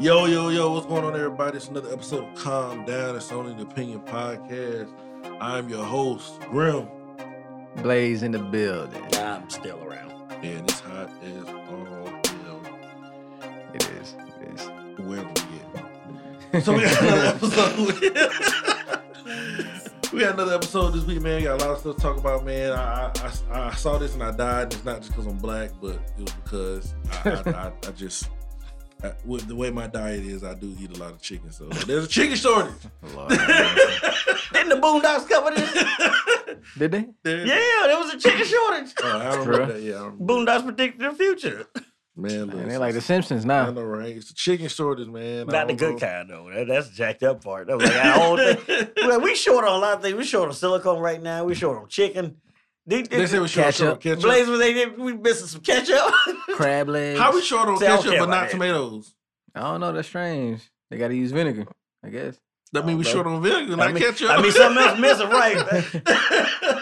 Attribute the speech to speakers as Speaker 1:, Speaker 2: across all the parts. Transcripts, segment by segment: Speaker 1: Yo, yo, yo, what's going on, everybody? It's another episode of Calm Down. It's only an opinion podcast. I'm your host, Grim.
Speaker 2: Blaze in the building.
Speaker 3: I'm still around.
Speaker 1: And it's hot as all hell,
Speaker 2: It is. It is.
Speaker 1: wherever we get. So we got another episode. we got another episode this week, man. We got a lot of stuff to talk about, man. I I, I, I saw this and I died. And it's not just because I'm black, but it was because I, I, I, I just, I, with the way my diet is, I do eat a lot of chicken. So there's a chicken shortage.
Speaker 2: Lord have mercy.
Speaker 3: Didn't the Boondocks cover this?
Speaker 2: Did they?
Speaker 1: There-
Speaker 3: yeah, there was a chicken shortage.
Speaker 1: Oh, I don't
Speaker 2: For
Speaker 1: know
Speaker 2: real?
Speaker 1: that. Yeah, I don't
Speaker 3: Boondocks predicted the future.
Speaker 1: Man,
Speaker 2: Man,
Speaker 1: listen.
Speaker 2: they like The Simpsons
Speaker 1: I
Speaker 2: now.
Speaker 1: know, right? It's the chicken shortage, man.
Speaker 3: Not the good kind though. That- that's the jacked up part. That was like our whole thing.
Speaker 1: kind.
Speaker 3: Well, we short on a lot of things. We short on silicone right now. We short on chicken. They, they,
Speaker 1: they say we short on
Speaker 2: Ketchup.
Speaker 1: ketchup.
Speaker 3: Blaze, they, they, we missing some ketchup.
Speaker 2: Crab legs.
Speaker 1: How we short on
Speaker 3: Say, I don't
Speaker 1: ketchup
Speaker 3: care
Speaker 1: but
Speaker 3: about
Speaker 1: not
Speaker 3: that.
Speaker 1: tomatoes?
Speaker 2: I don't know. That's strange. They got to use vinegar, I guess.
Speaker 1: That mean we
Speaker 3: Oh,
Speaker 1: short on vinegar, not
Speaker 3: I mean,
Speaker 1: ketchup.
Speaker 3: I mean, something else missing, right?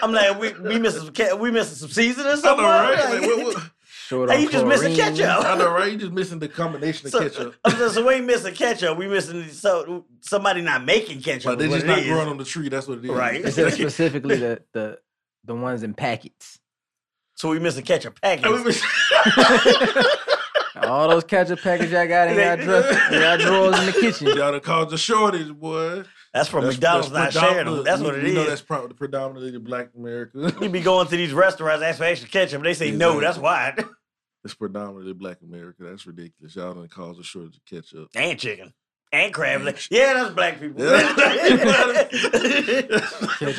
Speaker 3: I'm like, we, we missing some ca- we missing some seasoning
Speaker 1: I
Speaker 3: or
Speaker 1: know,
Speaker 3: something.
Speaker 1: right? Like,
Speaker 3: Like,
Speaker 1: what- what-
Speaker 2: Short
Speaker 3: Hey,
Speaker 2: on
Speaker 3: you just missing
Speaker 2: chlorine.
Speaker 3: ketchup.
Speaker 1: I know, right? You just missing the combination of
Speaker 3: So, uh,
Speaker 1: ketchup.
Speaker 3: I'm saying, so we ain't missing ketchup. We missing so somebody not making ketchup.
Speaker 1: Like, they're
Speaker 3: is what
Speaker 1: just
Speaker 3: it
Speaker 1: not
Speaker 3: is.
Speaker 1: growing on the tree. That's what it is.
Speaker 3: Right.
Speaker 2: They said specifically the, the the ones in packets.
Speaker 3: So we missing ketchup packets.
Speaker 1: And Oh, we was-
Speaker 2: All those ketchup packets I got in y'all, dra- in y'all drawers in the kitchen.
Speaker 1: Y'all done caused a shortage, boy.
Speaker 3: that's from
Speaker 1: That's-
Speaker 3: McDonald's
Speaker 1: that's
Speaker 3: not sharing them.
Speaker 1: predominant-
Speaker 3: That's
Speaker 1: we-
Speaker 3: what it
Speaker 1: we
Speaker 3: is.
Speaker 1: know that's pro- predominantly the black America.
Speaker 3: You be going to these restaurants asking for extra ketchup. They say no. That's why.
Speaker 1: it's predominantly black America. That's ridiculous. Y'all done caused a shortage of ketchup.
Speaker 3: and chicken and crab
Speaker 1: And
Speaker 3: legs. Yeah, that's black people.
Speaker 1: Ketchup,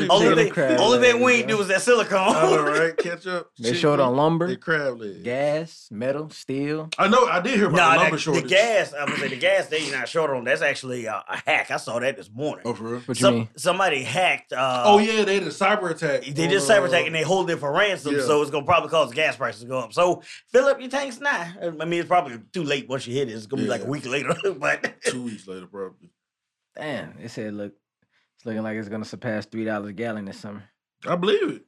Speaker 3: only
Speaker 2: Chicken
Speaker 3: thing,
Speaker 2: crab
Speaker 3: only thing
Speaker 2: legs,
Speaker 3: we ain't
Speaker 2: yeah.
Speaker 3: do is that silicone.
Speaker 1: All right, ketchup.
Speaker 2: They
Speaker 1: chicken,
Speaker 2: short on lumber,
Speaker 1: and crab legs.
Speaker 2: gas, metal, steel.
Speaker 1: I know. I did hear about the
Speaker 3: Nah, that-
Speaker 1: lumber
Speaker 3: the
Speaker 1: shortage.
Speaker 3: gas. I'm gonna say the gas. They not short on. That's actually uh, a hack. I saw that this morning.
Speaker 1: Oh, for real?
Speaker 2: What you
Speaker 3: Some-
Speaker 2: mean?
Speaker 3: Somebody hacked. Uh,
Speaker 1: oh yeah, they had a cyber attack.
Speaker 3: They
Speaker 1: on,
Speaker 3: just cyber
Speaker 1: uh,
Speaker 3: attack and they hold it for ransom,
Speaker 1: yeah.
Speaker 3: so it's gonna probably cause gas prices to go up. So fill up your tanks now. I mean, it's probably too late once you hit it. It's gonna be like a
Speaker 1: Yeah.
Speaker 3: week later, but
Speaker 1: two weeks later, probably.
Speaker 2: Damn, it said look, it's looking like it's gonna surpass three dollars a gallon this summer.
Speaker 1: I believe it.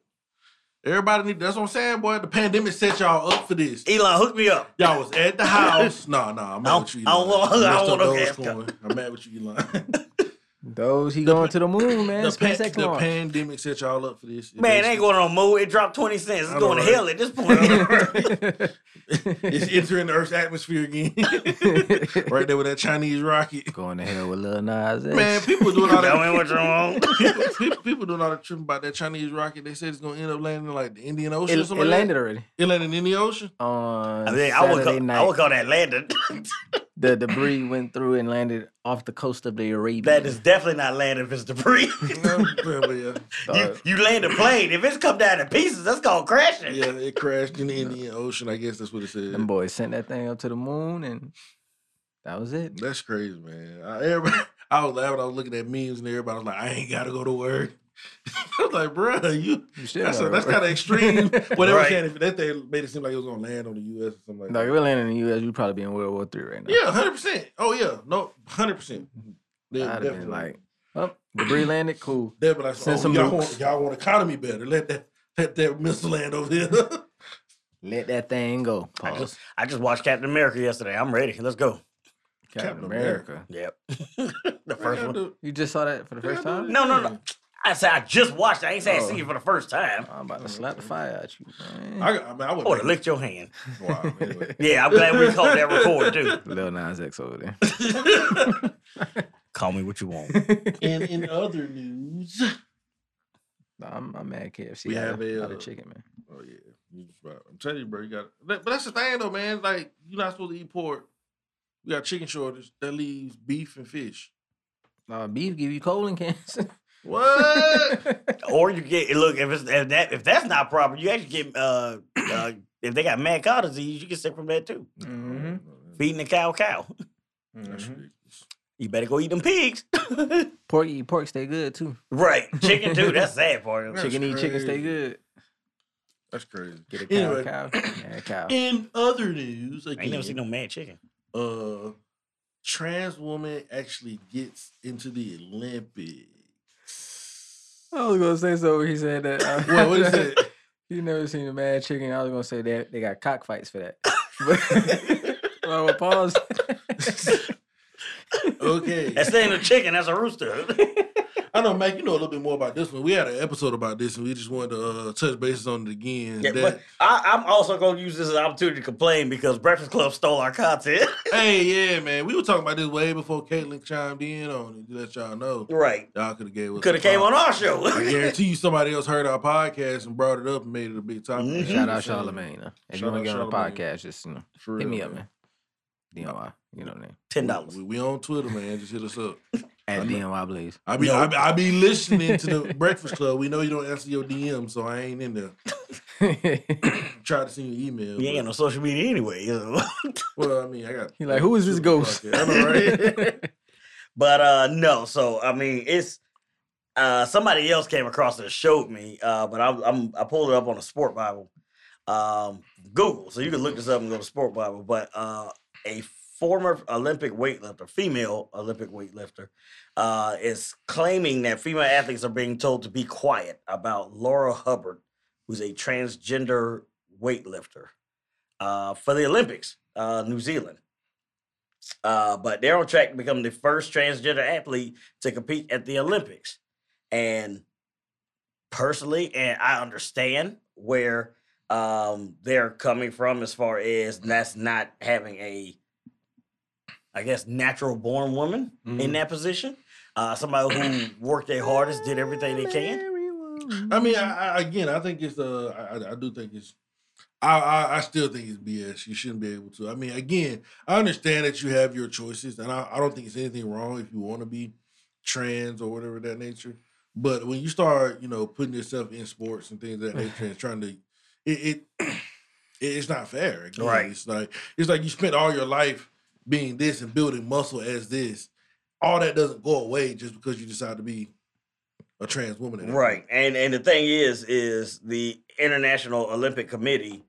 Speaker 1: Everybody need. That's what I'm saying, boy. The pandemic set y'all up for this.
Speaker 3: Elon, hook me up.
Speaker 1: Y'all was at the house. No, no, I'm
Speaker 3: I
Speaker 1: mad
Speaker 3: don't-
Speaker 1: with you.
Speaker 3: I don't
Speaker 1: Elon.
Speaker 3: want-
Speaker 1: You
Speaker 3: I
Speaker 1: messed
Speaker 3: don't
Speaker 1: up
Speaker 3: want no
Speaker 1: those
Speaker 3: gas
Speaker 1: going. I'm mad with you, Elon.
Speaker 2: Those he
Speaker 1: The
Speaker 2: going
Speaker 1: pa-
Speaker 2: to the moon, man.
Speaker 1: the, pan-
Speaker 2: SpaceX
Speaker 1: the
Speaker 2: launch.
Speaker 1: pandemic set y'all up for this. It
Speaker 3: Man, it ain't
Speaker 1: basically-
Speaker 3: going on move. It dropped twenty cents. It's
Speaker 1: I know,
Speaker 3: going to
Speaker 1: right?
Speaker 3: hell at this point.
Speaker 1: It's entering the Earth's atmosphere again. right there with that Chinese rocket.
Speaker 2: Going to hell with Lil Nas X.
Speaker 1: Man, people doing all that.
Speaker 3: That ain't what you want.
Speaker 1: people, people, people doing all the tripping about that Chinese rocket. They said it's gonna end up landing in like the Indian Ocean.
Speaker 2: it,
Speaker 1: or
Speaker 2: it
Speaker 1: something like that.
Speaker 2: landed already
Speaker 1: It landed in the ocean.
Speaker 2: on
Speaker 3: I, mean, I
Speaker 2: Saturday
Speaker 3: would call,
Speaker 2: night.
Speaker 3: I would call that landing.
Speaker 2: the debris went through and landed off the coast of the Arabian.
Speaker 3: that is definitely not landing if it's debris.
Speaker 1: Yeah, but yeah,
Speaker 3: you,
Speaker 2: Dog.
Speaker 3: you land a plane. If it's come down to pieces, that's called crashing.
Speaker 1: yeah, it crashed in the Indian Ocean. I guess that's what it said.
Speaker 2: Them boys sent that thing up to the moon, and that was it.
Speaker 1: That's crazy, man. I, everybody, I was laughing. I was looking at memes, and everybody was like, "I ain't gotta go to work." I was like, "Bruh, you."
Speaker 2: You still
Speaker 1: That's,
Speaker 2: gotta
Speaker 1: that's
Speaker 2: work.
Speaker 1: kind of extreme. Whatever
Speaker 3: Right.
Speaker 1: can if that thing made it seem like it was gonna land on the U.S. or something like
Speaker 2: No, if
Speaker 1: that.
Speaker 2: it landed in the U.S., you'd probably be in World War Three right now.
Speaker 1: Yeah, hundred percent. Oh yeah, no, hundred percent.
Speaker 2: I'd have been like, oh, debris landed, cool.
Speaker 1: They'll be like,
Speaker 2: Send
Speaker 1: oh,
Speaker 2: some
Speaker 1: y'all,
Speaker 2: nukes.
Speaker 1: want, y'all want economy better. Let that let that missile land over here.
Speaker 2: Let that thing go.
Speaker 3: I
Speaker 2: Pause.
Speaker 3: just I just watched Captain America yesterday. I'm ready. Let's go.
Speaker 2: Captain,
Speaker 1: Captain
Speaker 2: America.
Speaker 3: Yep. the first one.
Speaker 2: You just saw that for the first time.
Speaker 3: No, no, no. I said I just watched it. I ain't saying I
Speaker 2: Oh.
Speaker 3: seen it for the first time.
Speaker 2: I'm about to slap the fire at you, man.
Speaker 1: I, got- I mean, I
Speaker 3: I would have
Speaker 1: would.
Speaker 3: licked your hand.
Speaker 1: Wow. Anyway.
Speaker 3: Yeah, I'm glad we called that record too.
Speaker 2: Lil Nas X over there.
Speaker 3: Call me what you want.
Speaker 1: and in other news,
Speaker 2: Nah, I'm, I'm mad KFC.
Speaker 1: We
Speaker 2: out
Speaker 1: have
Speaker 2: of-
Speaker 1: a,
Speaker 2: out of
Speaker 1: uh,
Speaker 2: chicken, man.
Speaker 1: oh yeah, you just right. I'm telling you, bro. You got. But but that's the thing, though, man. Like you're not supposed to eat pork. We got chicken shortage that leaves beef and fish.
Speaker 2: Uh, beef give you colon cancer.
Speaker 1: What?
Speaker 3: Or you get look if it's if that if that's not proper, you actually get uh, uh if they got mad cow disease, you get sick from that too.
Speaker 2: Mhm.
Speaker 1: Oh,
Speaker 3: Feeding the cow cow. Mm-hmm.
Speaker 1: That's
Speaker 2: Mhm.
Speaker 1: ridiculous.
Speaker 3: You better go eat them pigs.
Speaker 2: Pork eat pork stay good too.
Speaker 3: right. Chicken too. That's the sad part. of it.
Speaker 1: That's
Speaker 2: Chicken eat chicken stay
Speaker 1: crazy.
Speaker 2: good.
Speaker 1: That's crazy.
Speaker 2: Get a cow,
Speaker 1: Anyway.
Speaker 2: cow, yeah, cow.
Speaker 1: In other news, again,
Speaker 3: I ain't never seen no mad chicken.
Speaker 1: uh trans woman actually gets into the Olympics.
Speaker 2: I was gonna say so. when He said that. uh,
Speaker 1: What what is it?
Speaker 2: You never seen a mad chicken. I was gonna say that they got cockfights for that. But, well, I would pause.
Speaker 1: Okay.
Speaker 3: That's ain't a chicken. That's a rooster.
Speaker 1: I know, Mac, you know a little bit more about this one. We had an episode about this, and we just wanted to uh, touch bases on it again.
Speaker 3: Yeah,
Speaker 1: That-
Speaker 3: but I, I'm also going to use this as an opportunity to complain because Breakfast Club stole our content.
Speaker 1: hey, yeah, man. We were talking about this way before Caitlin chimed in on it to let y'all know.
Speaker 3: right.
Speaker 1: Y'all could have gave us
Speaker 3: Could have
Speaker 1: some
Speaker 3: came on
Speaker 1: props.
Speaker 3: our show.
Speaker 1: I guarantee you somebody else heard our podcast and brought it up and made it a big topic.
Speaker 3: Mhm.
Speaker 2: Shout out
Speaker 1: So,
Speaker 2: Charlemagne. uh, If you
Speaker 1: Shout
Speaker 2: want
Speaker 1: out
Speaker 2: to get on the
Speaker 1: Charlemagne.
Speaker 2: podcast, just you know,
Speaker 1: for
Speaker 2: hit
Speaker 1: real,
Speaker 2: me up, man. DNY, you know what I mean?
Speaker 3: Ten dollars.
Speaker 1: We, we on Twitter, man. Just hit us up.
Speaker 2: At
Speaker 1: know.
Speaker 2: DNY Blaze.
Speaker 1: I be,
Speaker 3: No.
Speaker 1: I, be I be listening to the Breakfast Club. We know you don't answer your DM, so I ain't in there. Try to send you email.
Speaker 3: You ain't
Speaker 1: but-
Speaker 3: on social media anyway. so.
Speaker 1: well, I mean, I got.
Speaker 2: He like, who is this
Speaker 1: Stupid
Speaker 2: ghost?
Speaker 1: podcast. I know, right?
Speaker 3: But uh no, so I mean it's uh somebody else came across it and showed me, uh, but I I'm I pulled it up on the sport Bible. Um Google. So you can look this up and go to Sport Bible, but uh a former Olympic weightlifter, female Olympic weightlifter, uh, is claiming that female athletes are being told to be quiet about Laura Hubbard, who's a transgender weightlifter uh, for the Olympics, uh, New Zealand. Uh, but they're on track to become the first transgender athlete to compete at the Olympics. And personally, and I understand where um, they're coming from as far as that's not having a, I guess, natural born woman in
Speaker 2: Mhm.
Speaker 3: that position. Uh, somebody who worked their hardest, did everything they can.
Speaker 1: I mean, I, I, again, I think it's. Uh, I- I, I do think it's. I, I, I still think it's BS. You shouldn't be able to. I mean, again, I understand that you have your choices, and I, I don't think it's anything wrong if you want to be trans or whatever of that nature. But when you start, you know, putting yourself in sports and things of
Speaker 3: Mm-hmm.
Speaker 1: that nature, and trying to, it, it, it- it's not fair. Again.
Speaker 3: Right.
Speaker 1: It's like it's like you spent all your life being this and building muscle as this. All that doesn't go away just because you decide to be a trans woman. at that point.
Speaker 3: Right. And and the thing is, is the International Olympic Committee,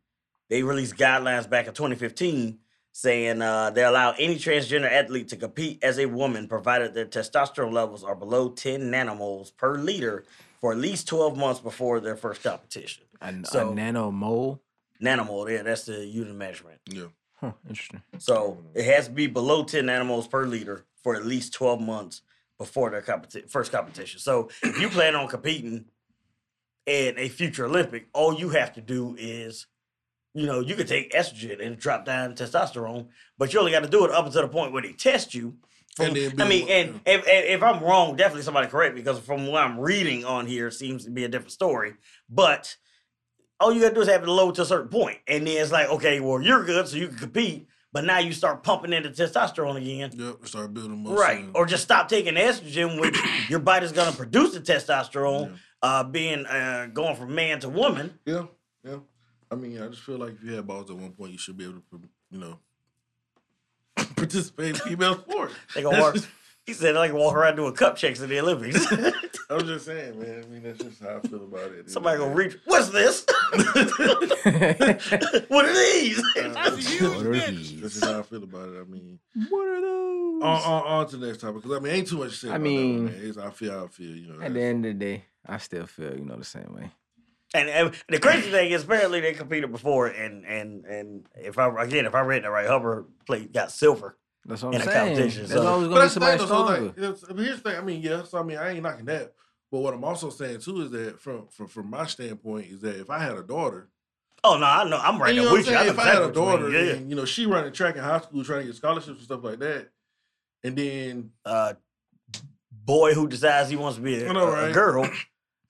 Speaker 3: they released guidelines back in 2015 saying uh, they allow any transgender athlete to compete as a woman provided their testosterone levels are below 10 nanomoles per liter for at least 12 months before their first competition.
Speaker 2: A, a
Speaker 3: So-
Speaker 2: nano mole?
Speaker 3: Nanomole, yeah, that's the unit of measurement.
Speaker 1: Yeah.
Speaker 2: Huh, interesting.
Speaker 3: So it has to be below 10 animals per liter for at least 12 months before their competi- first competition. So if you plan on competing in a future Olympic, all you have to do is, you know, you can take estrogen and drop down testosterone, but you only got to do it up until the point where they test you.
Speaker 1: And
Speaker 3: From-
Speaker 1: then
Speaker 3: I
Speaker 1: be
Speaker 3: mean,
Speaker 1: the one-
Speaker 3: and if, and if I'm wrong, definitely somebody correct me because from what I'm reading on here, it seems to be a different story. But all you got to do is have it low to a certain point, and then it's like, okay, well, you're good, so you can compete. But now you start pumping into testosterone again,
Speaker 1: Yep, and start building muscle.
Speaker 3: right?
Speaker 1: and-
Speaker 3: Or just stop taking estrogen, which your body's gonna produce the testosterone.
Speaker 1: yeah.
Speaker 3: Uh, being uh, going from man to woman,
Speaker 1: yeah, yeah. I mean, I just feel like if you had balls at one point, you should be able to, you know, participate in female sports.
Speaker 3: They gonna
Speaker 1: That's
Speaker 3: walk.
Speaker 1: just-
Speaker 3: He said they like walk around doing cup checks at the Olympics.
Speaker 1: I'm just saying, man. I mean, that's just how I feel about it.
Speaker 3: Somebody gonna
Speaker 1: Yeah.
Speaker 3: reach. What's this? what are these?
Speaker 1: Uh,
Speaker 2: What are
Speaker 1: That's
Speaker 2: these?
Speaker 1: just how I feel about it. I mean,
Speaker 2: What are those?
Speaker 1: on, on, on to the next topic because I mean, ain't too much to say.
Speaker 2: I
Speaker 1: about that one,
Speaker 2: mean,
Speaker 1: man. It's- I feel, how I feel, you know.
Speaker 2: At the
Speaker 1: that's-
Speaker 2: end of the day, I still feel, you know, the same way.
Speaker 3: and, and the crazy thing is, apparently they competed before, and and and if I again, if I read it right, Hubbard played got silver.
Speaker 2: That's what
Speaker 3: In
Speaker 2: I'm
Speaker 3: a
Speaker 2: saying.
Speaker 3: competition,
Speaker 2: There's
Speaker 3: so-
Speaker 2: always
Speaker 1: But
Speaker 2: going to be
Speaker 1: that's the thing,
Speaker 2: somebody
Speaker 1: though. So
Speaker 2: stronger.
Speaker 1: like, it's- I mean, here's the thing. I mean, yeah. So I mean, I ain't knocking that. But what I'm also saying too is that from from, from my standpoint is that if I had a daughter,
Speaker 3: Oh no, I know I'm right
Speaker 1: And you
Speaker 3: there
Speaker 1: know what I'm
Speaker 3: with you.
Speaker 1: saying?
Speaker 3: know
Speaker 1: If I had a
Speaker 3: exactly what you
Speaker 1: daughter,
Speaker 3: mean,
Speaker 1: and, you know, she running track in high school trying to get scholarships and stuff like that, and then
Speaker 3: yeah. Uh, boy who decides he wants to be a,
Speaker 1: I know,
Speaker 3: a- a
Speaker 1: right?
Speaker 3: girl,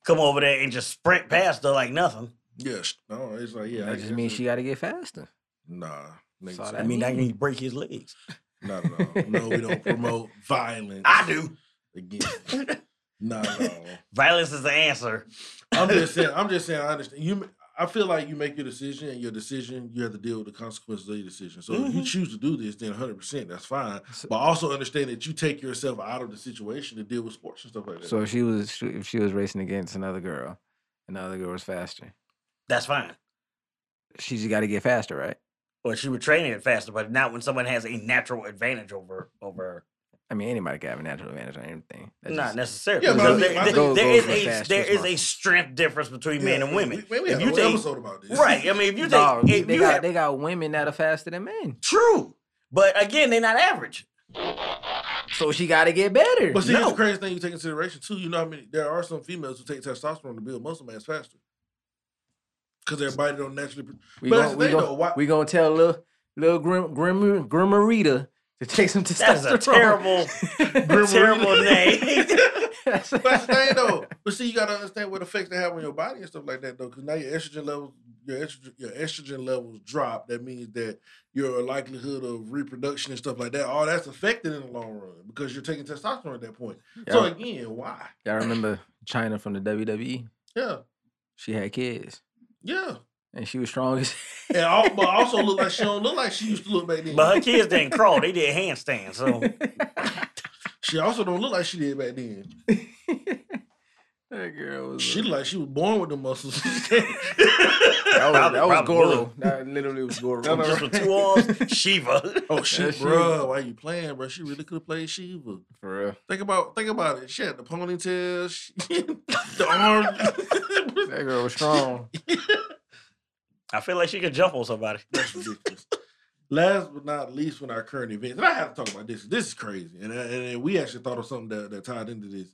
Speaker 3: come over there and just sprint past her like nothing.
Speaker 1: yes, no, it's like yeah, I
Speaker 2: that just
Speaker 1: guess
Speaker 2: means
Speaker 1: it-
Speaker 2: she got to get faster.
Speaker 1: nah. niggas-
Speaker 2: So that
Speaker 3: I mean, I
Speaker 2: mean-
Speaker 1: Mm-hmm.
Speaker 3: can break his legs.
Speaker 1: not at all. No, we don't promote violence.
Speaker 3: I do.
Speaker 1: again. Not at all.
Speaker 3: Violence is the answer.
Speaker 1: I'm just saying. I'm just saying. I understand you. ma- I feel like you make your decision, and your decision, you have to deal with the consequences of your decision. So if you
Speaker 3: Mhm.
Speaker 1: choose to do this, then 100, percent that's fine.
Speaker 2: Mm-hmm. So-
Speaker 1: But also understand that you take yourself out of the situation to deal with sports and stuff like that.
Speaker 2: So if she was sh- if she was racing against another girl, and the other girl was faster,
Speaker 3: That's fine.
Speaker 2: she just got to get faster, right?
Speaker 3: Well, she would train it faster, but not when someone has a natural advantage over over her.
Speaker 2: I mean, anybody can have a natural advantage on anything. That
Speaker 3: Not
Speaker 2: just-
Speaker 3: necessarily.
Speaker 1: Yeah, but
Speaker 3: because
Speaker 1: I
Speaker 3: there-
Speaker 1: think- I
Speaker 3: there-
Speaker 1: think-
Speaker 3: there is
Speaker 2: Goes with
Speaker 3: a
Speaker 2: fast
Speaker 3: there is a
Speaker 2: response.
Speaker 3: strength difference between men
Speaker 1: Yeah,
Speaker 3: and women.
Speaker 1: We, we
Speaker 3: If
Speaker 1: had
Speaker 3: you
Speaker 1: a whole
Speaker 3: take-
Speaker 1: episode about this,
Speaker 3: Right. I mean, if you
Speaker 2: Dog,
Speaker 3: take if
Speaker 2: they
Speaker 3: you
Speaker 2: got
Speaker 3: have,
Speaker 2: they got women that are faster than men.
Speaker 3: true, but again, they're not average.
Speaker 2: So she got to get better.
Speaker 1: But see,
Speaker 3: No.
Speaker 1: here's the crazy thing you take into consideration too. You know, I mean, there are some females who take testosterone to build muscle mass faster because their body don't naturally. pro-
Speaker 2: We
Speaker 1: but
Speaker 2: gon-
Speaker 1: that's the
Speaker 2: we
Speaker 1: thing,
Speaker 2: gon-
Speaker 1: though. Why,
Speaker 2: We gonna tell little little Grim Grim Grimmerita to take some
Speaker 3: That is a
Speaker 2: testosterone.
Speaker 3: terrible,
Speaker 1: Grim
Speaker 3: terrible name.
Speaker 2: That's a
Speaker 1: That's the thing though. But see, you gotta understand what effects they have on your body and stuff like that though. Because now your estrogen levels, your estrogen, your estrogen levels drop. That means that your likelihood of reproduction and stuff like that, all that's affected in the long run because you're taking testosterone at that point. So
Speaker 2: Y'all,
Speaker 1: again, why?
Speaker 2: y'all remember China from the WWE?
Speaker 1: Yeah,
Speaker 2: She had kids
Speaker 1: yeah.
Speaker 2: and she was strong as
Speaker 1: And all, but also look like she don't look like she used to look back then.
Speaker 3: But her kids didn't crawl; they did handstands. So
Speaker 1: she also don't look like she did back then.
Speaker 2: that girl was.
Speaker 1: She
Speaker 2: a-
Speaker 1: look like she was born with the muscles.
Speaker 2: that was,
Speaker 3: Probably-
Speaker 2: that was
Speaker 3: probably
Speaker 2: Goro. That literally was Goro.
Speaker 1: Tell her-
Speaker 3: just with two arms, Shiva.
Speaker 1: oh shit,
Speaker 2: That shit-
Speaker 1: bruh, Why you playing, bruh? She really could have played Shiva.
Speaker 2: For real.
Speaker 1: Think about think about it. She had the ponytail, she, the arms.
Speaker 2: That girl was strong.
Speaker 3: I feel like she could jump on somebody.
Speaker 1: That's ridiculous. Last but not least, when our current events, and I have to talk about this. This is crazy, and and, and we actually thought of something that, that tied into this.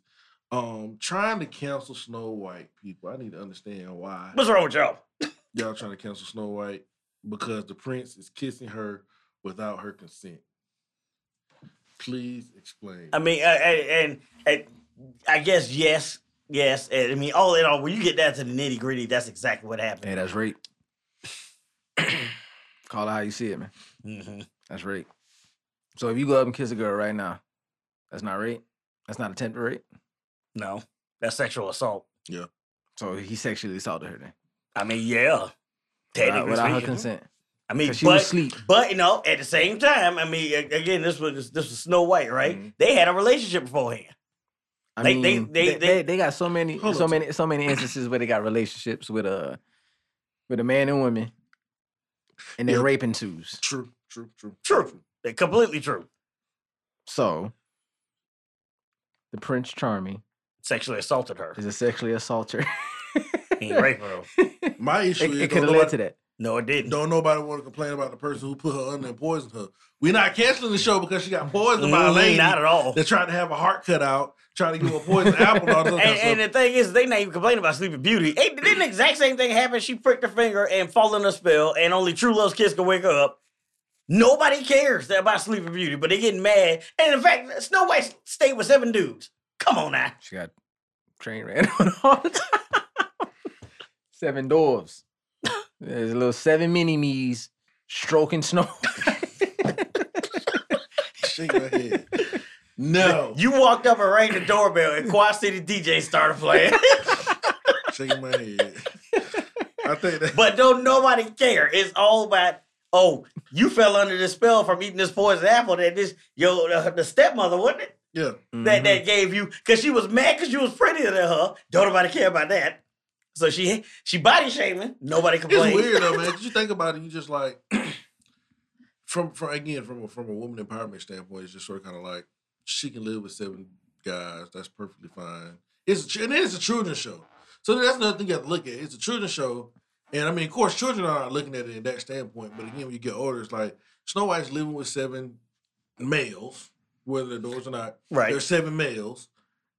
Speaker 1: Um, trying to cancel Snow White, people. I need to understand why
Speaker 3: What's wrong with y'all?
Speaker 1: y'all trying to cancel Snow White because the prince is kissing her without her consent. Please explain.
Speaker 3: I mean, uh, and, and, and I guess yes, yes. And, I mean, all in all, when you get down to the nitty gritty, that's exactly what happened.
Speaker 2: hey, that's rape. Call it how you see it, man.
Speaker 3: hmm
Speaker 2: That's rape. So if you go up and kiss a girl right now, that's not rape. That's not attempted rape.
Speaker 3: No, that's sexual assault.
Speaker 2: So he sexually assaulted her then.
Speaker 3: I mean, yeah,
Speaker 2: Without,
Speaker 3: technically
Speaker 2: without her
Speaker 3: speaking.
Speaker 2: consent.
Speaker 3: I mean,
Speaker 2: 'Cause she was
Speaker 3: but
Speaker 2: asleep.
Speaker 3: but you know, at the same time, I mean, a- again, this was this was Snow White, right?
Speaker 2: Mhm.
Speaker 3: They had a relationship beforehand.
Speaker 2: I
Speaker 3: They-
Speaker 2: mean,
Speaker 3: they-
Speaker 2: they,
Speaker 3: they-
Speaker 2: they, they,
Speaker 3: they-
Speaker 2: got so many,
Speaker 1: Hold
Speaker 2: so
Speaker 1: up.
Speaker 2: many, so many instances where they got relationships with a, with a man and woman, and they're
Speaker 1: Yeah.
Speaker 2: raping twos.
Speaker 1: True, true, true.
Speaker 3: True, They're completely true.
Speaker 2: So, the Prince Charming
Speaker 3: Sexually assaulted her.
Speaker 2: is a sexually assaulter.
Speaker 3: He ain't raped her.
Speaker 2: it
Speaker 1: My issue is
Speaker 2: it
Speaker 1: don't
Speaker 2: could have
Speaker 1: nobody-
Speaker 2: led to that.
Speaker 3: No, it didn't.
Speaker 1: Don't nobody want to complain about the person who put her under and poisoned her. We're not canceling the show because she got poisoned by a
Speaker 2: Mm-hmm,
Speaker 3: Mhm,
Speaker 1: lady
Speaker 3: Not at all.
Speaker 1: that tried to have a heart cut out, trying to give her a poison apple. And all this other kind of
Speaker 3: And,
Speaker 1: stuff.
Speaker 3: and the thing is, they not even complaining about Sleeping Beauty. It, didn't the exact same thing happen? She pricked her finger and fall in a spell, and only True Love's kiss can wake her up. Nobody cares about Sleeping Beauty, but they getting mad. And in fact, Snow White stayed with seven dudes. Come on now.
Speaker 2: She got train ran on all the time. seven dwarves. There's a little seven mini me's stroking snow.
Speaker 1: Shake her head. No,
Speaker 3: You walked up and rang the doorbell, and Quad City DJ started playing.
Speaker 1: shaking my head. I think that.
Speaker 3: but don't nobody care. It's all about oh, you fell under the spell from eating this poison apple that this yo the, the stepmother wasn't it
Speaker 1: Yeah,
Speaker 3: that
Speaker 1: Mm-hmm.
Speaker 3: that gave you because she was mad because you was prettier than her. Don't nobody care about that. So she she body shaming. Nobody
Speaker 1: it's
Speaker 3: complained.
Speaker 1: weird though, man. 'cause You think about it, you just like from from again from a, from a woman empowerment standpoint, it's just sort of kind of like she can live with seven guys. That's perfectly fine. It's a, ch- and it's a children's show, so that's another thing you have to look at. It's a children's show, and I mean, of course, children are not looking at it in that standpoint. But again, when you get older, it's like Snow White's living with seven males, whether they're doors or not.
Speaker 3: Right.
Speaker 1: There's seven males,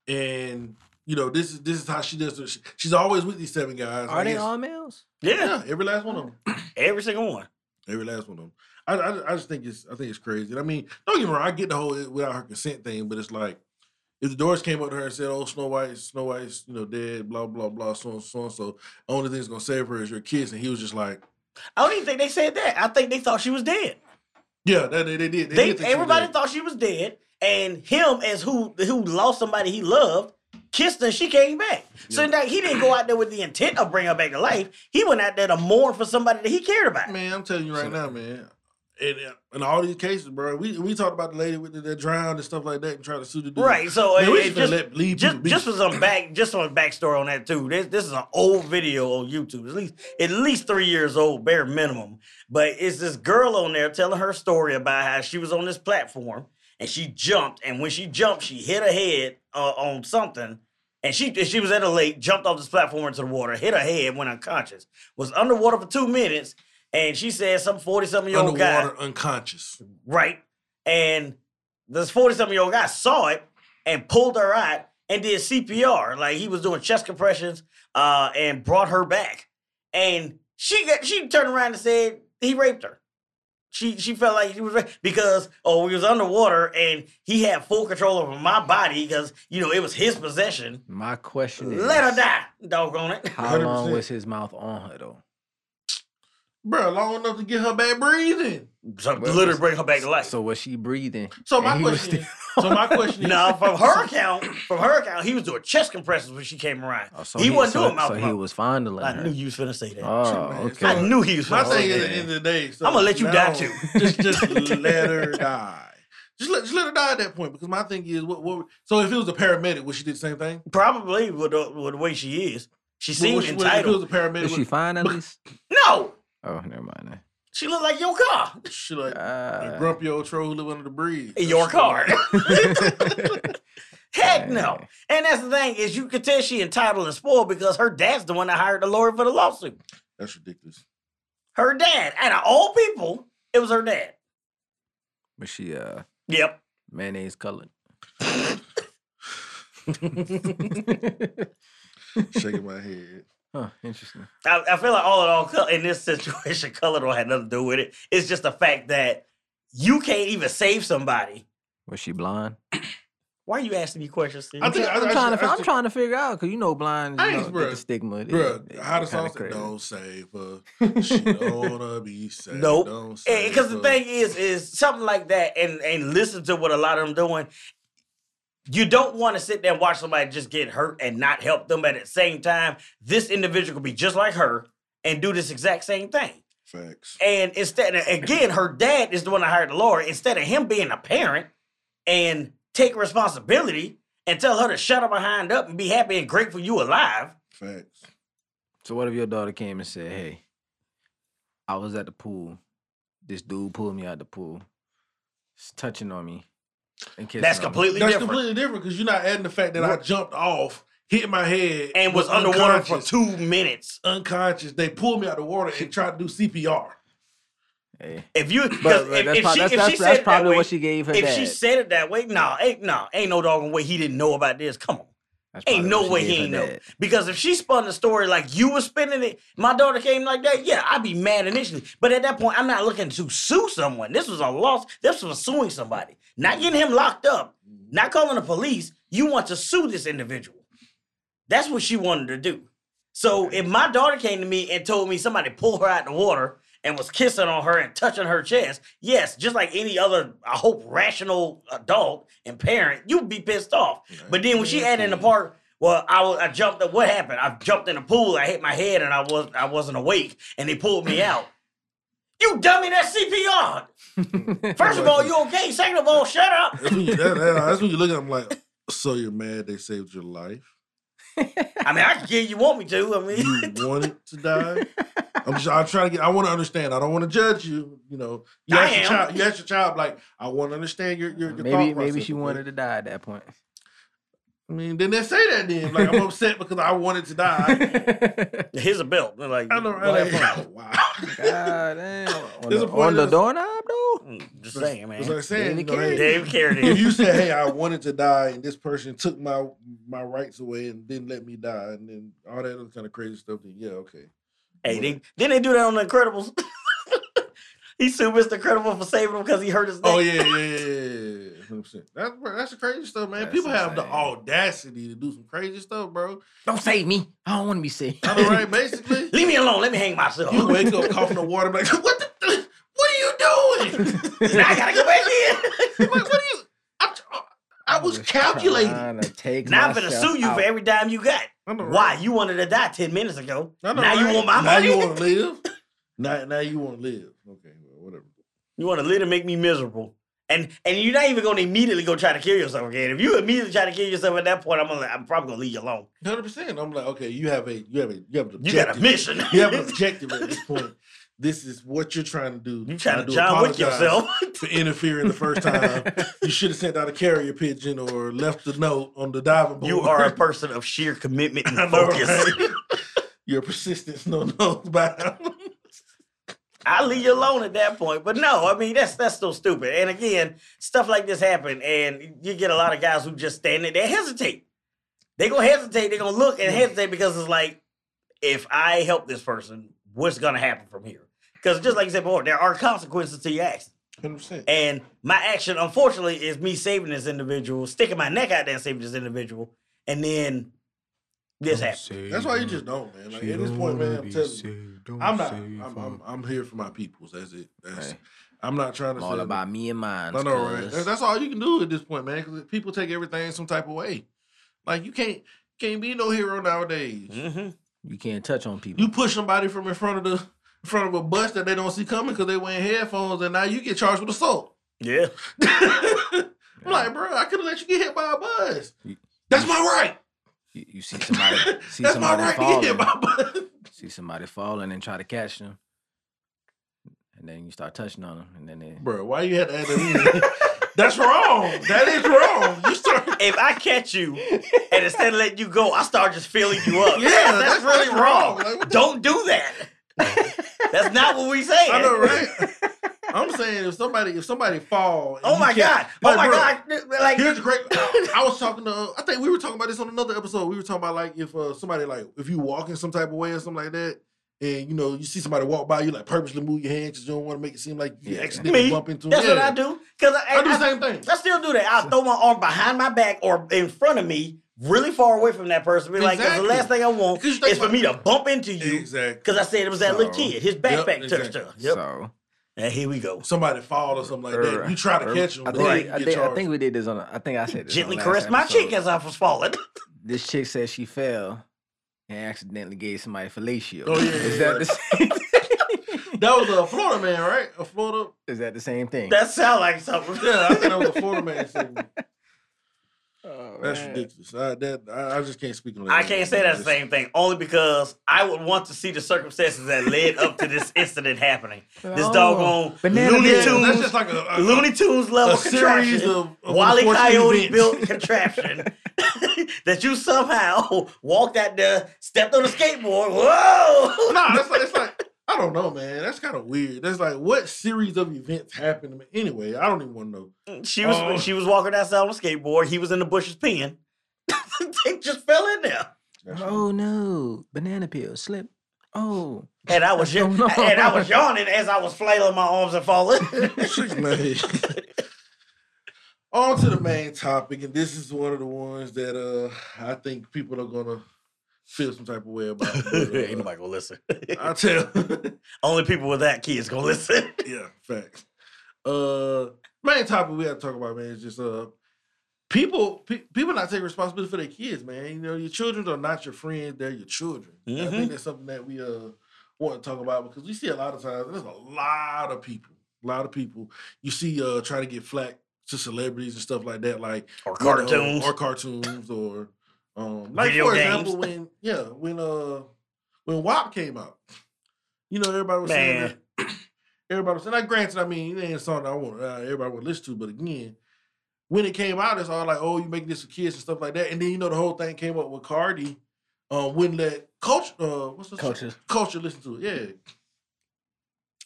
Speaker 1: and you know this is this is how she does. It. She- She's always with these seven guys. I
Speaker 2: Are they
Speaker 1: guess-
Speaker 2: all males?
Speaker 3: Yeah.
Speaker 1: Yeah, every last one of them.
Speaker 3: Every single one.
Speaker 1: Every last one of them. I, I, I just think it's I think it's crazy. And I mean, don't get me wrong. I get the whole it- without her consent thing, but it's like if the doors came up to her and said, "Oh, Snow White, Snow White's you know dead, blah blah blah, so and so and so. Only thing that's gonna save her is your kiss." And he was just like,
Speaker 3: I don't even think they said that. I think they thought she was dead.
Speaker 1: "Yeah, that, they, they did. They,
Speaker 3: They,
Speaker 1: did think she was
Speaker 3: everybody
Speaker 1: dead.
Speaker 3: thought she was dead, and him as who who lost somebody he loved kissed her. She came back. So
Speaker 1: Yeah.
Speaker 3: now he didn't go out there with the intent of bringing her back to life. He went out there to mourn for somebody that he cared about.
Speaker 1: Man, I'm telling you right
Speaker 2: So-
Speaker 1: now, man. And in all these cases, bro, we we talked about the lady with the, that drowned and stuff like that, and trying to sue the dude.
Speaker 3: Right. So
Speaker 1: Man,
Speaker 3: it-
Speaker 1: we
Speaker 3: it
Speaker 1: just,
Speaker 3: just-
Speaker 1: just let leave people
Speaker 3: just
Speaker 1: be.
Speaker 3: just for some back just some backstory on that too. This this is an old video on YouTube, at least at least three years old, bare minimum. But it's this girl on there telling her story about how she was on this platform and she jumped, and when she jumped, she hit her head uh, on something. And she she was at a lake, jumped off this platform into the water, hit her head, went unconscious, was underwater for two minutes, and she said some forty something year old guy
Speaker 1: underwater, unconscious.
Speaker 3: right? And This 40 something year old guy saw it and pulled her out and did CPR. Like he was doing chest compressions uh, and brought her back. And she got, she turned around and said he raped her. She she felt like he was raped because oh we was underwater and he had full control over my body because you know it was his possession.
Speaker 2: My question is,
Speaker 3: Let her die, doggone it.
Speaker 2: How long
Speaker 1: 100%.
Speaker 2: was his mouth on her though?
Speaker 1: bro, long enough to get her back breathing.
Speaker 3: So
Speaker 2: Well,
Speaker 3: literally bring her back to life.
Speaker 2: So was she breathing?
Speaker 1: So
Speaker 2: And
Speaker 1: my
Speaker 2: he was
Speaker 1: question, is, so my question is,
Speaker 3: No, from her account, from her account, he was doing chest compressions when she came around.
Speaker 2: Oh, so
Speaker 3: he, wasn't
Speaker 2: so-
Speaker 3: doing mouth.
Speaker 2: So
Speaker 3: to
Speaker 2: he
Speaker 3: mouth.
Speaker 2: was fondling
Speaker 3: I
Speaker 2: her.
Speaker 3: knew you was finna say that.
Speaker 2: Oh,
Speaker 1: Shit,
Speaker 2: okay.
Speaker 1: man.
Speaker 3: I knew he was.
Speaker 1: my
Speaker 3: finna
Speaker 1: thing
Speaker 3: say
Speaker 1: is at
Speaker 3: that.
Speaker 1: the end of the day. So
Speaker 3: I'ma let you die
Speaker 1: now,
Speaker 3: too.
Speaker 1: Just, just let her die. Just let, just let her die at that point because my thing is, what, what? So if it was a paramedic, would she do the same thing?
Speaker 3: Probably with the, with the way she is, she
Speaker 1: Well,
Speaker 3: seemed
Speaker 1: she- well, If it was
Speaker 3: entitled.
Speaker 1: a paramedic,
Speaker 2: Is she fine at least?
Speaker 3: No,
Speaker 2: Oh, never mind.
Speaker 3: she looked like your car,
Speaker 1: would- she like
Speaker 2: then.
Speaker 1: a
Speaker 2: Uh,
Speaker 1: grumpy old troll who live under the bridge.
Speaker 3: your car.
Speaker 2: Uh,
Speaker 3: Heck no.
Speaker 2: dang.
Speaker 3: And that's the thing is, you could tell she entitled and spoiled because her dad's the one that hired the lawyer for the lawsuit.
Speaker 1: That's ridiculous.
Speaker 3: Her dad, and of all people, it was her dad.
Speaker 2: Was she uh
Speaker 3: Yep.
Speaker 2: mayonnaise colored?
Speaker 1: Shaking my head.
Speaker 2: huh, interesting.
Speaker 3: I, I feel like all in all, co- in this situation, color don't have nothing to do with it. It's just the fact that you can't even save somebody.
Speaker 2: Was she blind?
Speaker 3: Why are you asking me questions? Steve?
Speaker 1: I think
Speaker 2: I'm, trying to,
Speaker 1: I,
Speaker 2: fi- I'm trying to figure out because you know blind you
Speaker 1: I ain't-
Speaker 2: know, get
Speaker 1: bruh.
Speaker 2: the stigma. it-
Speaker 1: Bruh,
Speaker 2: it-
Speaker 1: how the
Speaker 2: it
Speaker 1: song
Speaker 2: kinda
Speaker 1: said,
Speaker 2: crazy.
Speaker 1: don't save her. She don't wanna be saved.
Speaker 3: Nope.
Speaker 1: Don't save
Speaker 3: because the
Speaker 1: her."
Speaker 3: thing is, is something like that, and and listen to what a lot of them doing. You don't want to sit there and watch somebody just get hurt and not help them at the same time. This individual could be just like her and do this exact same thing.
Speaker 1: Facts.
Speaker 3: And instead, and again, her dad is the one that hired the lawyer. Instead of him being a parent and take responsibility and tell her to shut her behind up and be happy and grateful you alive.
Speaker 1: Facts.
Speaker 2: So what if your daughter came and said, "Hey, I was at the pool. This dude pulled me out the pool. He's touching on me and kissing
Speaker 3: That's
Speaker 2: on me."
Speaker 3: completely
Speaker 1: That's
Speaker 3: different.
Speaker 1: completely different because you're not adding the fact that I
Speaker 2: What-
Speaker 1: jumped off, hit my head,
Speaker 3: and was underwater for
Speaker 1: unconscious.
Speaker 3: two minutes.
Speaker 1: unconscious. They pulled me out of the water and tried to do CPR.
Speaker 2: Hey.
Speaker 3: If you,
Speaker 2: But,
Speaker 3: because
Speaker 2: but
Speaker 3: if,
Speaker 2: that's,
Speaker 3: if
Speaker 2: prob- that's,
Speaker 3: she, if
Speaker 2: that's,
Speaker 3: she
Speaker 2: that's
Speaker 3: said it that
Speaker 2: probably
Speaker 3: way,
Speaker 2: what she gave her
Speaker 3: if
Speaker 2: dad.
Speaker 3: she said it that way, nah, ain't nah, ain't no doggone way he didn't know about this. Come on,
Speaker 2: That's
Speaker 3: ain't
Speaker 2: probably
Speaker 3: no
Speaker 2: what she
Speaker 3: way
Speaker 2: gave
Speaker 3: he
Speaker 2: her
Speaker 3: ain't know.
Speaker 2: dad.
Speaker 3: Because if she spun the story like you was spinning it, my daughter came like that. Yeah, I'd be mad initially, but at that point, I'm not looking to sue someone. This was a loss. This was suing somebody, not getting him locked up, not calling the police. You want to sue this individual. That's what she wanted to do. So if my daughter came to me and told me somebody pulled her out the water and was kissing on her and touching her chest, yes, just like any other, I hope, rational adult and parent, you'd be pissed off. But then when she added in the part, well, I was, I jumped. up- What happened? I jumped in the pool. I hit my head, and I was I wasn't awake, and they pulled me out. You dummy! That's CPR. First of all, you okay? Second of all, shut up.
Speaker 1: That's when you, that- that- that's when you look at them like, so you're mad they saved your life?
Speaker 3: I mean, I can get you want me to. I
Speaker 1: You
Speaker 3: mean,
Speaker 1: wanted to die? I'm just, I'm trying to get, I want to understand. I don't want to judge you. You know, you
Speaker 3: I
Speaker 1: ask, your
Speaker 3: am.
Speaker 1: child, you ask your child, like, I want to understand your, your, your
Speaker 2: maybe
Speaker 1: thought
Speaker 2: maybe
Speaker 1: process,
Speaker 2: she
Speaker 1: okay?
Speaker 2: wanted to die at that point.
Speaker 1: I mean, then they say that then. Like, I'm upset because I wanted to die.
Speaker 3: here's a belt. They're like,
Speaker 1: I know,
Speaker 3: go
Speaker 1: right?
Speaker 3: ahead.
Speaker 1: Like, wow.
Speaker 2: God damn. On
Speaker 1: There's a
Speaker 2: the,
Speaker 1: point
Speaker 2: on the
Speaker 1: of-
Speaker 2: doorknob though?
Speaker 3: Mm, just saying,
Speaker 1: That's what
Speaker 3: man.
Speaker 1: I'm saying.
Speaker 2: Daily
Speaker 1: You know, hey,
Speaker 3: Dave carried
Speaker 1: if
Speaker 3: it.
Speaker 1: you said, "Hey, I wanted to die, and this person took my my rights away and didn't let me die, and then all that other kind of crazy stuff," then yeah, okay.
Speaker 3: Hey, they, didn't they do that on The Incredibles? he sued Mr. Incredible for saving him because he hurt his neck.
Speaker 1: Oh yeah, yeah, yeah, yeah, yeah. 100%. That's bro, that's the crazy stuff, man.
Speaker 2: That's
Speaker 1: People have the
Speaker 2: insane.
Speaker 1: audacity to do some crazy stuff, bro.
Speaker 2: Don't save me. I don't want to be saved.
Speaker 1: All right, basically,
Speaker 3: Leave me alone. Let me hang myself.
Speaker 1: you
Speaker 3: now
Speaker 1: wake up coughing the water, like what? The, what are you doing?
Speaker 3: I gotta go back in.
Speaker 1: Like, what are you? I, I was
Speaker 2: just
Speaker 1: calculating. I
Speaker 2: trying to take
Speaker 3: Now I'm gonna
Speaker 2: myself
Speaker 3: sue you
Speaker 2: out.
Speaker 3: for every dime you got.
Speaker 1: know, right?
Speaker 3: Why? You wanted to die 10 minutes ago.
Speaker 1: I know,
Speaker 3: now you
Speaker 1: right?
Speaker 3: want my
Speaker 1: now
Speaker 3: money?
Speaker 1: you want to live? now, now you want to live? Okay, well, whatever.
Speaker 3: You want to live and make me miserable. And and you're not even gonna immediately go try to kill yourself again. If you immediately try to kill yourself at that point, I'm gonna I'm probably gonna leave you alone.
Speaker 1: Hundred percent. I'm like, okay, you have a, you have a, you have an
Speaker 3: You
Speaker 1: objective.
Speaker 3: got a mission.
Speaker 1: You have an objective at this point. This is what you're trying to do.
Speaker 3: you trying
Speaker 1: I
Speaker 3: to
Speaker 1: do
Speaker 3: John Wick
Speaker 1: apologize
Speaker 3: yourself.
Speaker 1: for interfering the first time. you should have sent out a carrier pigeon or left a note on the diving board.
Speaker 3: you are a person of sheer commitment
Speaker 1: I
Speaker 3: and
Speaker 1: know,
Speaker 3: focus.
Speaker 1: right? Your persistence no no.
Speaker 3: I leave you alone at that point. But no, I mean that's that's still stupid. And again, stuff like this happen, and you get a lot of guys who just stand there, they hesitate. They gonna hesitate, they gonna look and hesitate because it's like, if I help this person, what's gonna happen from here? Because just like you said before, there are consequences to your actions.
Speaker 1: Hundred percent.
Speaker 3: And my action, unfortunately, is me saving this individual, sticking my neck out there and saving this individual, and then this happens.
Speaker 1: That's why you just don't, man. Like at this point, man, I'm telling you, I'm not. I'm, I'm, I'm here for my peoples. That's it. That's.
Speaker 2: Right.
Speaker 1: I'm not trying to.
Speaker 2: All
Speaker 1: say-
Speaker 2: about me and mine.
Speaker 1: I know, right? That's, that's all you can do at this point, man. Because people take everything some type of way. Like you can't can't be no hero nowadays.
Speaker 3: Mm-hmm.
Speaker 2: You can't touch on people.
Speaker 1: You push somebody from in front of the in front of a bus that they don't see coming because they wearing headphones, and now you get charged with assault.
Speaker 3: Yeah.
Speaker 1: I'm like, bro, I could have let you get hit by a bus.
Speaker 2: You-
Speaker 1: That's my right.
Speaker 2: You, you see somebody, see
Speaker 1: That's my
Speaker 2: somebody
Speaker 1: right to get
Speaker 2: falling,
Speaker 1: hit by a bus.
Speaker 2: see somebody falling, and try to catch them, and then you start touching on them, and then they,
Speaker 1: Bro, why you had to add that in? That's wrong. That is wrong. You start.
Speaker 3: If I catch you and instead of letting you go, I start just filling you up.
Speaker 1: Yeah,
Speaker 3: that's,
Speaker 1: that's-
Speaker 3: really
Speaker 1: that's wrong.
Speaker 3: wrong.
Speaker 1: Like, what the-
Speaker 3: Don't do that. that's not what we say.
Speaker 1: I know, right? I'm saying if somebody if somebody fall. and
Speaker 3: Oh
Speaker 1: you
Speaker 3: my
Speaker 1: catch-
Speaker 3: god. Oh
Speaker 1: Like,
Speaker 3: my
Speaker 1: bro,
Speaker 3: god. Like
Speaker 1: Here's a great. I was talking to. I think we were talking about this on another episode. We were talking about like if uh, somebody like if you walk in some type of way or something like that, and you know you see somebody walk by, you like purposely move your hand because you don't want to make it seem like you
Speaker 2: Yeah.
Speaker 1: accidentally
Speaker 3: Me?
Speaker 1: bump into. 'em.
Speaker 3: that's what
Speaker 1: Yeah.
Speaker 3: I do. Cause I,
Speaker 1: I do
Speaker 3: I-
Speaker 1: the same thing.
Speaker 3: I still do that. I'll throw my arm behind my back or in front of me, really far away from that person. Be like, "That's the
Speaker 1: Exactly.
Speaker 3: last thing I want
Speaker 1: Because you
Speaker 3: is
Speaker 1: think
Speaker 3: for
Speaker 1: about-
Speaker 3: me to bump into you.
Speaker 1: Exactly.
Speaker 3: Because I said it was that little
Speaker 2: So-
Speaker 3: kid. His backpack touched
Speaker 1: exactly.
Speaker 3: her. Yep.
Speaker 2: so.
Speaker 3: and here we go.
Speaker 1: Somebody fall or something like that. You try to
Speaker 2: Or-
Speaker 1: catch them.
Speaker 2: er, I
Speaker 1: but
Speaker 2: think,
Speaker 1: then
Speaker 3: Right.
Speaker 1: you
Speaker 2: I,
Speaker 1: get
Speaker 2: think, I
Speaker 1: charged.
Speaker 2: think we did this on. a- I think I said this on
Speaker 3: Gently
Speaker 2: the last
Speaker 3: caressed my
Speaker 2: episode.
Speaker 3: cheek as I was falling.
Speaker 2: This chick said she fell and accidentally gave somebody fellatio.
Speaker 1: Oh, yeah,
Speaker 2: is
Speaker 1: yeah,
Speaker 2: that the same?
Speaker 1: that was a Florida man, right? A Florida.
Speaker 2: is that the same thing?
Speaker 3: that sounds like something.
Speaker 1: Yeah, I think that was a Florida man. Thing.
Speaker 2: Oh,
Speaker 1: That's
Speaker 2: man.
Speaker 1: ridiculous. I, that I, I just can't speak on that.
Speaker 3: I can't say that's the same thing only because I would want to see the circumstances that led up to this incident happening. This
Speaker 2: Oh,
Speaker 3: doggone
Speaker 2: banana
Speaker 3: Looney
Speaker 2: man.
Speaker 1: Yeah,
Speaker 3: Tunes,
Speaker 1: that's just like a, a-
Speaker 3: Looney Tunes level
Speaker 1: Uh-huh. a
Speaker 3: contraption.
Speaker 1: series of, of
Speaker 3: Wally
Speaker 1: unfortunate
Speaker 3: Coyote
Speaker 1: events.
Speaker 3: built contraption that you somehow walked out there, stepped on a skateboard. Whoa!
Speaker 1: no, that's like it's like I don't know, man. That's kind of weird. That's like what series of events happened to me? Anyway, I don't even want to know.
Speaker 3: She was
Speaker 1: Oh.
Speaker 3: she was walking outside on a skateboard. He was in the bushes peeing. they just fell in there.
Speaker 2: Oh no, banana peel slip. Oh,
Speaker 3: And I was
Speaker 2: That's
Speaker 3: ya-
Speaker 2: so long.
Speaker 3: and I was yawning as I was flailing my arms and falling.
Speaker 1: Six, man. On to the main topic, and this is one of the ones that uh I think people are gonna feel some type of way about. but, uh,
Speaker 3: Ain't nobody gonna listen.
Speaker 1: I tell,
Speaker 3: Only people with that key is gonna listen.
Speaker 1: yeah, facts. Uh, main topic we have to talk about, man, is just uh people pe- people not taking responsibility for their kids, man. You know, your children are not your friends; they're your children. I
Speaker 3: Mhm.
Speaker 1: think that's something that we uh want to talk about because we see a lot of times there's a lot of people, a lot of people you see uh trying to get flack to celebrities and stuff like that, like
Speaker 3: Or
Speaker 1: you know,
Speaker 3: cartoons.
Speaker 1: or cartoons or um like
Speaker 3: Video
Speaker 1: for example when yeah when uh when WAP came out, you know everybody was saying
Speaker 3: Man.
Speaker 1: that. Everybody was saying, like, granted, I mean, it ain't something I want uh, everybody would listen to, but again, when it came out, it's all like, oh, you making this for kids and stuff like that. And then you know the whole thing came up with Cardi, um, wouldn't let culture, uh, what's the
Speaker 2: culture.
Speaker 1: culture listen to it, yeah.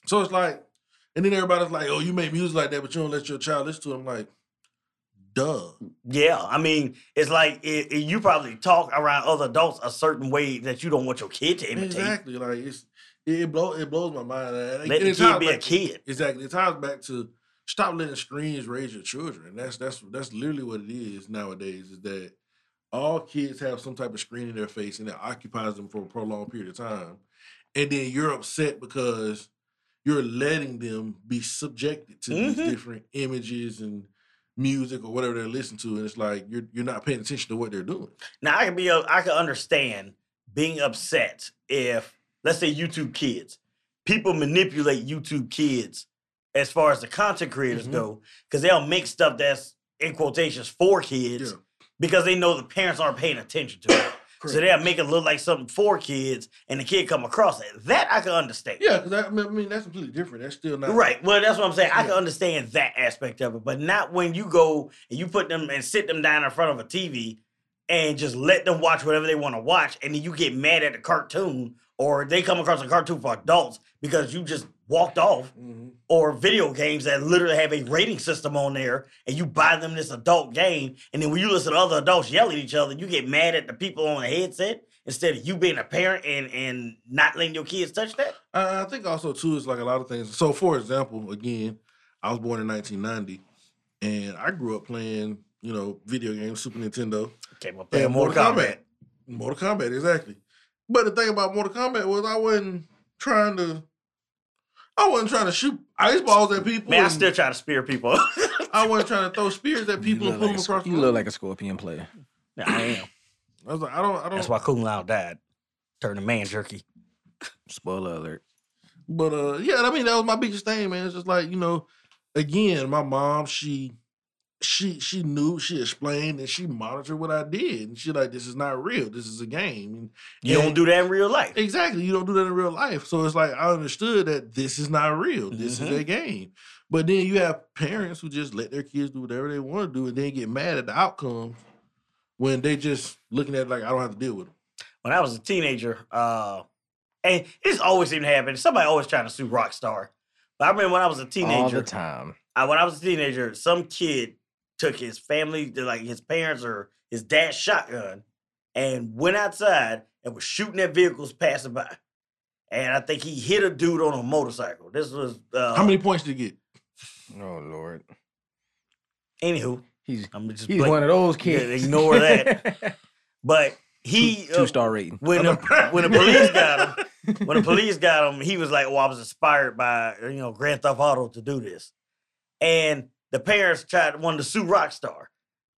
Speaker 1: So it's like, and then everybody's like, oh, you make music like that, but you don't let your child listen to it. I'm like, duh.
Speaker 3: Yeah, I mean, it's like it, it- you probably talk around other adults a certain way that you don't want your kid to imitate.
Speaker 1: Exactly. Like it's it, it blow it blows my mind. And it-
Speaker 3: Let
Speaker 1: and
Speaker 3: the
Speaker 1: it ties
Speaker 3: kid be a
Speaker 1: back-
Speaker 3: kid.
Speaker 1: Exactly. It ties back to stop letting screens raise your children. That's that's that's literally what it is nowadays. Is that all kids have some type of screen in their face and it occupies them for a prolonged period of time, and then you're upset because you're letting them be subjected to
Speaker 3: Mhm.
Speaker 1: these different images and music or whatever they're listening to, and it's like you're you're not paying attention to what they're doing.
Speaker 3: Now I can be, a- I can understand being upset if, let's say, YouTube kids, people manipulate YouTube kids as far as the content creators
Speaker 1: Mhm.
Speaker 3: go, because they'll make stuff that's in quotations for kids
Speaker 1: Yeah.
Speaker 3: because they know the parents aren't paying attention to it. so they'll make it look like something for kids, and the kid come across it. That I can understand.
Speaker 1: yeah, because I, I mean that's completely different. That's still not
Speaker 3: Right. Well, that's what I'm saying. I can
Speaker 1: Yeah.
Speaker 3: understand that aspect of it, but not when you go and you put them and sit them down in front of a TV and just let them watch whatever they want to watch, and then you get mad at the cartoon or they come across a cartoon for adults because you just walked off,
Speaker 1: Mhm.
Speaker 3: or video games that literally have a rating system on there, and you buy them this adult game, and then when you listen to other adults yell at each other, you get mad at the people on the headset instead of you being a parent and and not letting your kids touch that.
Speaker 1: I, I think also too is like a lot of things. So for example, again, I was born in 1990, and I grew up playing you know video games, Super Nintendo,
Speaker 3: Okay, well, play
Speaker 1: and
Speaker 3: more
Speaker 1: Mortal
Speaker 3: combat.
Speaker 1: Kombat. Mortal Kombat, exactly. But the thing about Mortal Kombat was I wasn't trying to. I wasn't trying to shoot ice balls at people.
Speaker 3: Man, I
Speaker 1: and
Speaker 3: still try to spear people.
Speaker 1: I wasn't trying to throw spears at people
Speaker 2: you
Speaker 1: and pull
Speaker 2: look, like a,
Speaker 1: them
Speaker 2: sc-
Speaker 1: across. the
Speaker 2: you look
Speaker 1: room.
Speaker 2: like a scorpion player.
Speaker 3: Nah, I am.
Speaker 1: I was like, I don't, I don't.
Speaker 3: That's why Kung Lao died. Turned to man jerky.
Speaker 2: Spoiler alert.
Speaker 1: But uh, yeah, I mean that was my biggest thing, man. It's just like you know, again, my mom, she, she, she knew, she explained, and she monitored what I did, and she like, this is not real. This is a game. And
Speaker 3: You
Speaker 1: Yeah.
Speaker 3: don't do that in real life.
Speaker 1: exactly, you don't do that in real life. So it's like I understood that this is not real. This is
Speaker 3: Mhm.
Speaker 1: a game. But then you have parents who just let their kids do whatever they want to do, and then get mad at the outcome when they just looking at it like I don't have to deal with it.
Speaker 3: when I was a teenager, uh, and this always seemed to happen. Somebody always trying to sue Rockstar. But I remember when I was a
Speaker 2: All the
Speaker 3: teenager,
Speaker 2: time.
Speaker 3: I, when I was a teenager, some kid took his family, to, like his parents or his dad's shotgun, and went outside and was shooting at vehicles passing by. And I think he hit a dude on a motorcycle. This was uh,
Speaker 1: How many points did you get?
Speaker 2: Oh Lord.
Speaker 3: Anywho,
Speaker 2: He's
Speaker 3: I'm just
Speaker 2: he's
Speaker 3: blat-
Speaker 2: one of those
Speaker 3: yeah,
Speaker 2: kids.
Speaker 3: ignore that. But he
Speaker 2: two, two
Speaker 3: uh,
Speaker 2: star rating.
Speaker 3: when the, when the police got him, when the police got him, he was like, "Well, I was inspired by you know Grand Theft Auto to do this," and the parents tried wanted to sue Rockstar.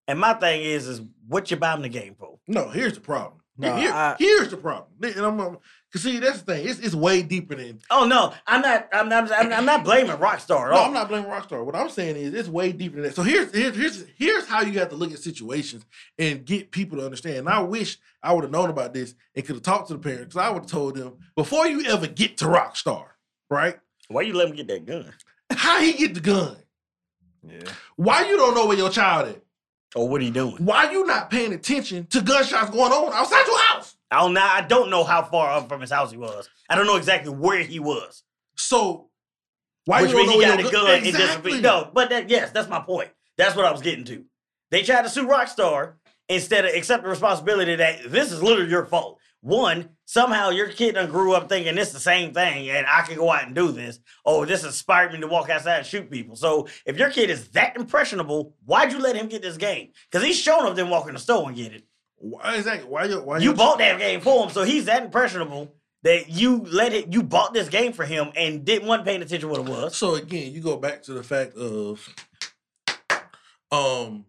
Speaker 3: And my thing is, is what you buying the game for?
Speaker 1: No, here's the problem.
Speaker 2: No,
Speaker 1: Here-
Speaker 2: I-
Speaker 1: here's the problem. And I'm, i cause see, that's the thing. It's, it's way deeper than.
Speaker 3: Oh no, I'm not, I'm not, I'm, I'm not blaming Rockstar at
Speaker 1: No,
Speaker 3: all.
Speaker 1: I'm not blaming Rockstar. What I'm saying is, it's way deeper than that. So here's here's here's, here's how you have to look at situations and get people to understand. And I wish I would have known about this and could have talked to the parents. Cause I would have told them before you ever get to Rockstar, right?
Speaker 3: Why you let him get that gun?
Speaker 1: How he get the gun?
Speaker 2: yeah.
Speaker 1: Why you don't know where your child is?
Speaker 3: Or what are you doing?
Speaker 1: Why you not paying attention to gunshots going on outside your house?
Speaker 3: I don't know. I don't know how far up from his house he was. I don't know exactly where he was.
Speaker 1: So why
Speaker 3: which
Speaker 1: you don't
Speaker 3: means
Speaker 1: know
Speaker 3: he
Speaker 1: where
Speaker 3: got a
Speaker 1: your
Speaker 3: gun
Speaker 1: gu-
Speaker 3: and just no. But that, yes, that's my point. That's what I was getting to. They tried to sue Rockstar instead of accept the responsibility that this is literally your fault. One, somehow your kid done grew up thinking it's the same thing, and I can go out and do this. Oh, this inspired me to walk outside and shoot people. So if your kid is that impressionable, why'd you let him get this game? Because he's shown up then walk in the store and get it.
Speaker 1: Why exactly? Why you? Why
Speaker 3: You
Speaker 1: your-
Speaker 3: bought that game for him, so he's that impressionable that you let it. You bought this game for him and didn't want paying attention what it was.
Speaker 1: So again, you go back to the fact of, um,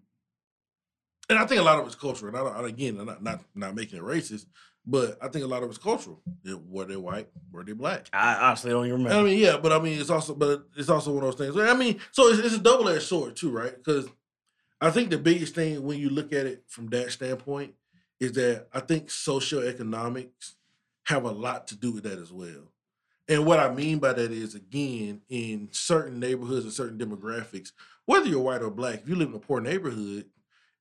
Speaker 1: and I think a lot of it's cultural. And I don't, and again, I'm not, not not making it racist, but I think a lot of it's cultural. Yeah, Were they white? Were they black?
Speaker 3: I honestly don't even remember.
Speaker 1: I mean, yeah, but I mean, it's also, but it's also one of those things. I mean, so it's, it's a double edged sword too, right? Because I think the biggest thing when you look at it from that standpoint is that I think socioeconomics have a lot to do with that as well. And what I mean by that is, again, in certain neighborhoods and certain demographics, whether you're white or black, if you live in a poor neighborhood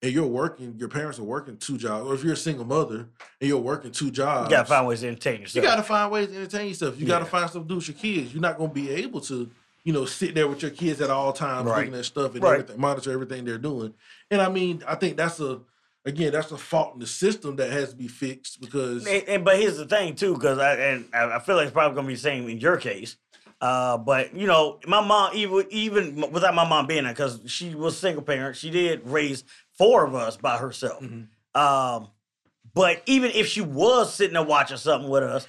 Speaker 1: and you're working, your parents are working two jobs, or if you're a single mother and you're working two jobs,
Speaker 3: You gotta find ways to entertain yourself.
Speaker 1: you got to find ways to entertain yourself. You got to
Speaker 3: Yeah.
Speaker 1: find stuff to do with your kids. You're not going to be able to, you know, sit there with your kids at all times
Speaker 3: Right.
Speaker 1: looking at stuff and
Speaker 3: Right.
Speaker 1: everything, monitor everything they're doing. And I mean, I think that's a, again, that's a fault in the system that has to be fixed because
Speaker 3: and, and- but here's the thing too, because I and I I feel like it's probably gonna be the same in your case. Uh, but you know, my mom even even m- without my mom being there, because she was single parent, she did raise four of us by herself.
Speaker 1: Mhm.
Speaker 3: Um, but even if she was sitting there watching something with us,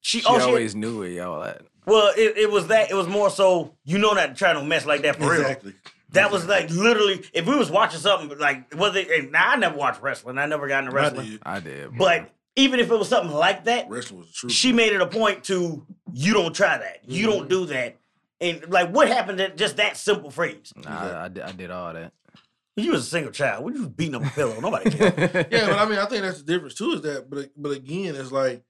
Speaker 3: she,
Speaker 2: She
Speaker 3: oh, she-
Speaker 2: always knew where y'all at.
Speaker 3: well, it, it was that it was more so you know not to try to mess like that for real.
Speaker 1: exactly.
Speaker 3: That was like literally if we was watching something like whether and now I never watched wrestling, I never got into
Speaker 1: I
Speaker 3: wrestling.
Speaker 1: did.
Speaker 2: I did. bro.
Speaker 3: But even if it was something like that,
Speaker 1: Wrestling was the truth.
Speaker 3: she made it a point to you don't try that. You don't do that. And like what happened to just that simple phrase?
Speaker 2: nah, I, I, did, I did all that.
Speaker 3: You was a single child. What you was beating up a pillow? Nobody cared.
Speaker 1: yeah, but I mean, I think that's the difference too. Is that, but but again, it's like,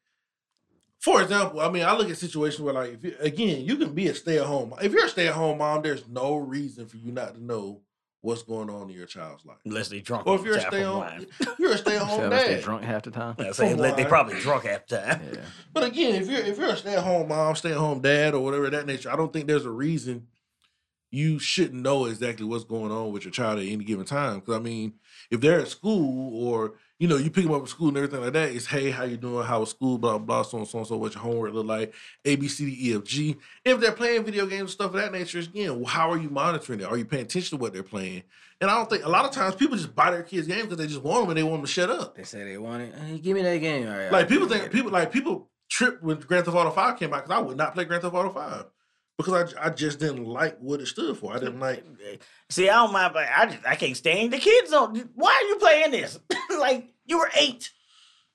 Speaker 1: for example, I mean, I look at situations where like, if you, again, you can be a stay at home. If you're a stay at home mom, there's no reason for you not to know what's going on in your child's life.
Speaker 3: Unless they drunk.
Speaker 1: Or
Speaker 3: all
Speaker 1: if
Speaker 3: the
Speaker 1: you're a
Speaker 3: time
Speaker 1: stay
Speaker 3: from
Speaker 1: home,
Speaker 3: wine.
Speaker 1: you're a stay at
Speaker 2: So
Speaker 1: home
Speaker 2: unless they
Speaker 1: dad.
Speaker 2: drunk half the time.
Speaker 3: I say,
Speaker 1: from
Speaker 3: they, they
Speaker 1: wine.
Speaker 3: probably drunk half the time.
Speaker 2: Yeah.
Speaker 1: But again, if you're if you're a stay at home mom, stay at home dad, or whatever of that nature, I don't think there's a reason you shouldn't know exactly what's going on with your child at any given time. Because I mean, if they're at school or you know you pick them up at school and everything like that, it's hey, how you doing? How was school? Blah blah so and so and so. What your homework look like? A B C D E F G. If they're playing video games and stuff of that nature, it's, again, well, how are you monitoring it? Are you paying attention to what they're playing? And I don't think a lot of times people just buy their kids games because they just want them and they want them to shut up.
Speaker 2: They say they want it. Hey, give me that game. All right,
Speaker 1: Like
Speaker 2: I'll
Speaker 1: people
Speaker 2: give you
Speaker 1: think
Speaker 2: that.
Speaker 1: people like people trip when Grand Theft Auto Five came out because I would not play Grand Theft Auto Five because I, I just didn't like what it stood for. I didn't like
Speaker 3: See, I don't mind, but I just I can't stand the kids. On why are you playing this? like you were eight.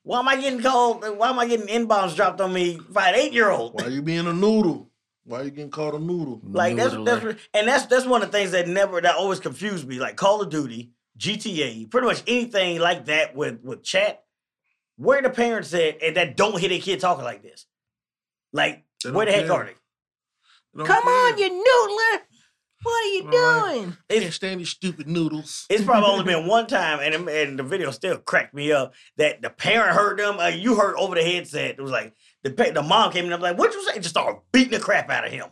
Speaker 3: Why am I getting called? Why am I getting inbounds dropped on me by an eight year old?
Speaker 1: why you being a noodle? Why you getting called a noodle?
Speaker 3: Like that's
Speaker 2: Noodler.
Speaker 3: that's and that's that's one of the things that never that always confused me. Like Call of Duty, GTA, pretty much anything like that with with chat. Where the parents at and that don't hear their kid talking like this? Like
Speaker 1: They
Speaker 3: where the
Speaker 1: don't
Speaker 3: heck
Speaker 1: care.
Speaker 3: are they?
Speaker 1: They don't
Speaker 2: Come on,
Speaker 1: care.
Speaker 2: you noodler. What are you
Speaker 1: Alright.
Speaker 2: doing?
Speaker 1: can't
Speaker 3: It's,
Speaker 1: stand these stupid noodles.
Speaker 3: it's probably only been one time, and it- and the video still cracked me up that the parent heard them. Uh, you heard over the headset. It was like the pa- the mom came in. I'm like, what you say? Just started beating the crap out of him.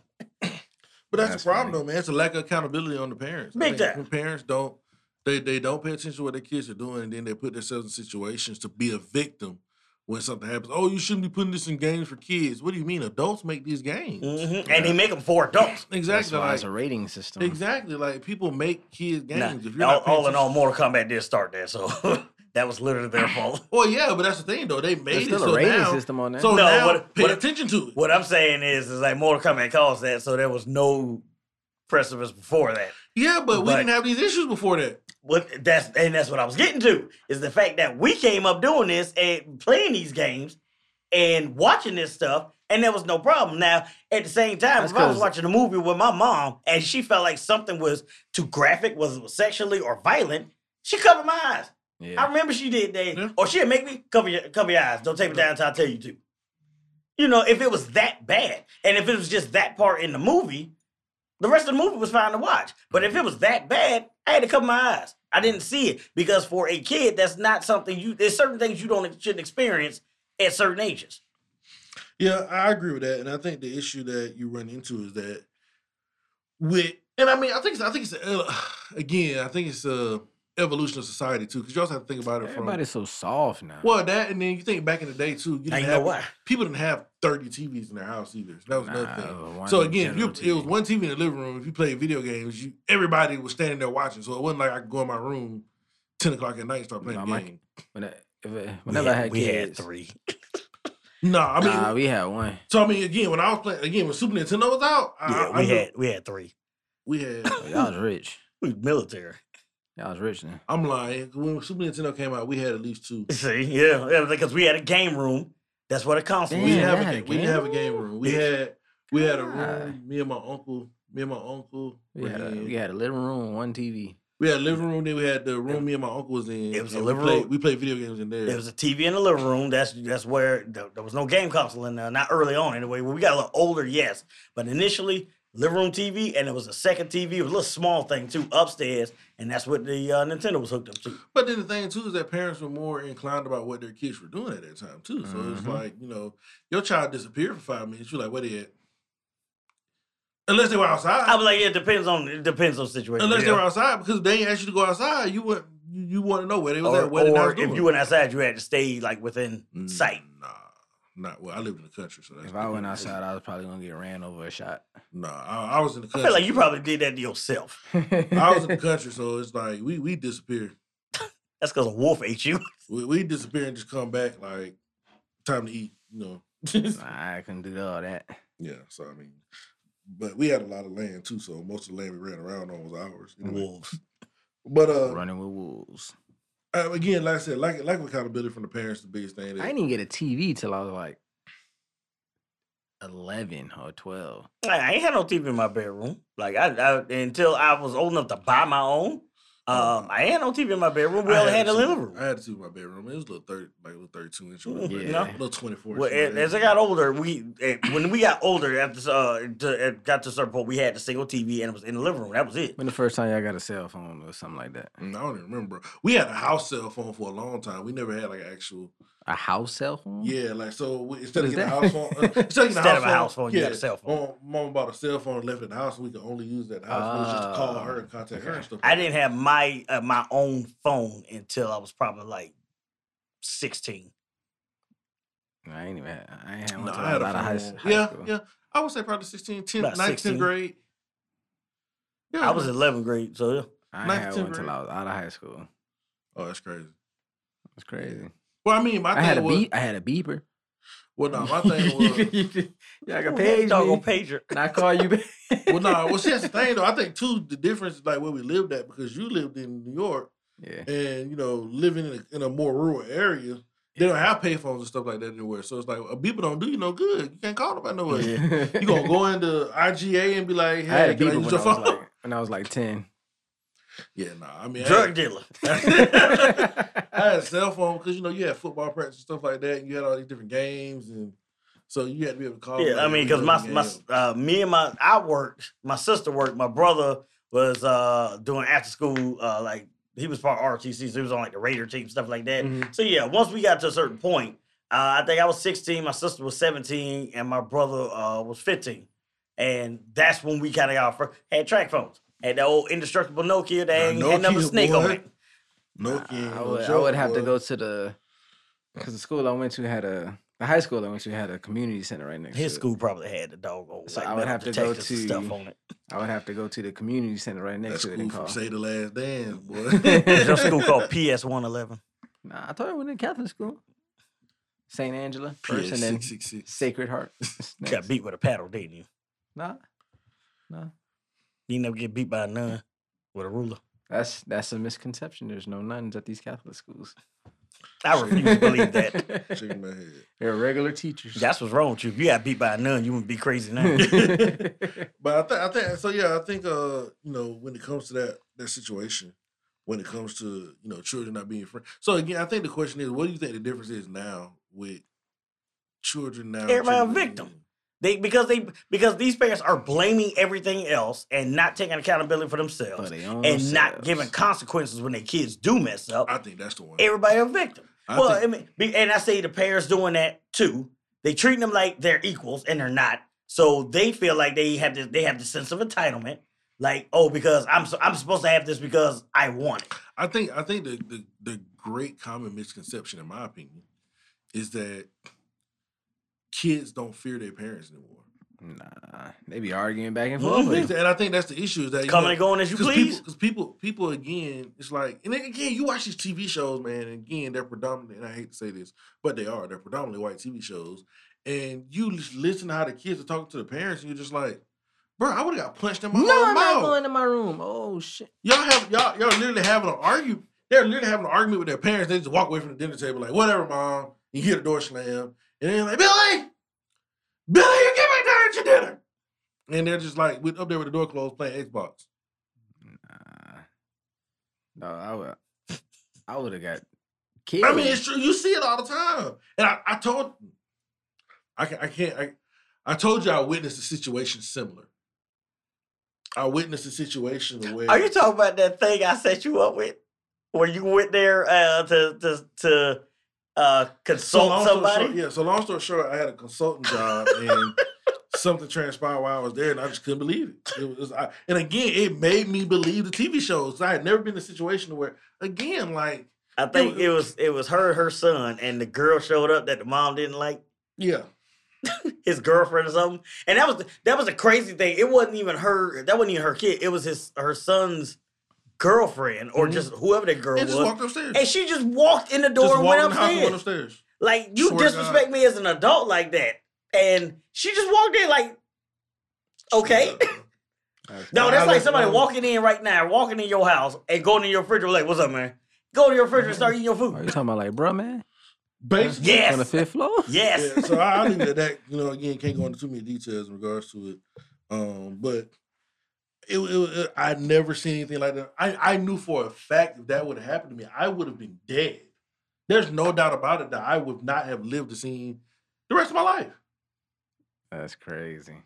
Speaker 1: But that's,
Speaker 2: That's
Speaker 1: the problem
Speaker 2: funny.
Speaker 1: though, man. It's a lack of accountability on the parents. I
Speaker 3: Big
Speaker 1: think
Speaker 3: time.
Speaker 1: When parents don't they they don't pay attention to what their kids are doing, and then they put themselves in situations to be a victim when something happens. Oh, you shouldn't be putting this in games for kids. What do you mean? Adults make these games.
Speaker 2: Mm-hmm.
Speaker 3: Mhm. And they make them for adults.
Speaker 1: Exactly.
Speaker 2: That's why
Speaker 1: like-
Speaker 2: it's a rating system.
Speaker 1: Exactly. Like people make kids games.
Speaker 3: Nah,
Speaker 1: if you're
Speaker 3: all,
Speaker 1: not paying
Speaker 3: all in
Speaker 1: attention-
Speaker 3: all, Mortal Kombat did start that, so that was literally their fault.
Speaker 1: Well, yeah, but that's the thing though. They
Speaker 2: There's
Speaker 1: made it
Speaker 2: still
Speaker 1: so
Speaker 2: a rating
Speaker 1: now.
Speaker 2: system on that.
Speaker 1: So
Speaker 3: No,
Speaker 1: now,
Speaker 3: what-
Speaker 1: pay
Speaker 3: what-
Speaker 1: attention to it.
Speaker 3: What I'm saying is, is like Mortal Kombat caused that, so there was no precedence before that.
Speaker 1: yeah, but, we
Speaker 3: but-
Speaker 1: didn't have these issues before that.
Speaker 3: What that's and that's what I was getting to is the fact that we came up doing this and playing these games and watching this stuff, and there was no problem. Now, at the same time,
Speaker 2: That's
Speaker 3: if I was
Speaker 2: 'cause-
Speaker 3: watching a movie with my mom and she felt like something was too graphic, was sexually or violent, she covered my eyes. I
Speaker 2: yeah.
Speaker 3: remember she did that.
Speaker 1: Yeah.
Speaker 3: Or she'd make me cover your cover your eyes. Don't take me down until I tell you to. You know, if it was that bad, and if it was just that part in the movie, the rest of the movie was fine to watch. But if it was that bad, I had to cover my eyes. I didn't see it because for a kid, that's not something you. There's certain things you don't shouldn't experience at certain ages.
Speaker 1: Yeah, I agree with that, and I think the issue that you run into is that with, and I mean, I think it's, I think it's uh, again, I think it's a evolution of society too, because you also have to think about it
Speaker 2: Everybody's so soft now.
Speaker 1: from well that, and then you think back in the day too, you
Speaker 3: Now
Speaker 1: didn't
Speaker 3: you know
Speaker 1: have
Speaker 3: why.
Speaker 1: people didn't have thirty TVs in their house either. So that was
Speaker 2: Nah,
Speaker 1: another thing.
Speaker 2: uh, one
Speaker 1: So again, if you,
Speaker 2: general
Speaker 1: it was
Speaker 2: TV.
Speaker 1: one TV in the living room. If you played video games, you everybody was standing there watching. So it wasn't like I could go in my room, ten o'clock at night, and start playing
Speaker 2: Nah,
Speaker 1: a
Speaker 2: my-
Speaker 1: game.
Speaker 2: When I- if I-
Speaker 3: We
Speaker 2: Whenever I had
Speaker 3: we
Speaker 2: kids,
Speaker 3: had three.
Speaker 1: No, I mean,
Speaker 2: nah, we had one.
Speaker 1: so I mean, again, when I was playing, again, when Super Nintendo was out, I-
Speaker 3: Yeah,
Speaker 1: Uh, I,
Speaker 3: we
Speaker 1: knew-
Speaker 3: had we had three.
Speaker 1: we had.
Speaker 2: Oh, Y'all was rich.
Speaker 3: We was military.
Speaker 2: Y'all was rich then.
Speaker 1: I'm lying. When Super Nintendo came out, we had at least two.
Speaker 3: See, yeah, yeah, because we had a game room. That's what a console.
Speaker 1: We
Speaker 2: Damn,
Speaker 3: is.
Speaker 1: didn't have
Speaker 2: y'all
Speaker 1: a,
Speaker 2: had a
Speaker 1: ga- we didn't have a game
Speaker 2: game
Speaker 1: room. We had we had a room.
Speaker 2: God.
Speaker 1: Me and my uncle. Me and my uncle.
Speaker 2: We had, a,
Speaker 1: Raheem.
Speaker 2: we had a living room, one TV.
Speaker 1: We had a living room. Then we had the room me and my uncle was in.
Speaker 3: It was a
Speaker 1: and
Speaker 3: living
Speaker 1: we played,
Speaker 3: room.
Speaker 1: We played video games in there.
Speaker 3: There was a TV in the living room. That's that's where there, there was no game console in there. Not early on, anyway. When we got a little older, yes, but initially living room TV, and there was a second TV. It was a little small thing too upstairs, and that's what the uh, Nintendo was hooked up to.
Speaker 1: But then the thing too is that parents were more inclined about what their kids were doing at that time too. So it's
Speaker 3: Mm-hmm.
Speaker 2: Mhm.
Speaker 1: like you know, your child disappeared for five minutes. You're like, what is? Unless they were outside.
Speaker 3: I was like, yeah, it depends on it depends on the situation.
Speaker 1: Unless they
Speaker 3: yeah.
Speaker 1: were outside, because if they didn't ask you to go outside, you wouldn't. You, you want to know where they was
Speaker 3: or,
Speaker 1: at. What they
Speaker 3: or
Speaker 1: was
Speaker 3: if
Speaker 1: doing.
Speaker 3: you went outside, you had to stay like within
Speaker 1: Mm.
Speaker 3: sight.
Speaker 1: Nah, not well. I lived in the country, so that's
Speaker 2: If I went
Speaker 1: different.
Speaker 2: outside, I was probably gonna get ran over a shot.
Speaker 1: Nah, I, I was in the
Speaker 3: I
Speaker 1: country.
Speaker 3: feel like you probably did that to yourself.
Speaker 1: I was in the country, so it's like we we disappear.
Speaker 3: That's because a wolf ate you.
Speaker 1: We, we disappear and just come back like time to eat. You know.
Speaker 2: Nah, I couldn't do all that.
Speaker 1: Yeah, so I mean, but we had a lot of land too, so most of the land we ran around on was ours. Anyway.
Speaker 3: Wolves.
Speaker 1: But uh,
Speaker 2: Running with wolves.
Speaker 1: uh, again, like I said, like like accountability from the parents, the biggest thing.
Speaker 2: I
Speaker 1: That,
Speaker 2: didn't even get a TV till I was like eleven or twelve.
Speaker 3: I I ain't had no TV in my bedroom. Like I, I until I was old enough to buy my own. Um, I had no TV in my bedroom. We
Speaker 1: I
Speaker 3: only had a
Speaker 1: a
Speaker 3: living
Speaker 1: two-
Speaker 3: room.
Speaker 1: I had a TV in my bedroom. It was a little thirty, like a little thirty-two inch, or
Speaker 3: Mm,
Speaker 1: whatever.
Speaker 2: yeah.
Speaker 1: yeah, little twenty-four.
Speaker 3: Well,
Speaker 1: inch,
Speaker 3: a- as I
Speaker 1: whatever.
Speaker 3: got older, we eh, when we got older after uh to, it got to a certain point, we had the single TV and it was in the living room. That was it.
Speaker 2: When the first time y'all got a cell phone or something like that?
Speaker 1: Mm, I don't even remember. We had a house cell phone for a long time. We never had like an actual.
Speaker 2: A house cell phone?
Speaker 1: Yeah, like so. We, instead of
Speaker 2: is
Speaker 1: getting a house
Speaker 2: that?
Speaker 1: phone, uh, instead of, getting
Speaker 3: Instead of a house phone, you got a cell phone.
Speaker 1: Mom, mom bought a cell phone and left it in the house, and we could only use that house. it was just to call her and contact her and stuff.
Speaker 3: Ah. I
Speaker 1: like
Speaker 3: didn't have my uh, my own phone until I was probably like sixteen.
Speaker 2: I ain't even. Had, I ain't had
Speaker 1: that.
Speaker 2: one
Speaker 1: No,
Speaker 2: till
Speaker 1: I
Speaker 2: I
Speaker 1: had
Speaker 2: was
Speaker 1: a
Speaker 2: out of high, s-
Speaker 1: phone.
Speaker 2: high
Speaker 1: yeah,
Speaker 2: school.
Speaker 1: yeah. I would say probably 16, 10,
Speaker 3: About
Speaker 1: 9th, 10th
Speaker 3: 16.
Speaker 1: grade. Yeah,
Speaker 3: I was
Speaker 1: man.
Speaker 3: in eleventh grade, so yeah.
Speaker 2: I ain't
Speaker 1: Ninth,
Speaker 2: had
Speaker 1: tenth
Speaker 2: one until
Speaker 1: grade.
Speaker 2: I was out of high school.
Speaker 1: Oh, that's crazy.
Speaker 2: It's crazy.
Speaker 1: Well, I mean, my
Speaker 2: I,
Speaker 1: thing
Speaker 2: had a
Speaker 1: was,
Speaker 2: beep. I had a beeper.
Speaker 1: well, no, my thing was,
Speaker 2: y'all can
Speaker 3: Ooh, that
Speaker 2: page me.
Speaker 3: doggone pager.
Speaker 2: and I call you back.
Speaker 1: well, no, well, see, that's the thing though. I think too, the difference like where we lived at because you lived in New York
Speaker 2: Yeah.
Speaker 1: and you know living in a, in a more rural area, they don't have payphones and stuff like that anywhere. So it's like uh, people don't do you no good. You can't call nobody nowhere. You gonna go into IGA and be like,
Speaker 2: I
Speaker 1: hey,
Speaker 2: had a
Speaker 1: can I
Speaker 2: beeper
Speaker 1: use
Speaker 2: when
Speaker 1: your
Speaker 2: I was
Speaker 1: phone?
Speaker 2: like when I was like ten.
Speaker 1: yeah, nah. I mean, I
Speaker 3: Drug
Speaker 1: had-
Speaker 3: dealer.
Speaker 1: I had a cell phone because you know you had football practice and stuff like that, and you had all these different games, and so you had to be able to
Speaker 2: Oh,
Speaker 1: call.
Speaker 3: Yeah, I
Speaker 1: everybody
Speaker 3: mean,
Speaker 1: and
Speaker 3: because
Speaker 1: play
Speaker 3: my
Speaker 1: the
Speaker 3: my
Speaker 1: game.
Speaker 3: uh, me and my I worked, my sister worked, my brother was uh doing after school uh like he was part of RTC, so he was on like the Raider team stuff like that.
Speaker 2: Mm-hmm.
Speaker 1: Mhm.
Speaker 3: So yeah, once we got to a certain point, uh, I think I was 16, my sister was 17, and my brother uh was 15, and that's when we kind of got our first had track phones, had the old indestructible Nokia
Speaker 1: Nah,
Speaker 3: that ain't had another
Speaker 1: Nokia,
Speaker 3: snake on
Speaker 1: boy.
Speaker 3: it.
Speaker 1: Nokia. ain't
Speaker 2: I
Speaker 1: no
Speaker 2: would, I
Speaker 1: joke,
Speaker 2: would have to
Speaker 1: boy.
Speaker 2: go to the because the school I went to had a the high school I went to had a community center right next. to
Speaker 3: His
Speaker 2: it.
Speaker 3: school probably had the doggone
Speaker 2: So
Speaker 3: like,
Speaker 2: I would
Speaker 3: metal
Speaker 2: have to go
Speaker 3: detectors and stuff
Speaker 2: to-
Speaker 3: on it.
Speaker 2: I would have to go to the community center right
Speaker 1: That
Speaker 2: next to it
Speaker 1: school
Speaker 2: and
Speaker 1: from
Speaker 2: call.
Speaker 1: Say the Last Dance, boy.
Speaker 3: There's a school called PS One Eleven.
Speaker 2: Nah, I thought I went to Catholic school. St. Angela first,
Speaker 1: PS
Speaker 2: and then
Speaker 1: six six six.
Speaker 2: Sacred Heart.
Speaker 3: Got
Speaker 2: next.
Speaker 3: beat with a paddle, didn't you?
Speaker 2: Nah, nah.
Speaker 3: You never get beat by a nun with a ruler.
Speaker 2: That's that's a misconception. There's no nuns at these Catholic schools.
Speaker 3: I refuse to believe that.
Speaker 1: Shaking my head.
Speaker 2: They're regular teachers.
Speaker 3: That's what's wrong with you. If you got beat by a nun, you would be crazy now.
Speaker 1: But I think I think so. Yeah, I think uh, you know, when it comes to that that situation, when it comes to you know children not being friends. So again, I think the question is, what do you think the difference is now with children now? and
Speaker 3: Everybody a
Speaker 1: children then?
Speaker 3: victim. they because they because these parents are blaming everything else and not taking accountability for
Speaker 2: For
Speaker 3: themselves
Speaker 2: their
Speaker 3: and
Speaker 2: own
Speaker 3: not giving
Speaker 2: selves.
Speaker 3: consequences when their kids do mess up.
Speaker 1: I think that's the one.
Speaker 3: everybody a victim.
Speaker 1: I
Speaker 3: well,
Speaker 1: think-
Speaker 3: I mean, be- and I say the parents doing that too. They treating them like they're equals, and they're not. So they feel like they have this. They have the sense of entitlement. Like, oh, because I'm so, I'm supposed to have this because I want it.
Speaker 1: I think I think the, the the great common misconception, in my opinion, is that kids don't fear their parents anymore.
Speaker 2: nah, they be arguing back and forth.
Speaker 3: Mhm.
Speaker 2: with
Speaker 1: And I think that's the issue is that you
Speaker 3: Coming
Speaker 1: know,
Speaker 3: and going as you
Speaker 1: Because
Speaker 3: please.
Speaker 1: people, cause people, people again, it's like, and then again, you watch these TV shows, man, and again, they're predominantly, and I hate to say this, but they are, they're predominantly white TV shows. And you just listen to how the kids are talking to the parents, and you're just like, bro, I would have got punched in my
Speaker 2: No,
Speaker 1: own
Speaker 2: I'm not
Speaker 1: mouth.
Speaker 2: going to my room. Oh shit.
Speaker 1: Y'all have, y'all, y'all literally having an argument. They're literally having an argument with their parents. They just walk away from the dinner table, like, whatever, mom. You hear the door slam, and then like, Billy, Billy, you get back down at your dinner. And they're just like, with, up there with the door closed playing Xbox.
Speaker 2: Nah. No, I would. I would have got killed.
Speaker 1: I mean, it's true. You see it all the time. And I, I told, I, ca- I can't, I, I told you I witnessed a situation similar. I witnessed a situation where
Speaker 3: Are you talking about that thing I set you up with, where you went there uh, to to to uh, consult
Speaker 1: story
Speaker 3: somebody?
Speaker 1: Short, yeah. So long story short, I had a consulting job and something transpired while I was there, and I just couldn't believe it. It was, I, and again, it made me believe the TV shows. I had never been in a situation where, again, like,
Speaker 3: I think it was it was her, and her son, and the girl showed up that the mom didn't like.
Speaker 1: yeah,
Speaker 3: his girlfriend or something. And that was the, that was a crazy thing. It wasn't even her. That wasn't even her kid. It was his her son's girlfriend or
Speaker 1: Mhm.
Speaker 3: just whoever that girl
Speaker 1: and
Speaker 3: was.
Speaker 1: just walked upstairs.
Speaker 3: and she just walked in the door
Speaker 1: just
Speaker 3: and went
Speaker 1: walked in the house and
Speaker 3: upstairs.
Speaker 1: went upstairs.
Speaker 3: Like you
Speaker 1: Swear to
Speaker 3: disrespect me as an adult like that. And she just walked in like, okay. No,
Speaker 1: Nah,
Speaker 3: that's like
Speaker 1: that's
Speaker 3: somebody
Speaker 1: wrong.
Speaker 3: walking in right now, walking in your house and going in your refrigerator. Like, what's up, man? Go to your refrigerator and start eating your
Speaker 2: Are you
Speaker 3: food.
Speaker 2: talking about like, bruh, man?
Speaker 1: Basically,
Speaker 2: On the
Speaker 3: Yes,
Speaker 2: fifth floor?
Speaker 3: yes.
Speaker 1: Yeah, so I, I think that that you know again can't go into too many details in regards to it, um, but it, it, it- I'd never seen anything like that. I, I knew for a fact if that would have happened to me, I would have been dead. There's no doubt about it that I would not have lived to see the rest of my life.
Speaker 2: That's crazy.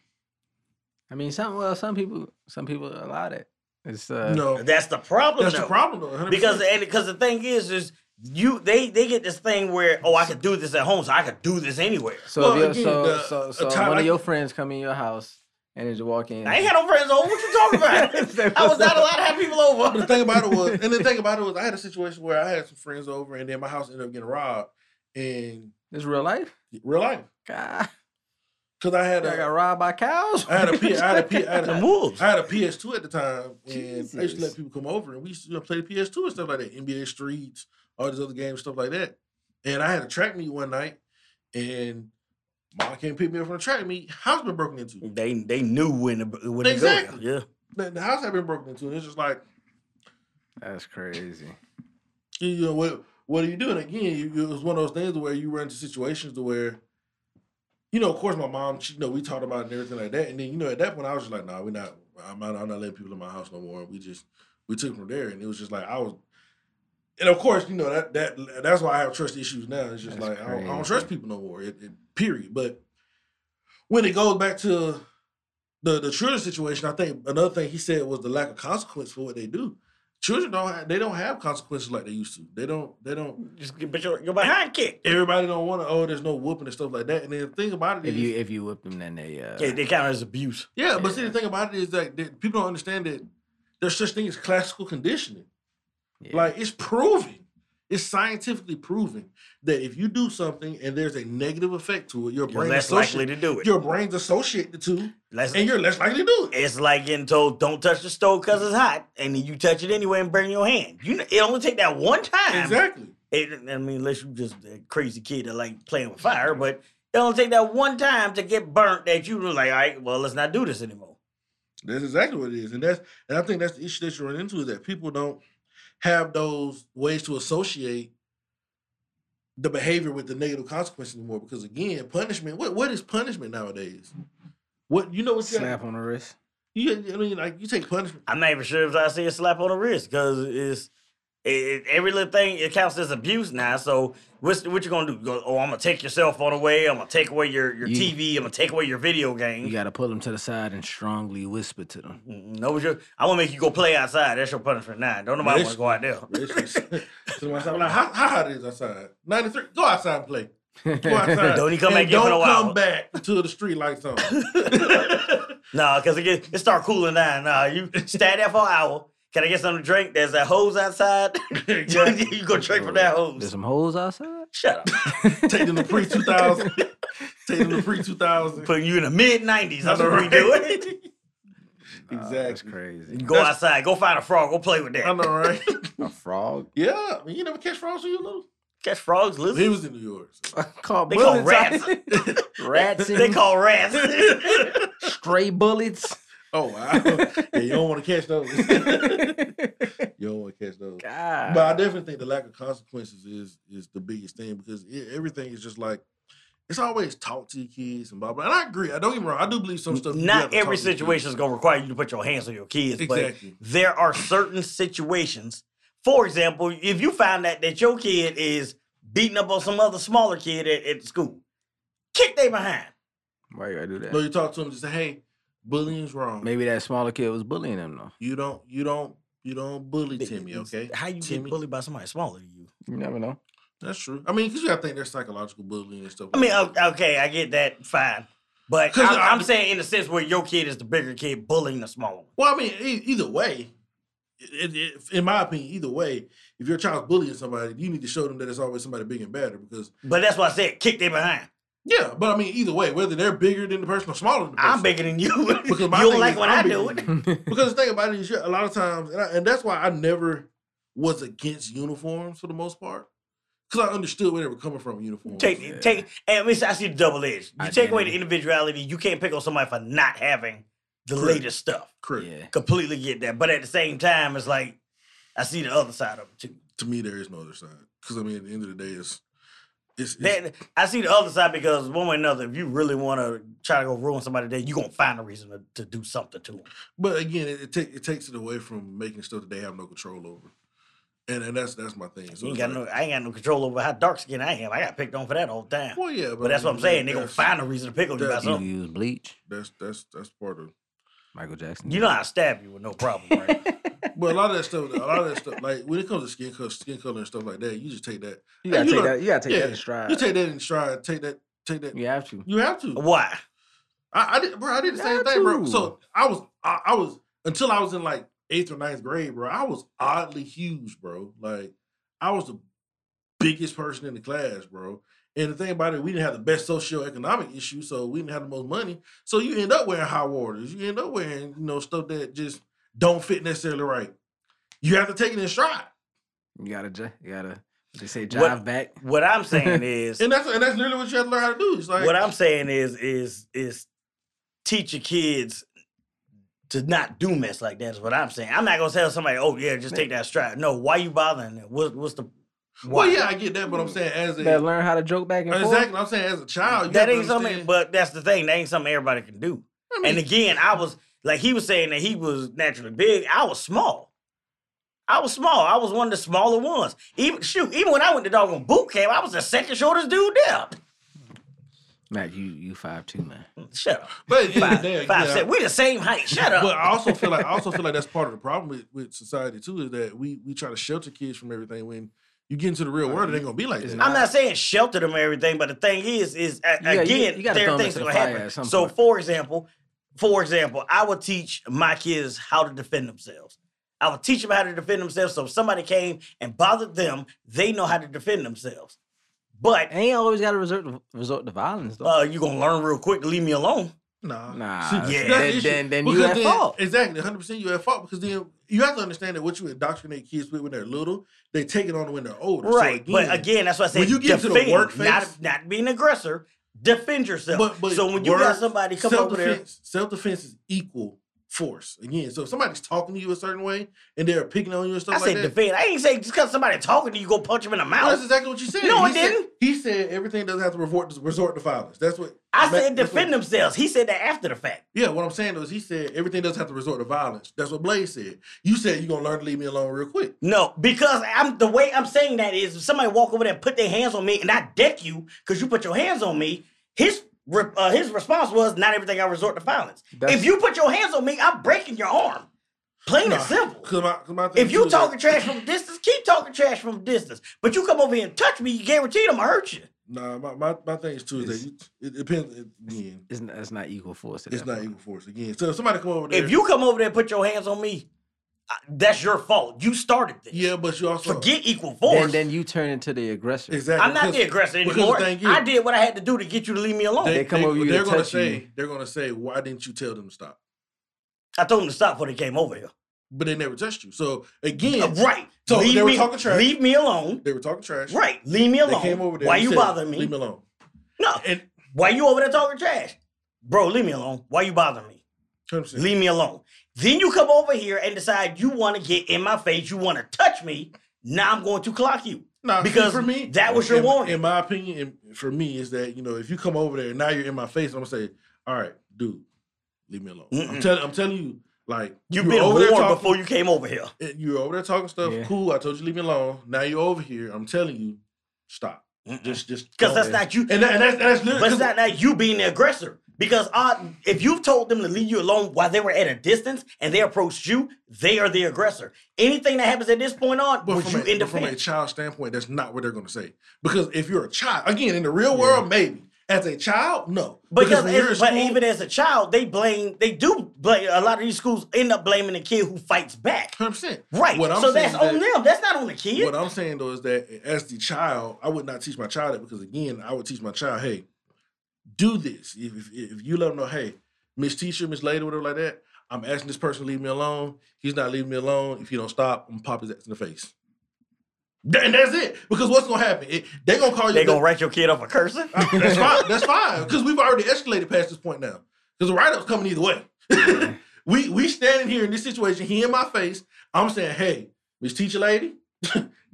Speaker 2: I mean, some well, some people, some people allow that. It's uh,
Speaker 1: no,
Speaker 3: That's the problem.
Speaker 1: that's
Speaker 3: though.
Speaker 1: the problem though. 100%.
Speaker 3: Because and because the thing is is you they they get this thing where oh I could do this at home so I could do this anywhere.
Speaker 2: So
Speaker 1: Well,
Speaker 2: if
Speaker 1: again,
Speaker 2: your, so,
Speaker 1: the-
Speaker 2: so
Speaker 1: a
Speaker 2: so
Speaker 1: time
Speaker 2: one
Speaker 1: I-
Speaker 2: of your friends come in your house and just walk in.
Speaker 3: I ain't had no friends over. What you talking
Speaker 2: Say
Speaker 3: about? I was
Speaker 2: what's up.
Speaker 3: not allowed to have people over.
Speaker 1: But the thing about it was, and the thing about it was, I had a situation where I had some friends over, and then my house ended up getting robbed in
Speaker 2: this real life.
Speaker 1: real life.
Speaker 2: God,
Speaker 1: Because I
Speaker 2: I
Speaker 1: had
Speaker 2: got
Speaker 1: a,
Speaker 2: robbed by cows.
Speaker 1: I had a, P, I had a, P, I had a,
Speaker 3: wolves.
Speaker 1: I had a PS2 at the time, and I used to
Speaker 2: Jesus.
Speaker 1: let people come over, and we used to you know, play the PS2 and stuff like that, NBA Streets, all these other games, stuff like that. And I had a track meet one night, and mom came pick me up from the track meet. House been broken into.
Speaker 3: They they knew when to, when to
Speaker 1: Exactly.
Speaker 3: go. Yeah.
Speaker 1: The, the house had been broken into, and it's just like,
Speaker 2: That's crazy.
Speaker 1: you you know, what what are you doing? Again, you, you- it was one of those things where you run into situations to where, you know, of course, my mom, she, you know, we talked about it and everything like that, and then you know, at that point, I was just like, nah, we're not, I'm not, I'm not letting people in my house no more. We just we took it from there, and it was just like I was, and of course, you know that that that's why I have trust issues now. It's just
Speaker 2: That's
Speaker 1: like I don't, I don't
Speaker 2: crazy.
Speaker 1: trust people no more. It, it, period. But when it goes back to the the children situation, I think another thing he said was the lack of consequence for what they do. Children don't have, they don't have consequences like they used to. They don't they don't.
Speaker 3: Just get but your, your behind kicked.
Speaker 1: Everybody don't want to. Oh, there's no whooping and stuff like that. And then the thing about it
Speaker 2: If
Speaker 1: is,
Speaker 2: you if you whip them, then they uh,
Speaker 3: Yeah, they count it as abuse.
Speaker 1: yeah. But see, the
Speaker 2: yeah.
Speaker 1: thing about it is that, that people don't understand that there's such thing as classical conditioning.
Speaker 2: yeah.
Speaker 1: Like it's proven. It's scientifically proven that if you do something and there's a negative effect to it, your
Speaker 3: You're
Speaker 1: brain
Speaker 3: less
Speaker 1: associ-
Speaker 3: likely to do it.
Speaker 1: your brain's associate the two,
Speaker 3: Less-
Speaker 1: and you're less likely to do it.
Speaker 3: it's like getting told don't touch the stove because it's hot, and then you touch it anyway and burn your hand. You know, it only take that one time.
Speaker 1: Exactly.
Speaker 3: It, I mean, unless you just a crazy kid that like playing with fire, but it only take that one time to get burnt that you were like, all right, well, let's not do this anymore.
Speaker 1: That's exactly what it is, and that's and I think that's the issue that you run into is that people don't have those ways to associate the behavior with the negative consequence anymore. Because again, punishment. What what is punishment nowadays? What you know what you, got,
Speaker 2: slap on the wrist.
Speaker 1: you I mean like you take punishment.
Speaker 3: I'm not even sure if I see a slap on the wrist because it's it, it- every little thing it counts as abuse now. So what's what you gonna do? Go, oh, I'm gonna take your cell phone away. I'm gonna take away your your
Speaker 2: You-
Speaker 3: TV. I'm gonna take away your video game.
Speaker 2: You gotta pull them to the side and strongly whisper to them.
Speaker 3: Mm, No, your, I'm gonna make you go play outside. That's your punishment now. Don't nobody want
Speaker 1: This-
Speaker 3: to go out there.
Speaker 1: so myself, like, how, how hot it is outside? 93. Go outside and play. Go outside.
Speaker 3: Don't he come
Speaker 1: and
Speaker 3: back in
Speaker 1: Don't
Speaker 3: for a while.
Speaker 1: come back until the street lights on.
Speaker 3: No, because it get, it start cooling down. Nah, you stay there for an hour. Can I get something to drink? There's that hose outside.
Speaker 1: Yeah.
Speaker 3: you go drink from that
Speaker 2: There's
Speaker 3: hose.
Speaker 2: some holes outside.
Speaker 3: Shut up.
Speaker 1: Take them to pre 2000. Take them to pre 2000.
Speaker 3: Putting you in the mid 90s. That's what we
Speaker 1: Right.
Speaker 3: do it.
Speaker 2: Nah, Ah, That's
Speaker 1: Exactly.
Speaker 2: crazy.
Speaker 3: Go
Speaker 1: That's-
Speaker 3: outside. Go find a frog. Go play with
Speaker 1: I
Speaker 3: that.
Speaker 1: know, right?
Speaker 2: A frog.
Speaker 1: Yeah. You never catch frogs when you were little?
Speaker 3: Catch frogs,
Speaker 1: He
Speaker 3: lizards.
Speaker 1: was in New York. so.
Speaker 2: Call
Speaker 3: They call
Speaker 2: bullets out- rats.
Speaker 3: They
Speaker 2: and
Speaker 3: call rats.
Speaker 2: stray bullets.
Speaker 1: Oh, wow. Yeah, you don't want to catch those. you don't want to catch those.
Speaker 2: God.
Speaker 1: But I definitely think the lack of consequences is is the biggest thing because e- everything is just like it's always talk to your kids and blah blah. And I agree. I don't get me wrong. I do believe some stuff. you do have
Speaker 3: Not
Speaker 1: to talk
Speaker 3: every
Speaker 1: to your kids.
Speaker 3: situation is going to require you to put your hands on your kids, but
Speaker 1: Exactly.
Speaker 3: there are certain situations. For example, if you find out that your kid is beating up on some other smaller kid at, at school, kick they behind.
Speaker 2: Why you gotta do that?
Speaker 1: No, you talk to them. Just say, hey, bullying's wrong.
Speaker 2: Maybe that smaller kid was bullying him though.
Speaker 1: you don't. You don't. You don't bully Timmy.
Speaker 3: It's-
Speaker 1: Okay.
Speaker 3: How you
Speaker 1: Timmy.
Speaker 3: get bullied by somebody smaller than you?
Speaker 2: You never know.
Speaker 1: That's true. I mean, because you got to think there's psychological bullying and stuff.
Speaker 3: I mean,
Speaker 1: like that.
Speaker 3: o- okay, I get that, fine, but
Speaker 1: 'Cause
Speaker 3: I'm,
Speaker 1: I-
Speaker 3: I'm saying in the sense where your kid is the bigger kid bullying the smaller one.
Speaker 1: well, I mean, e- either way. It, it, in my opinion, either way, if your child's bullying somebody, you need to show them that it's always somebody big and better because
Speaker 3: But that's why I said kick they behind.
Speaker 1: Yeah, but I mean, either way, whether they're bigger than the person or smaller than the person.
Speaker 3: I'm bigger than you.
Speaker 1: Because
Speaker 3: you
Speaker 1: my
Speaker 3: don't
Speaker 1: thing
Speaker 3: like
Speaker 1: is
Speaker 3: when
Speaker 1: I'm
Speaker 3: I
Speaker 1: bigger
Speaker 3: do
Speaker 1: than
Speaker 3: it.
Speaker 1: you. Because the thing about it is, yeah, a lot of times, and, I, and that's why I never was against uniforms for the most part, because I understood where they were coming from. with Uniforms.
Speaker 3: Take,
Speaker 2: Yeah.
Speaker 3: take, and I, mean, I see the double edge. You take away the
Speaker 2: Identity.
Speaker 3: individuality, you can't pick on somebody for not having the
Speaker 1: Correct.
Speaker 3: latest stuff.
Speaker 1: Correct.
Speaker 2: yeah.
Speaker 3: Completely get that. But at the same time, it's like I see the other side of it too.
Speaker 1: To me, there is no other side. Because I mean, at the end of the day, it's It's, it's
Speaker 3: That, I see the other side because one way or another, if you really want to try to go ruin somebody's day, you're gonna find a reason to, to do something to them.
Speaker 1: But again, it, it, take, it takes it away from making stuff that they have no control over, and and that's that's my thing. So
Speaker 3: you ain't
Speaker 1: it's
Speaker 3: got
Speaker 1: like-
Speaker 3: no, I ain't got no control over how dark skinned I am. I got picked on for that all the time.
Speaker 1: Well, yeah,
Speaker 3: but that's what I'm saying. They gonna
Speaker 1: that's-
Speaker 3: find a reason to pick on you by
Speaker 1: that's-
Speaker 2: You
Speaker 3: something.
Speaker 2: use bleach,
Speaker 1: That's that's that's part of.
Speaker 2: Michael Jackson.
Speaker 3: You know how I stab you with no problem, right?
Speaker 1: But a lot of that stuff, a lot of that stuff, like when it comes to skin color, skin color and stuff like that, you just take that.
Speaker 2: you gotta
Speaker 1: you
Speaker 2: take
Speaker 1: know-
Speaker 2: that. You gotta take
Speaker 1: yeah,
Speaker 2: that in stride.
Speaker 1: You take that in stride. Take that. Take that.
Speaker 2: You have to.
Speaker 1: You have to.
Speaker 3: Why?
Speaker 1: I, I did, bro. I did the same
Speaker 2: Got
Speaker 1: thing, bro.
Speaker 2: to.
Speaker 1: So I was, I, I was until I was in like eighth or ninth grade, bro. I was oddly huge, bro. Like I was the biggest person in the class, bro. And the thing about it, we didn't have the best socioeconomic issue, so we didn't have the most money. So you end up wearing high waters. You end up wearing, you know, stuff that just don't fit necessarily right. You have to take it in stride,
Speaker 2: You gotta. ju- You gotta. They say jive
Speaker 3: What-
Speaker 2: back.
Speaker 3: What I'm saying is,
Speaker 1: and that's and that's literally what you have to learn how to do. It's like
Speaker 3: what I'm saying is, is, is teach your kids to not do mess like that. Is what I'm saying. I'm not gonna tell somebody, oh yeah, just take that stride. No, why you bothering them? What, what's the?
Speaker 1: well, yeah, I get that, but I'm saying as
Speaker 2: Better
Speaker 1: a
Speaker 2: learn how to joke back and forth.
Speaker 1: exactly, I'm saying as a child, you
Speaker 3: that
Speaker 1: have to
Speaker 3: ain't something.
Speaker 1: understand-
Speaker 3: But that's the thing. That ain't something everybody can do.
Speaker 1: I mean,
Speaker 3: And again, I was like he was saying that he was naturally big. I was small. I was small. I was one of the smaller ones. Even shoot, even when I went to doggone boot camp, I was the second shortest dude there.
Speaker 2: Mac, you you five two man.
Speaker 3: Shut up.
Speaker 1: But at the end of
Speaker 3: Five,
Speaker 1: the day,
Speaker 3: five,
Speaker 1: yeah,
Speaker 3: seven. We the same height. Shut up.
Speaker 1: But I also feel like I also feel like that's part of the problem with, with society too is that we we try to shelter kids from everything. When you get into the real world, it ain't gonna be like
Speaker 2: It's
Speaker 1: that.
Speaker 2: not-
Speaker 3: I'm not saying shelter them or everything, but the thing is, is a-
Speaker 2: Yeah, you-
Speaker 3: again,
Speaker 2: you gotta
Speaker 3: there
Speaker 2: throw
Speaker 3: are
Speaker 2: 'em
Speaker 3: things that
Speaker 2: into
Speaker 3: will
Speaker 2: the fire
Speaker 3: happen.
Speaker 2: at some
Speaker 3: So,
Speaker 2: point.
Speaker 3: for example, for example, I would teach my kids how to defend themselves. I would teach them how to defend themselves. So if somebody came and bothered them, they know how to defend themselves. But
Speaker 2: Ain't always gotta resort to, resort to violence though.
Speaker 3: uh, you gonna learn real quick to leave me alone.
Speaker 1: Nah,
Speaker 2: Nah,
Speaker 1: See,
Speaker 2: that's-
Speaker 1: that's
Speaker 3: yeah,
Speaker 1: the
Speaker 2: then-
Speaker 1: issue.
Speaker 2: then- then you
Speaker 1: Because
Speaker 2: at fault.
Speaker 1: Exactly, 100 percent you at fault because then you have to understand that what you indoctrinate kids with when they're little, they take it on when they're older. So
Speaker 3: Right. but again, that's why I say
Speaker 1: when you get to the
Speaker 3: defend,
Speaker 1: work
Speaker 3: not,
Speaker 1: phase-
Speaker 3: not be an aggressor, defend yourself.
Speaker 1: but, but
Speaker 3: so when you got
Speaker 1: word-
Speaker 3: somebody come over there,
Speaker 1: self-defense- self-defense is equal force again. So if somebody's talking to you a certain way and they're picking on you and stuff
Speaker 3: I
Speaker 1: like
Speaker 3: say
Speaker 1: that.
Speaker 3: defend. I ain't say just because somebody talking to you, go punch him in the
Speaker 1: Well,
Speaker 3: mouth.
Speaker 1: that's exactly what you said.
Speaker 3: No,
Speaker 1: he
Speaker 3: it
Speaker 1: said-
Speaker 3: didn't.
Speaker 1: He said everything doesn't have to resort to, resort to violence. That's what
Speaker 3: I
Speaker 1: Ma- that's what-
Speaker 3: said defend themselves. He said that after the fact.
Speaker 1: Yeah, what I'm saying is he said everything doesn't have to resort to violence. That's what Blaze said. You said you're gonna learn to leave me alone real quick.
Speaker 3: No, because I'm the way I'm saying that is if somebody walk over there and put their hands on me and I deck you because you put your hands on me, his re- uh, his response was not everything I resort to violence.
Speaker 2: That's-
Speaker 3: if you put your hands on me, I'm breaking your arm. Plain and simple.
Speaker 1: 'Cause my- 'cause my thing
Speaker 3: If you
Speaker 1: too is that-
Speaker 3: talking trash from distance, keep talking trash from distance. But you come over here and touch me, you guaranteed I'm gonna hurt you.
Speaker 1: nah, my, my, my thing is too is that you, it depends it- again.
Speaker 2: It's not, it's not equal force. at
Speaker 1: It's
Speaker 2: that
Speaker 1: not
Speaker 2: point.
Speaker 1: equal force again. So if somebody come over there,
Speaker 3: If you come over there and put your hands on me, I- that's your fault. You started this.
Speaker 1: yeah, but you also
Speaker 3: Forget equal
Speaker 2: Then
Speaker 3: force.
Speaker 2: then you turn into the aggressor.
Speaker 1: exactly.
Speaker 3: I'm not the
Speaker 1: because
Speaker 3: aggressor
Speaker 1: because
Speaker 3: anymore.
Speaker 1: the thing is-
Speaker 3: I did what I had to do to get you to leave me alone.
Speaker 2: They come over you to
Speaker 1: They're gonna
Speaker 2: touch you.
Speaker 1: say they're gonna say why didn't you tell them to stop?
Speaker 3: I told them to stop before they came over here.
Speaker 1: But they never touched you. So again,
Speaker 3: Uh, right.
Speaker 1: So
Speaker 3: leave
Speaker 1: they were
Speaker 3: me,
Speaker 1: talking trash.
Speaker 3: Leave me alone.
Speaker 1: they were talking trash.
Speaker 3: Right. Leave me alone.
Speaker 1: They came over there.
Speaker 3: Why
Speaker 1: and
Speaker 3: you
Speaker 1: said,
Speaker 3: bothering me?
Speaker 1: Leave me alone.
Speaker 3: No.
Speaker 1: And
Speaker 3: Why you over there talking trash? Bro, leave me alone. Why you bothering me?
Speaker 1: 100%.
Speaker 3: Leave me alone. Then you come over here and decide you want to get in my face. You want to touch me. Now I'm going to clock you.
Speaker 1: Nah, see,
Speaker 3: Because
Speaker 1: for me,
Speaker 3: that was your
Speaker 1: in,
Speaker 3: warning.
Speaker 1: In my opinion, and for me, is that you know if you come over there and now you're in my face, I'm gonna say, all right, dude, leave me alone. I'm
Speaker 3: Mm-mm.
Speaker 1: telling, I'm telling you, like
Speaker 3: You've
Speaker 1: you were
Speaker 3: been
Speaker 1: over there
Speaker 3: warned
Speaker 1: talking-
Speaker 3: before you came over here.
Speaker 1: eh, you were over there talking stuff.
Speaker 2: Yeah.
Speaker 1: Cool, I told you leave me alone. Now you're over here. I'm telling you, stop.
Speaker 3: Because
Speaker 1: Just, just
Speaker 3: that's
Speaker 1: go.
Speaker 3: not you.
Speaker 1: And, that, and that's that's
Speaker 3: But
Speaker 1: literally
Speaker 3: it's not that you being the aggressor. Because uh, if you've told them to leave you alone while they were at a distance and they approached you, they are the aggressor. Anything that happens at this point on,
Speaker 1: But
Speaker 3: would
Speaker 1: from,
Speaker 3: you
Speaker 1: a,
Speaker 3: in
Speaker 1: but from a
Speaker 3: defense?
Speaker 1: child standpoint, that's not what they're going to say. Because if you're a child, again, in the real world, maybe. As a child, no.
Speaker 3: Because
Speaker 1: when
Speaker 3: as, but
Speaker 1: school-
Speaker 3: even as a child, they blame, they do blame, a lot of these schools end up blaming the kid who fights back.
Speaker 1: 100%.
Speaker 3: Right.
Speaker 1: What I'm
Speaker 3: so
Speaker 1: saying
Speaker 3: that's
Speaker 1: is
Speaker 3: on
Speaker 1: that-
Speaker 3: them. That's not on the kid.
Speaker 1: What I'm saying though is that as the child, I would not teach my child that because again, I would teach my child, hey, do this. If if, if you let them know, hey, Miss Teacher, Miss Lady, whatever like that, I'm asking this person to leave me alone. He's not leaving me alone. If you don't stop, I'm gonna pop his ass in the face. Th- And that's it. Because what's gonna happen? It, they gonna call you.
Speaker 3: they going to write your kid up a cursor.
Speaker 1: Uh, that's fine. That's fine. Because we've already escalated past this point now. Because the write up's coming either way. we we standing here in this situation. He in my face. I'm saying, hey, Miss Teacher Lady,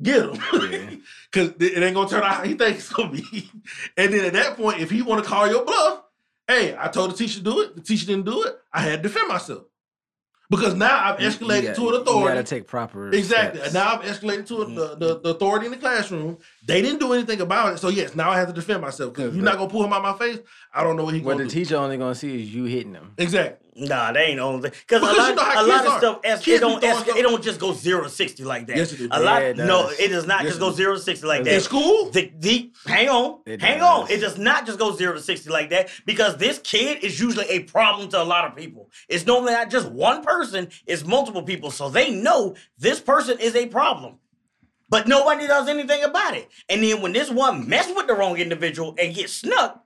Speaker 1: Get him,
Speaker 2: Yeah.
Speaker 1: because it ain't gonna turn out how he thinks it's gonna be. And then at that point, if he want to call your bluff, hey, I told the teacher to do it. The teacher didn't do it. I had to defend myself because now I've
Speaker 2: You- you
Speaker 1: escalated
Speaker 2: got-
Speaker 1: to an
Speaker 2: You
Speaker 1: authority.
Speaker 2: gotta take proper.
Speaker 1: Exactly.
Speaker 2: steps.
Speaker 1: Now I've escalated to
Speaker 2: Mhm.
Speaker 1: the, the, the authority in the classroom. They didn't do anything about it. So yes, now I have to defend myself because
Speaker 2: Yeah,
Speaker 1: you're
Speaker 2: but-
Speaker 1: not gonna pull him out my face. I don't know what he's
Speaker 2: what
Speaker 1: gonna
Speaker 2: the
Speaker 1: do.
Speaker 2: teacher only gonna see is you hitting them.
Speaker 1: exactly.
Speaker 3: Nah, they ain't on because a
Speaker 1: Because
Speaker 3: lot,
Speaker 1: you know how
Speaker 3: a lot
Speaker 1: kids
Speaker 3: of
Speaker 1: are.
Speaker 3: stuff es-
Speaker 1: Kids
Speaker 3: it
Speaker 1: be
Speaker 3: don't
Speaker 1: throwing
Speaker 3: es-
Speaker 1: stuff-
Speaker 3: it don't just go zero to sixty like that.
Speaker 1: Yes, it do.
Speaker 3: a lot
Speaker 2: Yeah, it
Speaker 3: no,
Speaker 2: does.
Speaker 3: it does not
Speaker 1: Yes,
Speaker 3: just
Speaker 1: it
Speaker 3: go
Speaker 1: do.
Speaker 3: zero to sixty like
Speaker 2: It
Speaker 1: In
Speaker 3: that.
Speaker 2: does.
Speaker 1: school,
Speaker 3: The, the, hang on,
Speaker 2: It
Speaker 3: hang
Speaker 2: does.
Speaker 3: on. It does not just go zero to sixty like that because this kid is usually a problem to a lot of people. It's normally not just one person; it's multiple people, so they know this person is a problem. But nobody does anything about it. And then when this one mess with the wrong individual and gets snuck,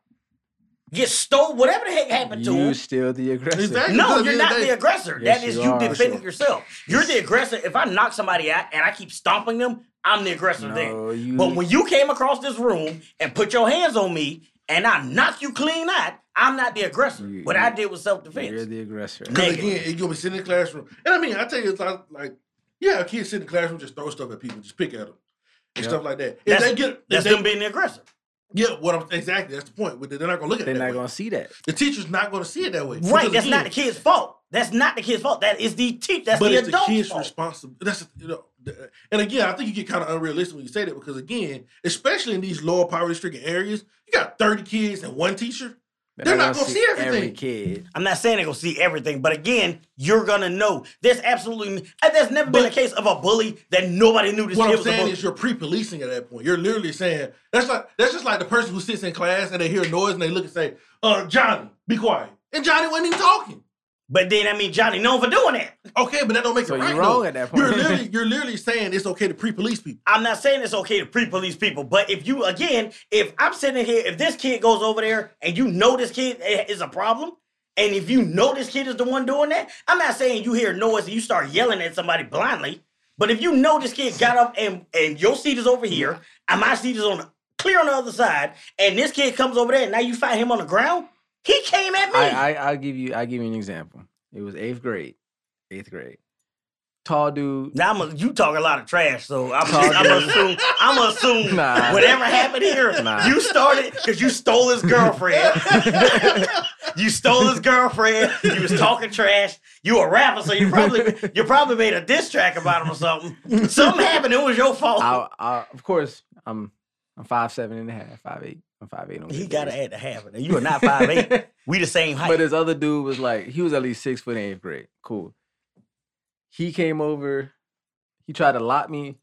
Speaker 3: gets stole, whatever the heck happened to him,
Speaker 2: You still the aggressor.
Speaker 1: Exactly.
Speaker 3: no,
Speaker 1: Because
Speaker 3: you're
Speaker 1: at the end
Speaker 3: not
Speaker 1: of the
Speaker 3: the
Speaker 1: day-
Speaker 3: aggressor.
Speaker 2: Yes,
Speaker 3: that is
Speaker 2: you
Speaker 3: you,
Speaker 2: are.
Speaker 3: defending
Speaker 2: Sure.
Speaker 3: yourself. You're the aggressor. If I knock somebody out and I keep stomping them, I'm the aggressor
Speaker 2: No,
Speaker 3: then.
Speaker 2: you-
Speaker 3: But when you came across this room and put your hands on me and I knock you clean out, I'm not the aggressor.
Speaker 2: You-
Speaker 3: what I did was self
Speaker 2: You're
Speaker 3: defense.
Speaker 2: the aggressor.
Speaker 1: because
Speaker 3: Nigga.
Speaker 1: again, you're gonna be sitting in the classroom. And I mean, I tell you, it's like, like yeah, kids sit in the classroom, just throw stuff at people, just pick at them and
Speaker 2: Yep.
Speaker 1: stuff like that. If
Speaker 3: That's-
Speaker 1: they get, if
Speaker 3: That's
Speaker 1: they,
Speaker 3: them being the aggressor.
Speaker 1: yeah, what I'm exactly. That's the point. They're not gonna look at it.
Speaker 2: They're
Speaker 1: that
Speaker 2: not
Speaker 1: way.
Speaker 2: gonna see that.
Speaker 1: The teacher's not gonna see it that way.
Speaker 3: Right.
Speaker 1: Because
Speaker 3: That's
Speaker 1: again,
Speaker 3: not the kid's fault. That's not the kid's fault. That is the teacher. That's
Speaker 1: but
Speaker 3: the
Speaker 1: it's the
Speaker 3: adult's
Speaker 1: kid's
Speaker 3: fault.
Speaker 1: responsibility. That's you know, the- and again, I think you get kind of unrealistic when you say that because again, especially in these lower poverty stricken areas, you got thirty kids and one teacher. They're not gonna see
Speaker 2: Every
Speaker 1: everything.
Speaker 2: kid.
Speaker 3: I'm not saying they're gonna see everything, but again, you're gonna know. There's absolutely and there's never been
Speaker 1: But-
Speaker 3: a case of a bully that nobody knew this
Speaker 1: What
Speaker 3: kid
Speaker 1: I'm
Speaker 3: was a
Speaker 1: saying
Speaker 3: bully.
Speaker 1: is you're pre-policing at that point. You're literally saying that's like that's just like the person who sits in class and they hear noise and they look and say, "Uh, Johnny, be quiet," and Johnny wasn't even talking.
Speaker 3: But then I mean Johnny known for doing that.
Speaker 1: Okay, but that don't make
Speaker 2: So
Speaker 1: it right.
Speaker 2: you're wrong
Speaker 1: though.
Speaker 2: at that
Speaker 1: You're
Speaker 2: point.
Speaker 1: literally you're literally saying it's okay to pre-police people.
Speaker 3: I'm not saying it's okay to pre-police people, but if you again, if I'm sitting here, if this kid goes over there and you know this kid i- is a problem, and if you know this kid is the one doing that, I'm not saying you hear noise and you start yelling at somebody blindly. But if you know this kid got up and and your seat is over here and my seat is on the, clear on the other side, and this kid comes over there and now you find him on the ground, he came at me.
Speaker 2: I, I I'll give you I'll give you an example. It was eighth grade. Eighth grade. Tall dude.
Speaker 3: now I'm a, you talk a lot of trash, so I'm
Speaker 2: Talk
Speaker 3: I'm
Speaker 2: good.
Speaker 3: assume I'm assume
Speaker 2: Nah.
Speaker 3: whatever happened here,
Speaker 2: Nah.
Speaker 3: you started because you stole his girlfriend. you stole his girlfriend. You was talking trash. You a rapper, so you probably you probably made a diss track about him or something. Something happened. It was your fault.
Speaker 2: I, I of course I'm I'm five seven and a half, five eight. I'm five eight on
Speaker 3: he
Speaker 2: good
Speaker 3: gotta
Speaker 2: days.
Speaker 3: add the habit. And you are not five eight. We the same height.
Speaker 2: But this other dude was like, he was at least six foot in eighth grade. Cool. He came over. He tried to lock me.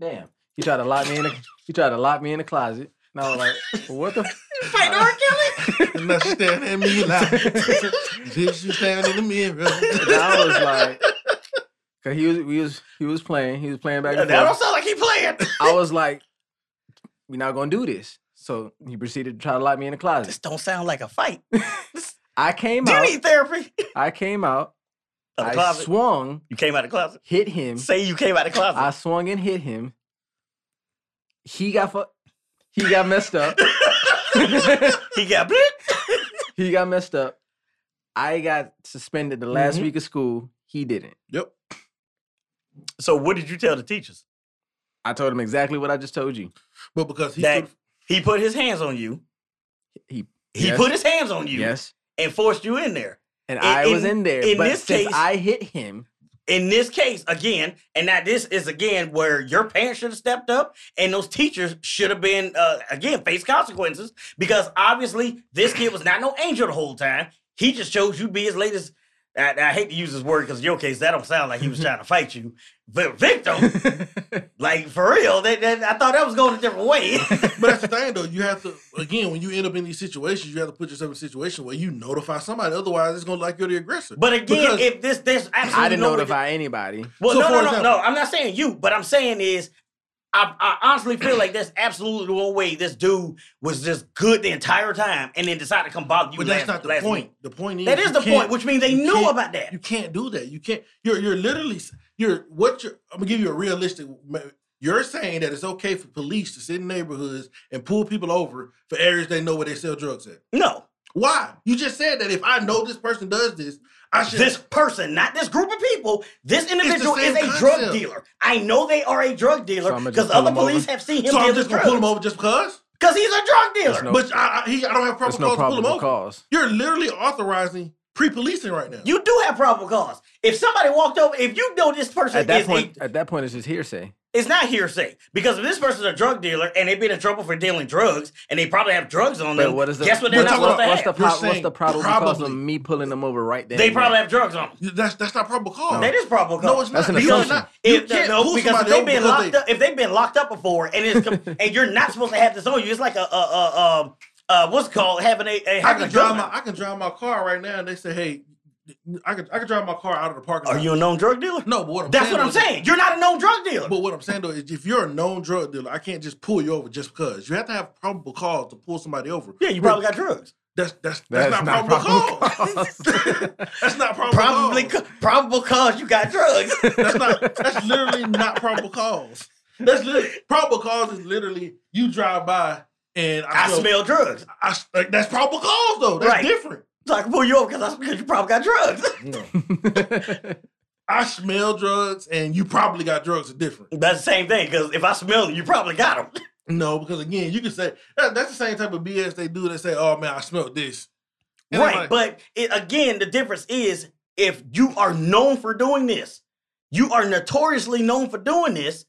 Speaker 2: Damn. He tried to lock me in. The, he tried to lock me in the closet. And I was like, well, what the? F-?
Speaker 3: Fight R. Kelly.
Speaker 1: And now she's staring at me like, bitch, you staring in the mirror.
Speaker 2: And I was like, cause he was we was he was playing. He was playing back
Speaker 3: That
Speaker 2: and
Speaker 3: don't
Speaker 2: forth.
Speaker 3: sound like he playing.
Speaker 2: I was like, we're not gonna do this. So he proceeded to try to lock me in the
Speaker 3: This
Speaker 2: closet.
Speaker 3: don't sound like a fight.
Speaker 2: I came
Speaker 3: Do you
Speaker 2: out.
Speaker 3: need therapy?
Speaker 2: I came out.
Speaker 3: Out the
Speaker 2: I
Speaker 3: closet.
Speaker 2: swung,
Speaker 3: you came out of the closet.
Speaker 2: hit him.
Speaker 3: Say you came out of the closet.
Speaker 2: I swung and hit him. He got fu- he got messed up.
Speaker 3: he got blit.
Speaker 2: he got messed up. I got suspended the last
Speaker 3: Mm-hmm.
Speaker 1: Mhm.
Speaker 2: week of school. He didn't.
Speaker 1: Yep.
Speaker 3: So what did you tell the teachers?
Speaker 2: I told him exactly what I just told you.
Speaker 1: But because he
Speaker 3: That
Speaker 1: stood-
Speaker 3: he put his hands on you.
Speaker 2: He
Speaker 3: He
Speaker 2: Yes.
Speaker 3: put his hands on you
Speaker 2: yes,
Speaker 3: and forced you in there.
Speaker 2: and
Speaker 3: In-
Speaker 2: I was
Speaker 3: in-
Speaker 2: in there.
Speaker 3: in
Speaker 2: but
Speaker 3: this
Speaker 2: since
Speaker 3: case-
Speaker 2: I hit him,
Speaker 3: In this case, again, and now this is again where your parents should have stepped up and those teachers should have been uh, again face consequences because obviously this kid was not no angel the whole time. He just chose you to be his latest. I, I hate to use this word because in your case that don't sound like he was trying to fight you, but victim, like for real. That, that I thought that was going a different way.
Speaker 1: but that's the thing though. You have to again when you end up in these situations, you have to put yourself in a situation where you notify somebody. Otherwise, it's gonna look like you're the aggressor.
Speaker 3: but again,
Speaker 1: Because-
Speaker 3: if this this absolutely
Speaker 2: I didn't
Speaker 3: no way-
Speaker 2: notify anybody.
Speaker 3: Well,
Speaker 1: So,
Speaker 3: no,
Speaker 1: for
Speaker 3: no, no,
Speaker 1: example-
Speaker 3: no. I'm not saying you, but I'm saying is, I, I honestly feel like there's absolutely no way this dude was just good the entire time and then decided to come bother you.
Speaker 1: But
Speaker 3: last,
Speaker 1: that's not the
Speaker 3: last
Speaker 1: point.
Speaker 3: week.
Speaker 1: The point is
Speaker 3: That is
Speaker 1: you
Speaker 3: the
Speaker 1: can't-
Speaker 3: point, which means they
Speaker 1: you
Speaker 3: knew
Speaker 1: can't-
Speaker 3: about that.
Speaker 1: You can't do that. You can't. You're you're literally s- you're what you're. I'm gonna give you a realistic. ma- You're saying that it's okay for police to sit in neighborhoods and pull people over for areas they know where they sell drugs at.
Speaker 3: No,
Speaker 1: Why? You just said that if I know this person does this, I should.
Speaker 3: This person, not this group of people, this individual is
Speaker 1: same
Speaker 3: a drug
Speaker 1: concept.
Speaker 3: dealer. I know they are a drug dealer
Speaker 2: So I'ma just
Speaker 3: because
Speaker 2: pull
Speaker 3: other
Speaker 2: him over.
Speaker 3: police have seen him
Speaker 1: so I'm
Speaker 3: deal
Speaker 1: just gonna
Speaker 3: with
Speaker 1: pull him
Speaker 3: drugs.
Speaker 1: over just because.
Speaker 3: Because he's a drug dealer.
Speaker 2: no-
Speaker 1: But I, I, he, I don't have
Speaker 2: There's
Speaker 1: probable cause
Speaker 2: no
Speaker 1: to pull him
Speaker 2: probable
Speaker 1: over.
Speaker 2: cause.
Speaker 1: You're literally authorizing pre-policing right now.
Speaker 3: You do have probable cause. If somebody walked over, if you know this person
Speaker 2: At that
Speaker 3: is
Speaker 2: point,
Speaker 3: a,
Speaker 2: at that point, it's just hearsay.
Speaker 3: it's not hearsay because if this person's a drug dealer and they've been in trouble for dealing drugs and they probably have drugs on
Speaker 2: But
Speaker 3: them,
Speaker 2: what is the
Speaker 3: guess what
Speaker 1: we're
Speaker 3: they're not
Speaker 1: talking
Speaker 3: supposed to
Speaker 1: about-
Speaker 2: what's
Speaker 3: have?
Speaker 2: the,
Speaker 1: You're
Speaker 2: pro- what's
Speaker 1: saying
Speaker 2: the probable cause of
Speaker 1: probably.
Speaker 2: me pulling them over right there?
Speaker 3: they
Speaker 2: and
Speaker 3: probably
Speaker 2: then?
Speaker 3: have drugs on them.
Speaker 1: You- That's that's not probable cause.
Speaker 3: That is probable cause.
Speaker 1: no, it's
Speaker 2: That's
Speaker 1: not.
Speaker 2: an
Speaker 1: You
Speaker 2: assumption.
Speaker 1: cannot- you
Speaker 3: If,
Speaker 1: can't
Speaker 3: no,
Speaker 1: pull
Speaker 3: because if
Speaker 1: somebody
Speaker 3: they've
Speaker 1: over
Speaker 3: been
Speaker 1: because
Speaker 3: locked
Speaker 1: they-
Speaker 3: up, if they've been locked up before, and it's com- and you're not supposed to have this on you, it's like a uh uh um uh what's it called having a, a
Speaker 1: I
Speaker 3: having
Speaker 1: can
Speaker 3: a drug.
Speaker 1: drive my I can drive my car right now, and they say, "Hey, I can I can drive my car out of the parking."
Speaker 3: Are
Speaker 1: lot.
Speaker 3: you a known drug dealer?
Speaker 1: No, but what I'm
Speaker 3: That's
Speaker 1: saying
Speaker 3: what I'm
Speaker 1: is-
Speaker 3: saying. You're not a known drug dealer.
Speaker 1: But what I'm saying though is, if you're a known drug dealer, I can't just pull you over just because. You have to have probable cause to pull somebody over.
Speaker 3: yeah, you probably got drugs.
Speaker 1: That's that's
Speaker 2: That's
Speaker 1: that's, not,
Speaker 2: not
Speaker 1: probable,
Speaker 2: probable
Speaker 1: cause. that's not probable.
Speaker 3: Probably
Speaker 1: cause.
Speaker 3: co- probable cause you got drugs.
Speaker 1: That's not. That's literally not probable cause. That's literally probable cause is literally you drive by and I,
Speaker 3: I smell drugs.
Speaker 1: I s- like, that's probable cause though. That's
Speaker 3: Right.
Speaker 1: different.
Speaker 3: So I can pull you over because because you probably got drugs.
Speaker 1: I smell drugs and you probably got drugs are different.
Speaker 3: That's the same thing because if I smell them, you probably got them.
Speaker 1: No, because again, you can say that, that's the same type of BS they do. They say, "Oh man, I smelled this." And I'm
Speaker 3: right.
Speaker 1: like,
Speaker 3: but it, again, the difference is if you are known for doing this, you are notoriously known for doing this.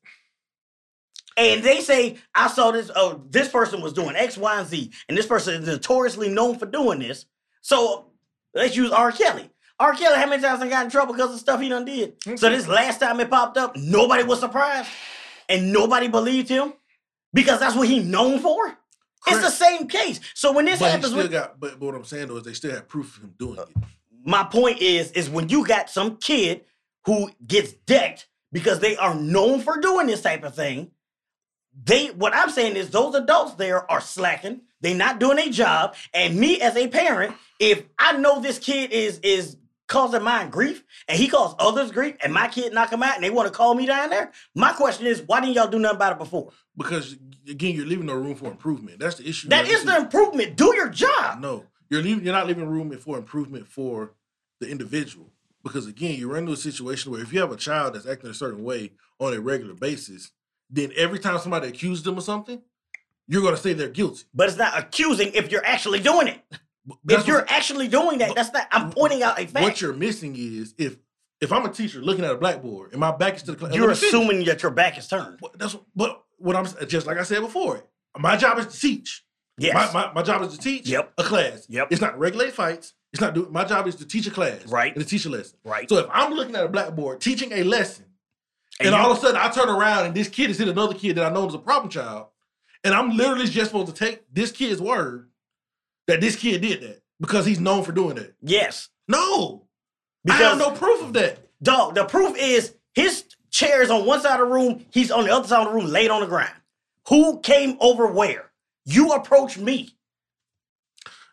Speaker 3: And they say, I saw this, oh, this person was doing X, Y, and Z, and this person is notoriously known for doing this. So let's use R. Kelly. R. Kelly, how many times I got in trouble because of stuff he done did? So this last time it popped up, nobody was surprised and nobody believed him because that's what he known for. It's the
Speaker 1: Correct.
Speaker 3: same case. So when this
Speaker 1: but he
Speaker 3: happens
Speaker 1: still
Speaker 3: with
Speaker 1: got. But, but what I'm saying though is they still have proof of him doing it.
Speaker 3: my point is is when you got some kid who gets decked because they are known for doing this type of thing they what i'm saying is those adults there are slacking they not doing their job and me as a parent if i know this kid is is causing mine grief and he caused others grief and my kid knock him out and they want to call me down there my question is why didn't y'all do nothing about it before
Speaker 1: Because again, you're leaving no room for improvement. That's the issue.
Speaker 3: that
Speaker 1: Like,
Speaker 3: is
Speaker 1: this
Speaker 3: the improvement do your job
Speaker 1: No, you're leaving. You're not leaving room for improvement for the individual because again, you're into a situation where if you have a child that's acting a certain way on a regular basis, then every time somebody accuses them of something, you're going to say they're guilty.
Speaker 3: but it's not accusing if you're actually doing it
Speaker 1: That's
Speaker 3: if you're
Speaker 1: what,
Speaker 3: actually doing that, that's not. I'm pointing out a fact.
Speaker 1: what you're missing is if if I'm a teacher looking at a blackboard and my back is to the class,
Speaker 3: You're assuming that your back is turned.
Speaker 1: that's but what I'm just like I said before. My job is to teach.
Speaker 3: Yes.
Speaker 1: My, my, my job is to teach
Speaker 3: Yep.
Speaker 1: a class.
Speaker 3: Yep.
Speaker 1: It's not regulate fights. It's not do my job is to teach a class.
Speaker 3: Right.
Speaker 1: And to teach a lesson.
Speaker 3: right.
Speaker 1: So if I'm looking at a blackboard teaching a lesson,
Speaker 3: And
Speaker 1: and,
Speaker 3: you-
Speaker 1: all of a sudden I turn around and this kid is hit another kid that I know is a problem child, and I'm literally just supposed to take this kid's word that this kid did that because he's known for doing that.
Speaker 3: yes.
Speaker 1: No. I
Speaker 3: Because
Speaker 1: have no proof of that.
Speaker 3: dog, the proof is his chair is on one side of the room. He's on the other side of the room, laid on the ground. Who came over where? You approached me.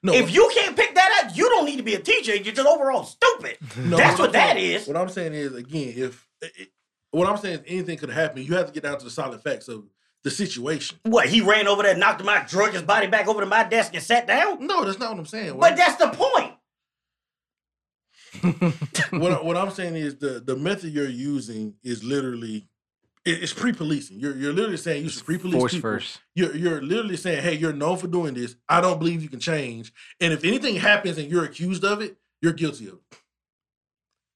Speaker 1: No.
Speaker 3: If you can't pick that out, you don't need to be a teacher. You're just overall stupid.
Speaker 1: No,
Speaker 3: that's what
Speaker 1: I'm
Speaker 3: that
Speaker 1: saying-
Speaker 3: is.
Speaker 1: What I'm saying is again, if it, it- what I'm saying is anything could happen, you have to get down to the solid facts of the situation.
Speaker 3: What? He ran over there, knocked him out, drug his body back over to my desk, and sat down.
Speaker 1: No, that's not what I'm saying. What
Speaker 3: But
Speaker 1: I'm-
Speaker 3: that's the point.
Speaker 1: what I- what I'm saying is the the method you're using is literally it- it's pre-policing. You're you're literally saying you should pre-police
Speaker 2: Force
Speaker 1: people.
Speaker 2: first.
Speaker 1: You're you're literally saying, hey, you're known for doing this. I don't believe you can change. And if anything happens and you're accused of it, you're guilty of it.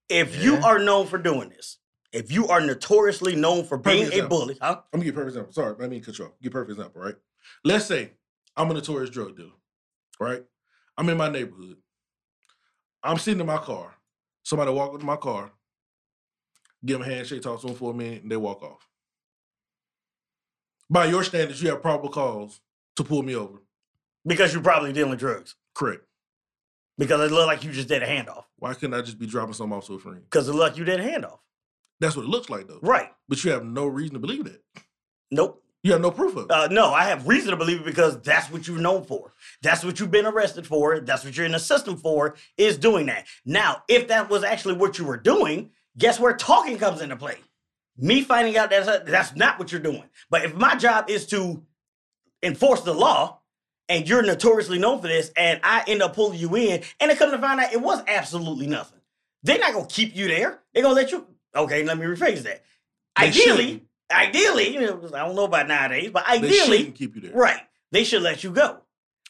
Speaker 3: If you
Speaker 2: Yeah.
Speaker 3: are known for doing this, if you are notoriously known for being
Speaker 1: Perfect
Speaker 3: a
Speaker 1: example.
Speaker 3: bully, huh?
Speaker 1: I'm gonna give a perfect example. Sorry, I mean control. Give a perfect example, right? Let's say I'm a notorious drug dealer, right? I'm in my neighborhood. I'm sitting in my car. Somebody walk up to my car, give them a handshake, talk to them for a minute, and they walk off. By your standards, you have probable cause to pull me over.
Speaker 3: Because you're probably dealing drugs.
Speaker 1: Correct.
Speaker 3: Because it looked like you just did a handoff.
Speaker 1: Why couldn't I just be dropping something off to a friend?
Speaker 3: Because it looked like you did a handoff.
Speaker 1: That's what it looks like, though.
Speaker 3: Right.
Speaker 1: But you have no reason to believe that.
Speaker 3: Nope.
Speaker 1: You have no proof of it.
Speaker 3: Uh, no, I have reason to believe it because that's what you're known for. That's what you've been arrested for. That's what you're in the system for, is doing that. Now, if that was actually what you were doing, guess where talking comes into play? Me finding out that's, that's not what you're doing. But if my job is to enforce the law and you're notoriously known for this, and I end up pulling you in, and they come to find out it was absolutely nothing. They're not gonna keep you there. They're gonna let you. Okay, let me rephrase that.
Speaker 1: They
Speaker 3: ideally,
Speaker 1: shouldn't.
Speaker 3: ideally, you know, I don't know about nowadays, but
Speaker 1: They
Speaker 3: ideally,
Speaker 1: shouldn't keep you there.
Speaker 3: right? They should let you go.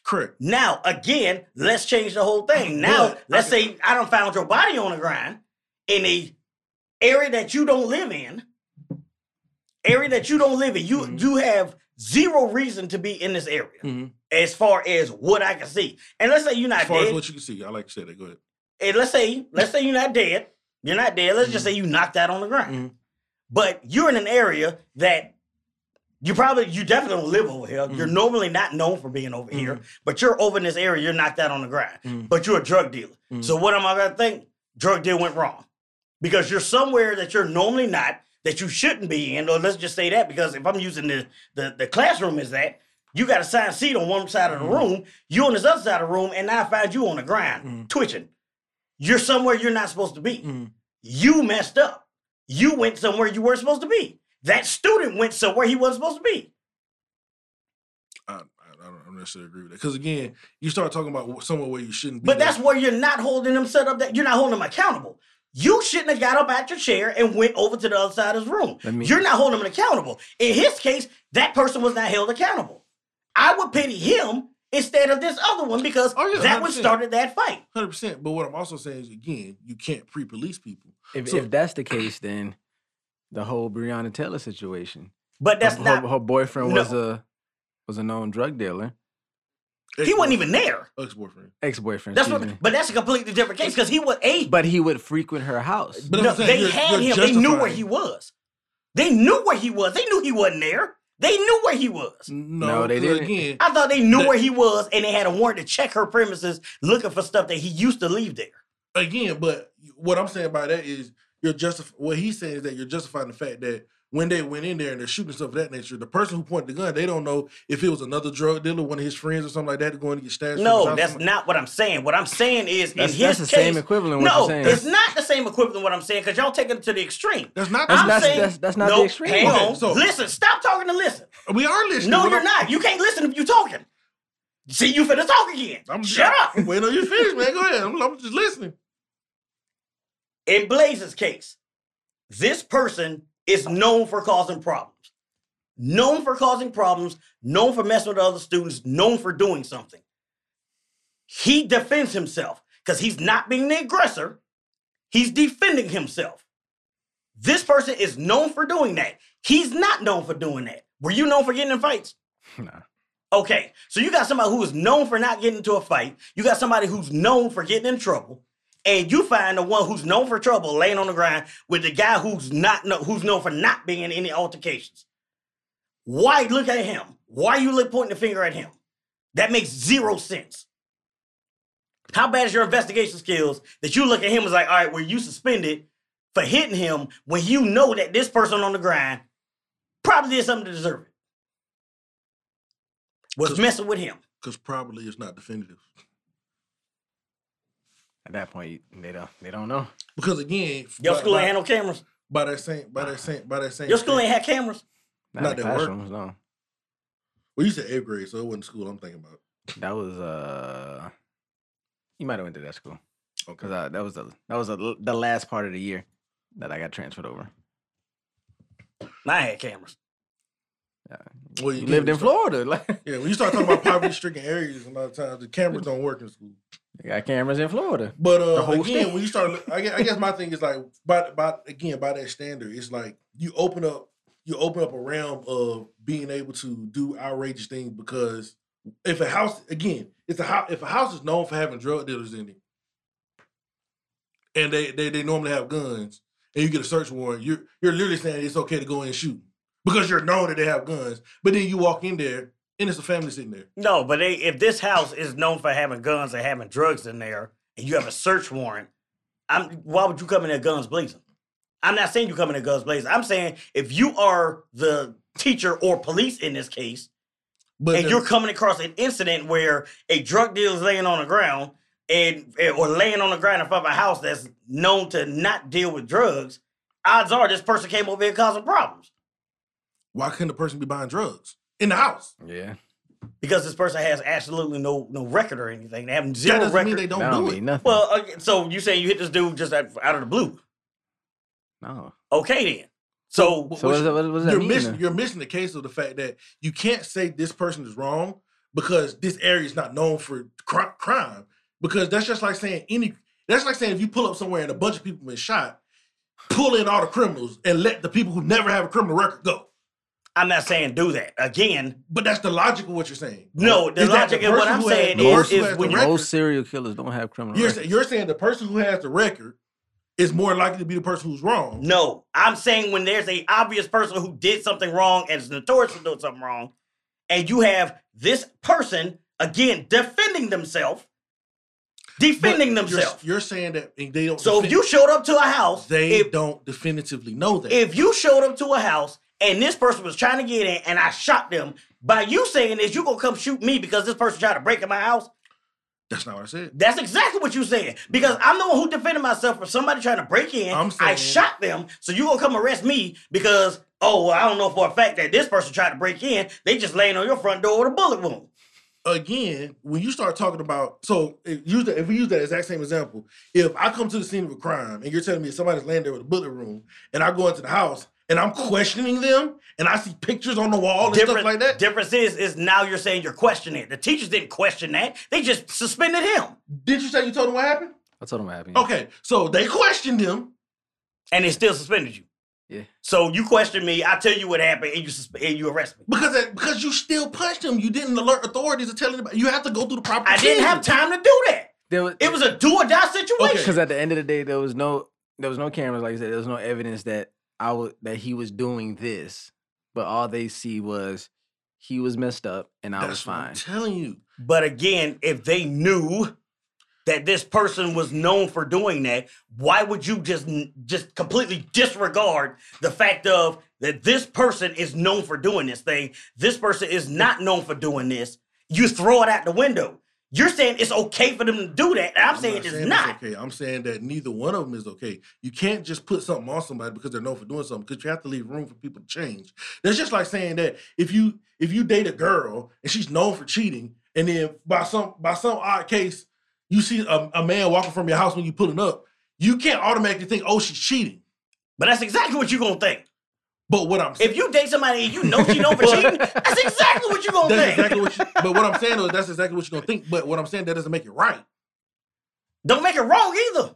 Speaker 1: Correct.
Speaker 3: Now, again, let's change the whole thing. Now,
Speaker 1: But I
Speaker 3: let's
Speaker 1: can-
Speaker 3: say I don't found your body on the ground in a area that you don't live in, area that you don't live in. You
Speaker 1: Mm-hmm.
Speaker 2: Mhm.
Speaker 3: you have zero reason to be in this area
Speaker 2: Mhm.
Speaker 3: as far as what I can see. And let's say you're not
Speaker 1: Mm. As far as
Speaker 3: dead.
Speaker 1: what you can see, I like to say that. Go ahead.
Speaker 3: and let's say let's say you're not dead. You're not dead. Let's just say you knocked out on the ground.
Speaker 2: Mhm.
Speaker 3: But you're in an area that you probably you definitely don't live over here. You're
Speaker 2: Mhm.
Speaker 3: normally not known for being over here, but you're over in this area. You're knocked out on the ground
Speaker 2: Mhm.
Speaker 3: but you're a drug dealer.
Speaker 2: Mhm.
Speaker 3: So what am I gonna think? Drug deal went wrong because you're somewhere that you're normally not, that you shouldn't be in. Or let's just say that because if I'm using the the, the classroom as that, you got a assigned seat on one side of the
Speaker 2: Mhm.
Speaker 3: room, you on this other side of the room, and now I find you on the ground
Speaker 2: Mhm.
Speaker 3: twitching. You're somewhere you're not supposed to be.
Speaker 2: Mhm.
Speaker 3: You messed up. You went somewhere you weren't supposed to be. That student went somewhere he wasn't supposed to be.
Speaker 1: I, I, I don't- I don't necessarily agree with that because again, you start talking about wh- somewhere where you shouldn't be.
Speaker 3: But
Speaker 1: there.
Speaker 3: that's where you're not holding them set up. That you're not holding them accountable. You shouldn't have got up out your chair and went over to the other side of his room.
Speaker 2: Let me-
Speaker 3: You're not holding him accountable. In his case, that person was not held accountable. I would pity him instead of this other one because
Speaker 1: Oh, yeah,
Speaker 3: that one
Speaker 1: 100%.
Speaker 3: started that fight.
Speaker 1: hundred percent. But what I'm also saying is, again, you can't pre-police people.
Speaker 2: If,
Speaker 1: So-
Speaker 2: if that's the case, then the whole Breonna Taylor situation.
Speaker 3: But that's
Speaker 2: her,
Speaker 3: not.
Speaker 2: her boyfriend was
Speaker 3: No.
Speaker 2: a was a known drug dealer,
Speaker 3: he wasn't even there.
Speaker 1: ex-boyfriend.
Speaker 2: ex boyfriend.
Speaker 3: That's what. But that's a completely different case because he was a.
Speaker 2: But he would frequent her house.
Speaker 1: But
Speaker 3: no,
Speaker 1: I'm saying
Speaker 3: they
Speaker 1: you're-
Speaker 3: had
Speaker 1: you're
Speaker 3: him. They knew where
Speaker 1: justifying-
Speaker 3: he was. They knew where he was. They knew he wasn't there. They knew where he was.
Speaker 1: No,
Speaker 2: No, they
Speaker 1: 'cause
Speaker 2: didn't.
Speaker 1: Again,
Speaker 3: I thought they knew
Speaker 1: That-
Speaker 3: where he was and they had a warrant to check her premises looking for stuff that he used to leave there.
Speaker 1: again, but what I'm saying by that is you're justif- what he's saying is that you're justifying the fact that when they went in there and they're shooting stuff of that nature, the person who pointed the gun, they don't know if it was another drug dealer, one of his friends or something like that to go in and get stashed. from his
Speaker 3: No,
Speaker 1: house,
Speaker 3: that's
Speaker 1: something-
Speaker 3: not what I'm saying. What I'm saying is
Speaker 2: That's,
Speaker 3: in
Speaker 2: that's
Speaker 3: his
Speaker 2: the
Speaker 3: case,
Speaker 2: same equivalent. What
Speaker 3: no,
Speaker 2: you're saying.
Speaker 3: it's not the same equivalent. What I'm saying because y'all taking it to the extreme.
Speaker 1: that's not
Speaker 2: That's
Speaker 3: I'm
Speaker 2: not-
Speaker 3: saying
Speaker 2: that's- that's not the
Speaker 3: Nope,
Speaker 2: extreme.
Speaker 3: Hang
Speaker 1: Okay,
Speaker 3: on,
Speaker 1: so-
Speaker 3: listen. Stop talking and listen.
Speaker 1: we are listening.
Speaker 3: No,
Speaker 1: but
Speaker 3: you're
Speaker 1: I'm-
Speaker 3: not. You can't listen if you talking. See, you finna talk again.
Speaker 1: I'm
Speaker 3: Shut up.
Speaker 1: I'm waiting on you to finish, man. Go ahead. I'm, I'm just listening.
Speaker 3: In Blaze's case, this person is known for causing problems. Known for causing problems, known for messing with other students, known for doing something. He defends himself because he's not being the aggressor, he's defending himself. This person is known for doing that. He's not known for doing that. Were you known for getting in fights?
Speaker 2: Nah.
Speaker 3: Okay, so you got somebody who is known for not getting into a fight. You got somebody who's known for getting in trouble, and you find the one who's known for trouble laying on the ground with the guy who's not kno- who's known for not being in any altercations. Why look at him? Why you look pointing the finger at him? That makes zero sense. How bad is your investigation skills that you look at him as like, all right, were you suspended for hitting him when you know that this person on the ground probably did something to deserve it? Was
Speaker 1: Cause-
Speaker 3: messing with him.
Speaker 1: Because probably it's not definitive.
Speaker 2: At that point, they don't. They don't know.
Speaker 1: Because again,
Speaker 3: Your
Speaker 1: by,
Speaker 3: school
Speaker 1: by,
Speaker 3: ain't had no cameras.
Speaker 1: by that same, by that same, by that same.
Speaker 3: Your school
Speaker 1: thing-
Speaker 3: ain't had cameras.
Speaker 2: Not,
Speaker 1: Not
Speaker 2: in the
Speaker 1: that work.
Speaker 2: classrooms. No.
Speaker 1: Well, you said eighth grade, so it wasn't school. I'm thinking about.
Speaker 2: That was uh. You might have went to that school
Speaker 1: Okay.
Speaker 2: because that was the that was the the last part of the year that I got transferred over.
Speaker 3: I had cameras.
Speaker 1: Well,
Speaker 2: You
Speaker 1: did
Speaker 2: lived in
Speaker 1: start-
Speaker 2: Florida. Like
Speaker 1: Yeah, when you start talking about poverty-stricken areas, a lot of times the cameras don't work in school.
Speaker 2: they got cameras in Florida.
Speaker 1: But uh,
Speaker 2: The whole
Speaker 1: again,
Speaker 2: state.
Speaker 1: when you start, look- I guess, I guess my thing is like, by by again by that standard, it's like you open up you open up a realm of being able to do outrageous things because if a house again, it's a house if a house is known for having drug dealers in it, and they they, they normally have guns, and you get a search warrant, you're you're literally saying it's okay to go in and shoot because you're known that they have guns, but then you walk in there and it's a family sitting there.
Speaker 3: No, but they, if this house is known for having guns and having drugs in there, and you have a search warrant, I'm, why would you come in there guns blazing? I'm not saying you come in there guns blazing. I'm saying if you are the teacher or police in this case,
Speaker 1: But
Speaker 3: and
Speaker 1: the-
Speaker 3: you're coming across an incident where a drug dealer is laying on the ground and or laying on the ground in front of a house that's known to not deal with drugs, odds are this person came over here causing problems.
Speaker 1: why couldn't the person be buying drugs in the house?
Speaker 2: Yeah.
Speaker 3: because this person has absolutely no no record or anything. They have
Speaker 1: That
Speaker 3: zero
Speaker 1: doesn't
Speaker 3: record.
Speaker 1: mean they don't
Speaker 2: That don't
Speaker 1: do it.
Speaker 2: mean nothing.
Speaker 3: well, okay, so you saying you hit this dude just out, out of the blue?
Speaker 2: no.
Speaker 3: Okay then. So
Speaker 1: Wh-
Speaker 2: So what,
Speaker 1: which-
Speaker 2: is that, what, what does that
Speaker 1: you're
Speaker 2: mean?
Speaker 1: missing
Speaker 2: then?
Speaker 1: you're missing the case of the fact that you can't say this person is wrong because this area is not known for cri- crime because that's just like saying any that's like saying if you pull up somewhere and a bunch of people been shot pull in all the criminals and let the people who never have a criminal record go
Speaker 3: I'm not saying do that again.
Speaker 1: but that's the logic of what you're saying
Speaker 3: No, the
Speaker 1: Is that
Speaker 3: logic
Speaker 1: the
Speaker 3: of what
Speaker 1: person
Speaker 3: I'm
Speaker 1: who had-
Speaker 3: saying
Speaker 1: the
Speaker 3: is,
Speaker 1: person who
Speaker 3: is
Speaker 1: had
Speaker 3: when
Speaker 1: the
Speaker 3: you
Speaker 1: record-
Speaker 2: Most serial killers don't have criminal
Speaker 1: you're, sa-
Speaker 2: records.
Speaker 1: you're saying the person who has the record is more likely to be the person who's wrong
Speaker 3: No, I'm saying when there's a obvious person who did something wrong and is notorious for doing something wrong, and you have this person again defending themselves,
Speaker 1: But
Speaker 3: defending
Speaker 1: you're-
Speaker 3: themselves.
Speaker 1: you're, saying that and they don't
Speaker 3: So if
Speaker 1: defend-
Speaker 3: you showed up to a house,
Speaker 1: they
Speaker 3: if,
Speaker 1: don't definitively know that
Speaker 3: if you showed up to a house and this person was trying to get in and I shot them, by you saying this, you gonna come shoot me because this person tried to break in my house.
Speaker 1: that's not what i said
Speaker 3: That's exactly what you said. Because I'm the one who defended myself from somebody trying to break in.
Speaker 1: I'm
Speaker 3: I
Speaker 1: saying-
Speaker 3: shot them, so you gonna come arrest me because oh well, I don't know for a fact that this person tried to break in. They just laying on your front door with a bullet wound.
Speaker 1: again, when you start talking about so if, use that, if we use that exact same example, if I come to the scene of a crime and you're telling me somebody's laying there with a bullet wound, and I go into the house and I'm questioning them and I see pictures on the wall and
Speaker 3: Difference-
Speaker 1: stuff like that,
Speaker 3: Difference is is now you're saying you're questioning it. The teachers didn't question that. They just suspended him,
Speaker 1: did you say you told them what happened?
Speaker 2: I told him what happened.
Speaker 1: Okay, so they questioned him.
Speaker 3: and they still suspended you.
Speaker 2: Yeah.
Speaker 3: So you question me, I tell you what happened, and you susp- and you arrest me.
Speaker 1: Because that, because you still punched him, you didn't alert authorities or tell anybody. You have to go through the proper.
Speaker 3: I didn't have
Speaker 1: procedure.
Speaker 3: time to do that.
Speaker 2: There was,
Speaker 3: It was a do or die situation.
Speaker 2: because at the end of the day, there was no there was no cameras, like you said, there was no evidence that I was that he was doing this, but all they see was he was messed up and I was
Speaker 1: That's what I'm
Speaker 2: fine.
Speaker 1: telling you.
Speaker 3: But again, if they knew that this person was known for doing that, why would you just just completely disregard the fact of that this person is known for doing this thing? This person is not known for doing this. You throw it out the window. You're saying it's okay for them to do that, and I'm, saying it's not.
Speaker 1: okay. I'm saying that neither one of them is okay. You can't just put something on somebody because they're known for doing something. Because you have to leave room for people to change. That's just like saying that if you if you date a girl and she's known for cheating, and then by some by some odd case you see a, a man walking from your house when you pulling up, you can't automatically think, oh, she's cheating.
Speaker 3: But that's exactly what you're gonna think.
Speaker 1: But what I'm saying,
Speaker 3: If you date somebody and you know she known for cheating, that's exactly what you're gonna
Speaker 1: that's
Speaker 3: think.
Speaker 1: exactly what. You, but what I'm saying though, is that's exactly what you're gonna think. But what I'm saying that doesn't make it right.
Speaker 3: Don't make it wrong either.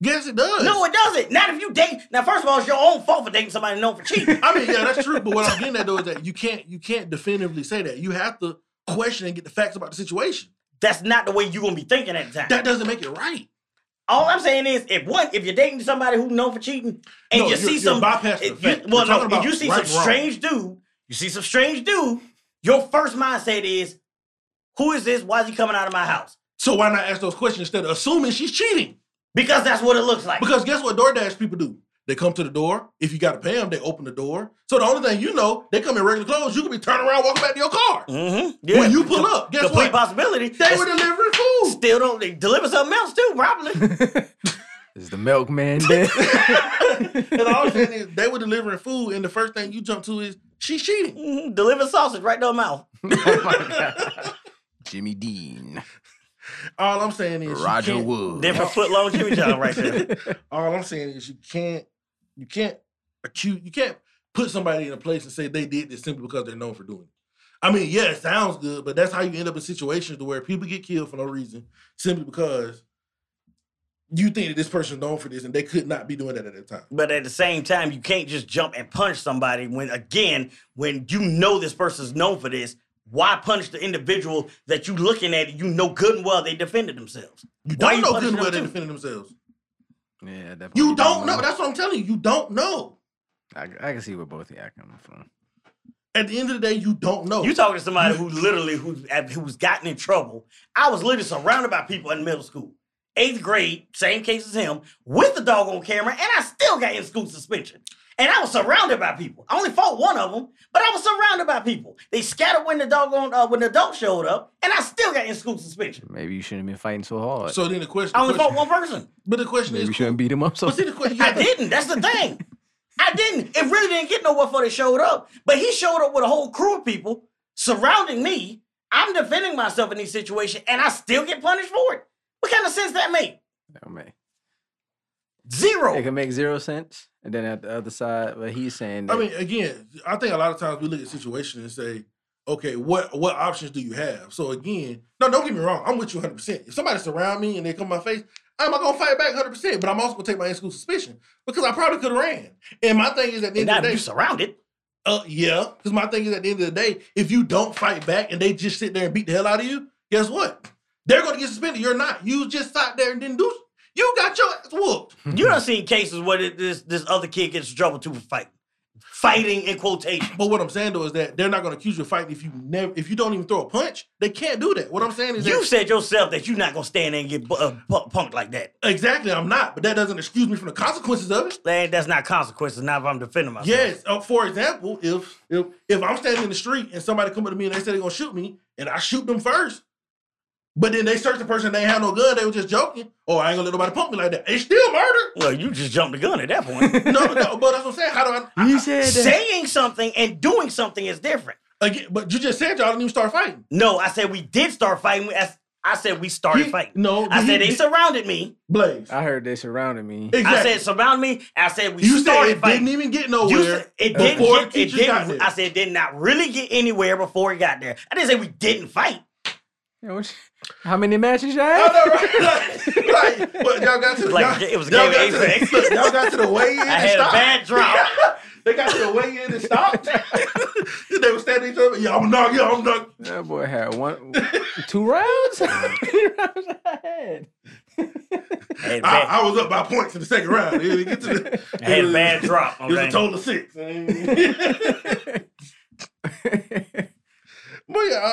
Speaker 1: Yes, it does.
Speaker 3: No, it doesn't. Not if you date. Now, first of all, it's your own fault for dating somebody known for cheating.
Speaker 1: I mean, yeah, that's true. But what I'm getting at though is that you can't you can't definitively say that. You have to question and get the facts about the situation.
Speaker 3: That's not the way you're gonna be thinking at the time.
Speaker 1: That doesn't make it right.
Speaker 3: all I'm saying is, if one, if you're dating somebody who's known for cheating, and
Speaker 1: No,
Speaker 3: you
Speaker 1: you're-
Speaker 3: see
Speaker 1: you're
Speaker 3: some,
Speaker 1: bypassing the
Speaker 3: if you,
Speaker 1: fact. You're
Speaker 3: well,
Speaker 1: talking
Speaker 3: no,
Speaker 1: about
Speaker 3: if you see
Speaker 1: right and
Speaker 3: some
Speaker 1: wrong.
Speaker 3: strange dude, you see some strange dude. Your first mindset is, who is this? Why is he coming out of my house?
Speaker 1: So why not ask those questions instead of assuming she's cheating?
Speaker 3: Because that's what it looks like.
Speaker 1: Because guess what DoorDash people do? They come to the door. If you got to pay them, they open the door. So the only thing you know, they come in regular clothes. You could be turning around, walking back to your car.
Speaker 3: mm-hmm. yeah.
Speaker 1: When you pull up, guess what?
Speaker 3: complete possibility.
Speaker 1: They
Speaker 3: It's-
Speaker 1: were delivering food.
Speaker 3: still don't they deliver something else too, probably.
Speaker 2: Is the milkman dead?
Speaker 1: and all I'm saying is they were delivering food, and the first thing you jump to is she's cheating.
Speaker 3: Mhm. Deliver sausage right to her mouth.
Speaker 2: oh my god. Jimmy Dean,
Speaker 1: All I'm saying is she
Speaker 2: Roger
Speaker 1: can't-
Speaker 2: Wood.
Speaker 3: Different foot long Jimmy John right there.
Speaker 1: All I'm saying is you can't, you can't accuse, you can't put somebody in a place and say they did this simply because they're known for doing it. I mean, yeah, it sounds good, but that's how you end up in situations to where people get killed for no reason simply because you think that this person's known for this and they could not be doing that at that time.
Speaker 3: But at the same time, you can't just jump and punch somebody when, again, when you know this person's known for this. Why punish the individual that you looking at? You know good and well they defended themselves.
Speaker 1: You
Speaker 3: Why
Speaker 1: don't
Speaker 3: you
Speaker 1: know good and
Speaker 3: punishing
Speaker 1: well
Speaker 3: them
Speaker 1: they
Speaker 3: too?
Speaker 1: defending themselves.
Speaker 2: Yeah, definitely.
Speaker 1: You don't know. That's what I'm telling you. You don't know.
Speaker 2: I, I can see where both of y'all coming from.
Speaker 1: At the end of the day, you don't know.
Speaker 3: You talking to somebody who literally who who's gotten in trouble. I was literally surrounded by people in middle school, eighth grade, same case as him, with the dog on camera, and I still got in school suspension. And I was surrounded by people. I only fought one of them, but I was surrounded by people. They scattered when the dog on uh, when the dog showed up, and I still got in school suspension.
Speaker 2: Maybe you shouldn't have been fighting so hard.
Speaker 1: so then the question,
Speaker 3: I only
Speaker 1: question-
Speaker 3: fought one person.
Speaker 1: but the question
Speaker 2: Maybe you
Speaker 1: is,
Speaker 2: shouldn't beat him up so.
Speaker 1: but see the question,
Speaker 3: I didn't. That's the thing. I didn't. It really didn't get nowhere before they showed up. But he showed up with a whole crew of people surrounding me, I'm defending myself in these situations and I still get punished for it. What kind of sense that make?
Speaker 2: Oh, man. It
Speaker 3: Zero.
Speaker 2: can make zero sense. And then at the other side, what he's saying,
Speaker 1: I
Speaker 2: that-
Speaker 1: mean, again, I think a lot of times we look at situations and say, okay, what what options do you have? So again, no, don't get me wrong, I'm with you 100. percent If somebody surround me and they come in my face, I'm not gonna fight back 100, percent but I'm also gonna take my in school suspicion because I probably could have ran. And my thing is at the
Speaker 3: And
Speaker 1: end of
Speaker 3: now
Speaker 1: the
Speaker 3: you
Speaker 1: day,
Speaker 3: surrounded.
Speaker 1: uh, yeah, because my thing is at the end of the day, if you don't fight back and they just sit there and beat the hell out of you, guess what? They're gonna get suspended. You're not. You just sat there and didn't do. You got your ass whooped.
Speaker 3: You done seen cases where th- this this other kid gets in trouble too for fighting. Fighting in quotation.
Speaker 1: But what I'm saying though is that they're not going to accuse you of fighting if you never, if you don't even throw a punch. They can't do that. What I'm saying is
Speaker 3: You
Speaker 1: that
Speaker 3: said yourself that you're not gonna stand there and get bu- uh, bu- punked like that.
Speaker 1: exactly I'm not, but that doesn't excuse me from the consequences of it.
Speaker 3: Man, that's not consequences. Not if I'm defending myself.
Speaker 1: Yes. Uh, for example, if if if I'm standing in the street and somebody come up to me and they say they're gonna shoot me, and I shoot them first, but then they search the person, they ain't have no gun, they were just joking. Oh, I ain't gonna let nobody pump me like that. It's still murder.
Speaker 3: Well, you just jumped the gun at that point.
Speaker 1: no, no, but that's what I'm saying. How do I?
Speaker 2: you said that.
Speaker 3: Saying something and doing something is different.
Speaker 1: Again, but you just said y'all didn't even start fighting.
Speaker 3: No, I said we did start fighting. I, s- I said we started
Speaker 1: He-
Speaker 3: fighting.
Speaker 1: No,
Speaker 3: I
Speaker 1: he-
Speaker 3: said they surrounded me.
Speaker 1: Blaze.
Speaker 2: I heard they surrounded me.
Speaker 1: Exactly.
Speaker 3: I said surround me. I said we
Speaker 1: you said
Speaker 3: started
Speaker 1: it
Speaker 3: fighting.
Speaker 1: didn't even get nowhere.
Speaker 3: You said it didn't
Speaker 1: before
Speaker 3: get,
Speaker 1: the
Speaker 3: it
Speaker 1: teachers got
Speaker 3: didn't,
Speaker 1: there.
Speaker 3: I said it did not really get anywhere before it got there. I didn't say we didn't fight.
Speaker 2: Yeah, what you- How many matches you
Speaker 1: I
Speaker 2: had?
Speaker 1: know, right? Like, like what, y'all got to the,
Speaker 3: Like,
Speaker 1: y'all,
Speaker 3: it was a
Speaker 1: y'all
Speaker 3: game
Speaker 1: got
Speaker 3: of
Speaker 1: to the-
Speaker 3: Apex.
Speaker 1: look, y'all got to the way in
Speaker 3: I
Speaker 1: and
Speaker 3: had a
Speaker 1: stopped.
Speaker 3: bad drop.
Speaker 1: they got to the way in and stopped. they were standing each other. Yeah, I'm knocked. Yeah, I'm knocked.
Speaker 2: That boy had one, two rounds. How many rounds I had?
Speaker 3: I had a
Speaker 1: I,
Speaker 3: bad,
Speaker 1: I was up by points in the second round. It, didn't get to the,
Speaker 3: I had a
Speaker 1: it
Speaker 3: bad
Speaker 1: was-
Speaker 3: drop.
Speaker 1: It was
Speaker 3: Okay?
Speaker 1: a total of six. but yeah,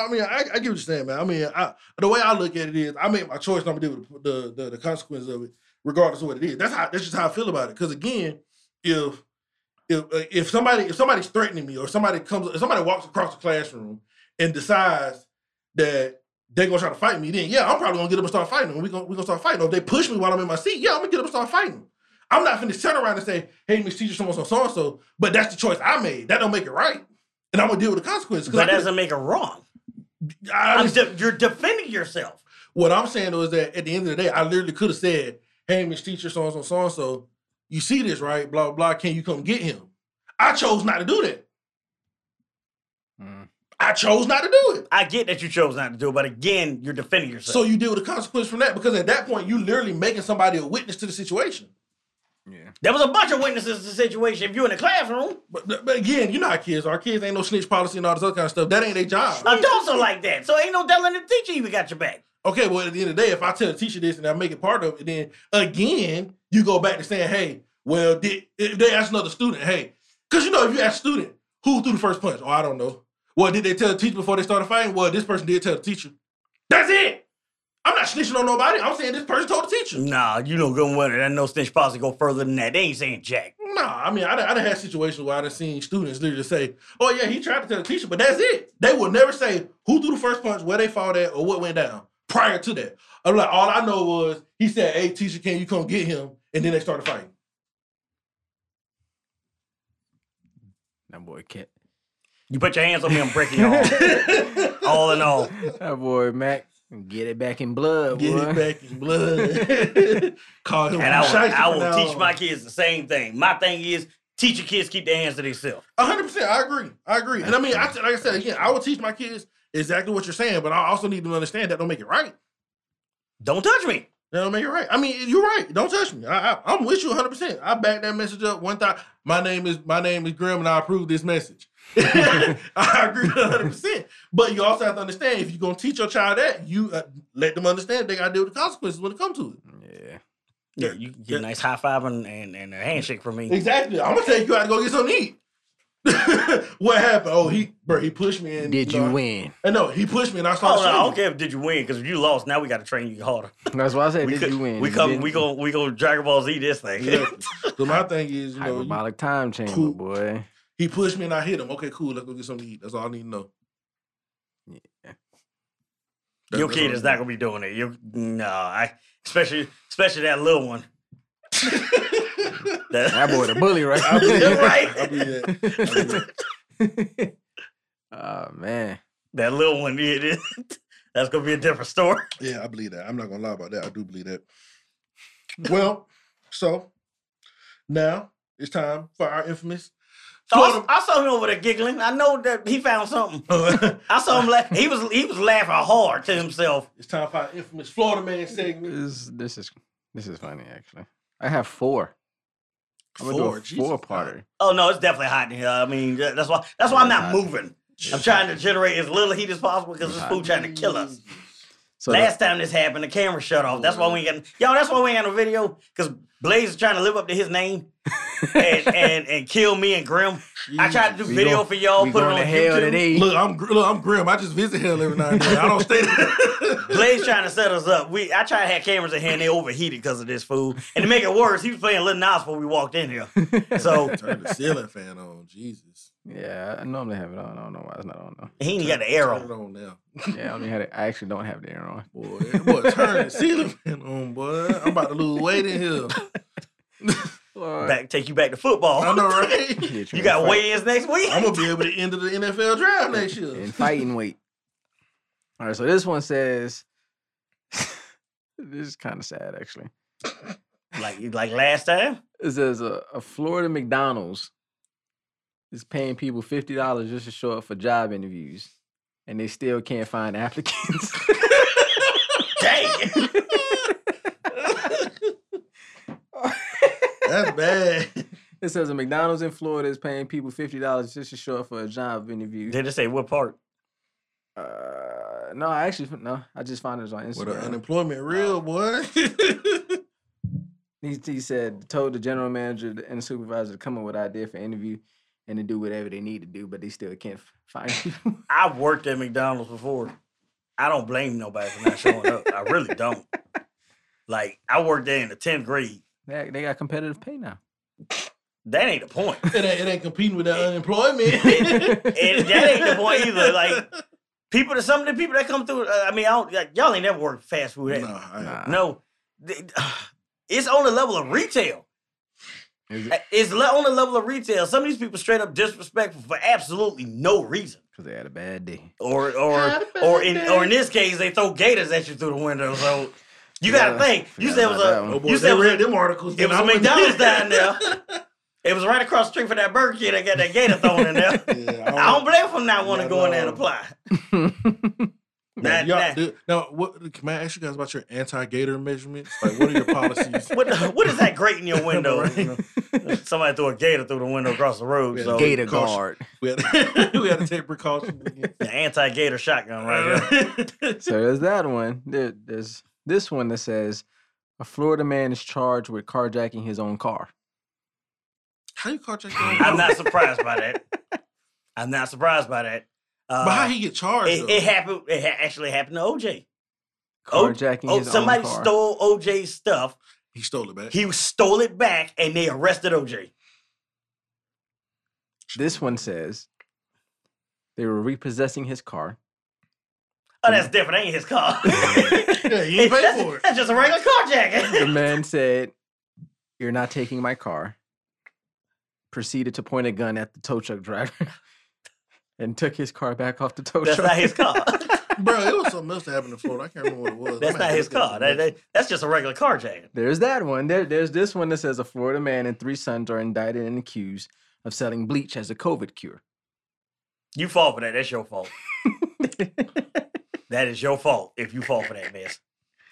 Speaker 1: I mean, I, I get what you're saying, man. I mean, I, the way I look at it is, I make my choice. and I'm gonna deal with the the, the, the consequences of it, regardless of what it is. That's how. That's just how I feel about it. Because again, if if uh, if somebody if somebody's threatening me or somebody comes if somebody walks across the classroom and decides that they're gonna try to fight me, then yeah, I'm probably gonna get up and start fighting them. We're gonna, we gonna start fighting them. If they push me while I'm in my seat, yeah, I'm gonna get up and start fighting them. I'm not finna turn around and say, hey, Miss Teacher, someone so so and so, but that's the choice I made. That don't make it right. And I'm gonna deal with the consequences. 'Cause
Speaker 3: But that
Speaker 1: I could've-
Speaker 3: doesn't make it wrong.
Speaker 1: I
Speaker 3: I'm
Speaker 1: just,
Speaker 3: de- you're defending yourself.
Speaker 1: what I'm saying though is that at the end of the day, I literally could have said, "Hey, Miss Teacher, so and so, so and so, you see this right? Blah blah. Can you come get him?" I chose not to do that.
Speaker 2: Mm.
Speaker 1: I chose not to do it.
Speaker 3: I get that you chose not to do it, but again, you're defending yourself.
Speaker 1: So you deal with the consequence from that because at that point, you literally making somebody a witness to the situation.
Speaker 2: Yeah.
Speaker 3: there was a bunch of witnesses to the situation. If you're in the classroom,
Speaker 1: But, but but again, you know how kids. Our kids ain't no snitch policy and all this other kind of stuff. That ain't their job.
Speaker 3: adults are like that. So ain't no telling the teacher you got your back.
Speaker 1: Okay, well, at the end of the day, if I tell the teacher this and I make it part of it, then again, you go back to saying, hey, well, did, if they ask another student, hey, because you know, if you ask a student, who threw the first punch? Oh, I don't know. Well, did they tell the teacher before they started fighting? Well, this person did tell the teacher. That's it. I'm not snitching on nobody. I'm saying this person told the teacher.
Speaker 3: Nah, you know good and well that no snitch policy go further than that. They ain't saying jack.
Speaker 1: Nah, I mean, I done, I done had situations where I done seen students literally say, oh, yeah, he tried to tell the teacher, but that's it. They will never say who threw the first punch, where they fought at, or what went down prior to that. I'm like, all I know was he said, hey, teacher, can you come get him? And then they started fighting.
Speaker 2: That boy kept.
Speaker 3: You put your hands on me, I'm breaking your arm. all in all.
Speaker 2: That boy Mac get it back in blood.
Speaker 1: Get
Speaker 2: boy.
Speaker 1: it back in blood. Call him
Speaker 3: And I will,
Speaker 1: Shiesty
Speaker 3: I
Speaker 1: from
Speaker 3: will
Speaker 1: now
Speaker 3: teach
Speaker 1: on.
Speaker 3: my kids the same thing. My thing is, teach your kids keep their hands to themselves.
Speaker 1: A hundred percent, I agree. I agree, and I mean, I, like I said again, I will teach my kids exactly what you're saying, but I also need them to understand that don't make it right.
Speaker 3: Don't touch me.
Speaker 1: That don't make it right. I mean, you're right. Don't touch me. I, I, I'm with you 100. percent I back that message up one time. My name is my name is Grim, and I approve this message. I agree 100. percent But you also have to understand if you're gonna teach your child that, you uh, let them understand they gotta deal with the consequences when it comes to it.
Speaker 2: Yeah.
Speaker 3: Yeah, you can get a nice high five and, and, and a handshake from me.
Speaker 1: Exactly. I'm gonna take you out to go get something to eat. what happened? Oh, he bro, he pushed me and
Speaker 2: Did
Speaker 1: know,
Speaker 2: you win?
Speaker 1: I know he pushed me and I started.
Speaker 3: Oh, no, I
Speaker 1: shooting.
Speaker 3: don't care if did you win, because if you lost, now we got to train you harder.
Speaker 2: That's why I said,
Speaker 3: We,
Speaker 2: did
Speaker 3: could-
Speaker 2: you win?
Speaker 3: we
Speaker 2: You
Speaker 3: come,
Speaker 2: didn't.
Speaker 3: we go, we go Dragon Ball Z this thing.
Speaker 1: Exactly. so my thing is, you know, you-
Speaker 2: Hyperbolic time chamber,
Speaker 1: Cool.
Speaker 2: boy.
Speaker 1: he pushed me and I hit him. Okay, cool. Let's go get something to eat. That's all I need to know.
Speaker 2: Yeah.
Speaker 1: That-
Speaker 3: Your
Speaker 1: that's
Speaker 3: kid
Speaker 1: all
Speaker 3: is
Speaker 1: I
Speaker 3: not gonna be doing it. You no, I especially especially that little one.
Speaker 1: need.
Speaker 3: That,
Speaker 2: That boy the bully, right?
Speaker 1: I believe
Speaker 3: Right.
Speaker 1: I believe that.
Speaker 2: oh man.
Speaker 3: That little one, yeah, it is. that's gonna be a different story.
Speaker 1: Yeah, I believe that. I'm not gonna lie about that. I do believe that. well, so now it's time for our infamous.
Speaker 3: So I,
Speaker 1: Florida-
Speaker 3: I saw him over there giggling. I know that he found something. I saw him laugh. He was he was laughing hard to himself.
Speaker 1: It's time for our infamous Florida man segment.
Speaker 2: This, this is this is funny actually. I have four. I'm gonna
Speaker 1: Four,
Speaker 2: do
Speaker 1: Jesus
Speaker 2: a four
Speaker 1: God.
Speaker 2: parter.
Speaker 3: Oh no, it's definitely hot in here. I mean, tha- that's why that's why I'm not moving. I'm trying to generate as little heat as possible because this food trying to kill us.
Speaker 2: So the-
Speaker 3: Last time this happened, the camera shut off. That's why we ain't got y'all. That's why we ain't got no video because Blaze is trying to live up to his name and, and and kill me and Grim. I tried to do
Speaker 2: we
Speaker 3: video
Speaker 2: gon-
Speaker 3: for y'all,
Speaker 2: we
Speaker 3: put it
Speaker 2: going
Speaker 3: on
Speaker 2: to hell
Speaker 3: YouTube.
Speaker 2: today.
Speaker 1: Look, I'm gr- look, I'm grim. I just visit hell every now and then. I don't stay there.
Speaker 3: Blaze trying to set us up. We I tried to have cameras in hand. They overheated because of this food. And to make it worse, he was playing Lil Nas before we walked in here. So
Speaker 1: Turn the ceiling fan on, Jesus.
Speaker 2: yeah, I normally have it on. I don't know why it's not on though.
Speaker 3: he ain't got the
Speaker 1: Turn
Speaker 3: arrow.
Speaker 1: it on now,
Speaker 2: Yeah, I only had it. I actually don't have the air on.
Speaker 1: boy. Boy, turn the ceiling fan on, boy. I'm about to lose weight in here.
Speaker 3: Back take you back to football.
Speaker 1: I know, right?
Speaker 3: You got weigh-ins next week.
Speaker 1: I'm gonna be able to enter the NFL draft next year.
Speaker 2: in fighting weight. All right, so this one says this is kind of sad actually.
Speaker 3: like like last time.
Speaker 2: It says a, a Florida McDonald's is paying people fifty dollars just to show up for job interviews, and they still can't find applicants.
Speaker 3: Dang.
Speaker 1: That's bad.
Speaker 2: it says a McDonald's in Florida is paying people fifty dollars just to show up for a job interview.
Speaker 3: Did it say what part?
Speaker 2: Uh, no, I actually no, I just found it on
Speaker 1: What an
Speaker 2: Instagram.
Speaker 1: unemployment real boy.
Speaker 2: He, he said, told the general manager th- and the supervisor to come up with an idea for interview and to do whatever they need to do, but they still can't f- find people.
Speaker 3: I worked at McDonald's before. I don't blame nobody for not showing up. I really don't. Like I worked there in the tenth grade.
Speaker 2: they, they got competitive pay now.
Speaker 3: That ain't the point.
Speaker 1: it, ain't, it ain't competing with that unemployment.
Speaker 2: It-
Speaker 3: And that ain't the point either. Like people, that some of the people that come through. Uh, I mean, I don't, like, y'all ain't never worked fast food. have you?
Speaker 1: no, I,
Speaker 2: Nah.
Speaker 3: No, Th- it's on the level of retail.
Speaker 2: Because
Speaker 3: It's le- on the level of retail. Some of these people straight up disrespectful for absolutely no reason.
Speaker 2: they had a bad day.
Speaker 3: or or
Speaker 1: Happy
Speaker 3: or in
Speaker 1: birthday.
Speaker 3: or in this case, they throw gators at you through the window. So you got to
Speaker 2: Yeah,
Speaker 3: think. You
Speaker 2: forgot
Speaker 3: said it was
Speaker 2: about that
Speaker 3: a
Speaker 2: one.
Speaker 1: oh boy,
Speaker 3: You
Speaker 1: you
Speaker 3: said
Speaker 1: they
Speaker 3: it was-
Speaker 1: read them articles.
Speaker 3: it was a McDonald's down there. It was right across the street from that Burger King. They got that gator thrown in there.
Speaker 1: Yeah,
Speaker 3: I don't blame them for not wanting to
Speaker 1: Yeah,
Speaker 3: go in there and
Speaker 1: no.
Speaker 3: apply.
Speaker 1: Now,
Speaker 3: That,
Speaker 1: y'all,
Speaker 3: that-
Speaker 1: do- now, what can I ask you guys about your anti-gator measurements? Like, what are your policies?
Speaker 3: what the- what is that grate in your window?
Speaker 1: Right.
Speaker 3: You know, Somebody threw a gator through the window across the road.
Speaker 1: Yeah,
Speaker 3: So
Speaker 1: gator.
Speaker 2: Gator
Speaker 1: caution.
Speaker 2: guard.
Speaker 1: we, had, we had to take precautions. against-
Speaker 3: the anti-gator shotgun right here.
Speaker 1: Uh-huh.
Speaker 2: So there's that one. There, there's this one that says a Florida man is charged with carjacking his own car.
Speaker 1: How you caught that?
Speaker 3: I'm not surprised by that. I'm not surprised by that. Uh,
Speaker 1: But how he get charged?
Speaker 3: it,
Speaker 1: though?
Speaker 3: it happened. It ha- actually happened to OJ. Oh,
Speaker 2: Carjacking
Speaker 3: Oh,
Speaker 2: his
Speaker 3: somebody
Speaker 2: own car.
Speaker 3: stole OJ's stuff.
Speaker 1: he stole it back.
Speaker 3: He stole it back, and they arrested OJ.
Speaker 2: This one says they were repossessing his car.
Speaker 3: Oh, that's different. That ain't his car.
Speaker 1: yeah, he ain't paid
Speaker 3: that's,
Speaker 1: for it.
Speaker 3: that's just a regular
Speaker 2: the
Speaker 3: carjacking.
Speaker 2: man said, "You're not taking my car." Proceeded to point a gun at the tow truck driver and took his car back off the tow
Speaker 3: That's
Speaker 2: truck.
Speaker 3: not his car.
Speaker 1: Bro, it was something else that happened in Florida. I can't remember what it was.
Speaker 3: That's
Speaker 1: I'm gonna
Speaker 3: not
Speaker 1: have to
Speaker 3: his
Speaker 1: look up
Speaker 3: car.
Speaker 1: the
Speaker 3: That- that- that's just a regular carjacking.
Speaker 2: There's that one. There, there's this one that says a Florida man and three sons are indicted and accused of selling bleach as a COVID cure.
Speaker 3: You fall for that. That's your fault. That is your fault if you fall for that mess.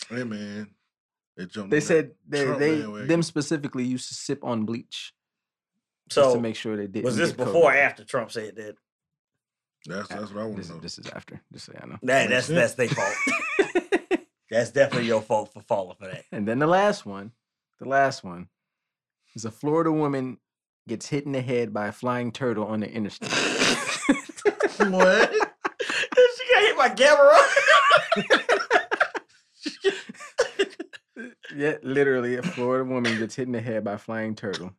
Speaker 1: Hey man, they jumped.
Speaker 2: they
Speaker 1: on that.
Speaker 2: said they,
Speaker 1: Trump
Speaker 2: they
Speaker 1: bandwagon.
Speaker 2: them specifically used to sip on bleach just to
Speaker 3: So
Speaker 2: make sure they didn't.
Speaker 3: was this
Speaker 2: get COVID.
Speaker 3: before or after Trump said that?
Speaker 1: that's that's what I want
Speaker 2: This,
Speaker 1: to know.
Speaker 2: this is after. Just so I know.
Speaker 3: Nah, that's that's
Speaker 1: Makes
Speaker 3: their fault. that's definitely your fault for falling for that.
Speaker 2: And then the last one, the last one is a Florida woman gets hit in the head by a flying turtle on the interstate.
Speaker 1: what?
Speaker 3: she got hit by Gamera.
Speaker 2: yeah, literally, a Florida woman gets hit in the head by a flying turtle.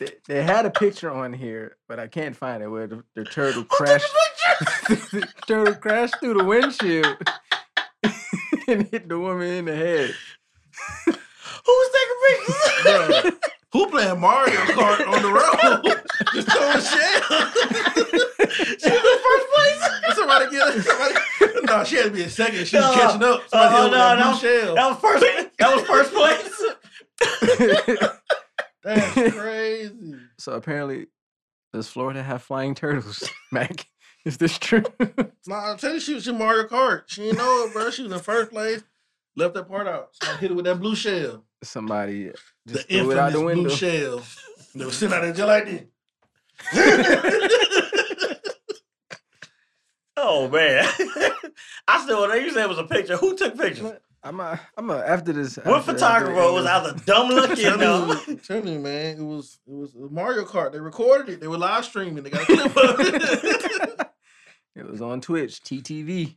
Speaker 2: They, they had a picture on here, but I can't find it where the, the turtle crashed. the turtle crashed through the windshield and hit the woman in the head.
Speaker 3: Who's taking pictures?
Speaker 1: Bro, who playing Mario Kart on the road? Just throwing shit.
Speaker 3: She was in first place.
Speaker 1: somebody get somebody she had to be in second. She was
Speaker 3: No.
Speaker 1: catching up. Somebody
Speaker 3: Oh,
Speaker 1: held her
Speaker 3: no,
Speaker 1: down
Speaker 3: no.
Speaker 1: blue shell.
Speaker 3: That was first. That was first place.
Speaker 1: That's crazy.
Speaker 2: so apparently, does Florida have flying turtles, Mac? Is this true?
Speaker 1: Nah, I tell you, she was in Mario Kart. She didn't know it, bro. She was in first place. Left that part out. So I hit it with that blue shell.
Speaker 2: Somebody just
Speaker 1: the
Speaker 2: threw it
Speaker 1: infamous
Speaker 2: out the window.
Speaker 1: blue shell. They were sitting out there just like this.
Speaker 3: Oh man, I still. They used to say it was a picture. Who took pictures?
Speaker 2: I'm a, I'm a, after this.
Speaker 3: What
Speaker 2: after- after
Speaker 3: photographer
Speaker 2: the end
Speaker 3: was
Speaker 2: of-
Speaker 3: either dumb lucky
Speaker 1: Tell
Speaker 3: enough?
Speaker 1: me, tell me, man, it was it was Mario Kart. They recorded it. They were live streaming. They got a clip of it.
Speaker 2: It was on Twitch, TTV.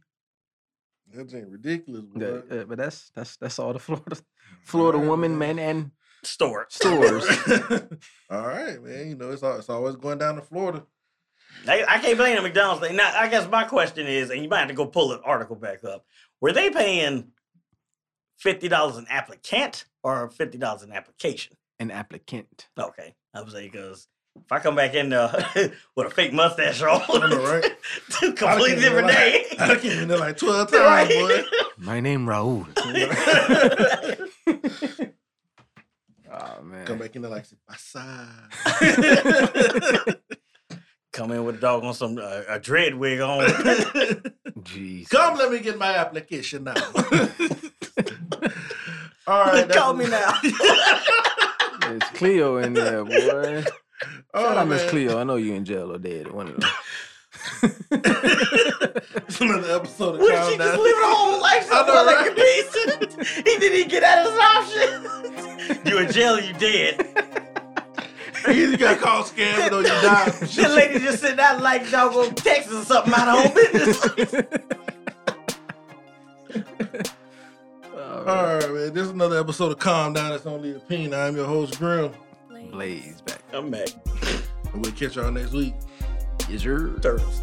Speaker 1: that thing ridiculous,
Speaker 2: Yeah,
Speaker 1: bro.
Speaker 2: uh, but that's that's that's all the Florida Florida
Speaker 1: Alright,
Speaker 2: woman,
Speaker 1: man.
Speaker 2: men, and
Speaker 3: Store.
Speaker 2: stores.
Speaker 1: all right, man. You know it's all, it's always going down to Florida.
Speaker 3: I, I can't blame the McDonald's thing. Now, I guess my question is, and you might have to go pull an article back up. Were they paying fifty dollars an applicant or fifty dollars an application?
Speaker 2: An applicant.
Speaker 3: Okay, I was saying because if I come back in uh, with a fake mustache on,
Speaker 1: I know, right?
Speaker 3: completely different day.
Speaker 1: I came in there like twelve times, boy.
Speaker 3: Right?
Speaker 2: My name Raul. Oh
Speaker 1: Come
Speaker 2: man.
Speaker 1: back in there like "Pasa."
Speaker 3: Come in with a dog on some uh, a dread wig on.
Speaker 2: Jeez.
Speaker 1: Come, let me get my application now. all right, that's-
Speaker 3: Call me now.
Speaker 2: It's Cleo in there, boy.
Speaker 1: Oh,
Speaker 2: Shout out Miss
Speaker 1: man.
Speaker 2: Cleo. I know you in jail or dead. One of them.
Speaker 1: It's another episode of
Speaker 3: What if
Speaker 1: Calm
Speaker 3: she
Speaker 1: Down.
Speaker 3: just living a whole life
Speaker 1: I know,
Speaker 3: somewhere like a
Speaker 1: right?
Speaker 3: beast? He didn't even get out of his option. you in jail, you dead.
Speaker 1: You got called scam though you died. from
Speaker 3: This
Speaker 1: shit.
Speaker 3: lady just sitting out like dog on Texas or something out of home business.
Speaker 2: Oh,
Speaker 1: All
Speaker 2: man.
Speaker 1: right, man. This is another episode of Calm Down. It's only a opinion. I'm your host, Grim,
Speaker 2: Blaze back.
Speaker 3: I'm back.
Speaker 1: and we'll catch y'all next week.
Speaker 2: Is your
Speaker 3: Turtles.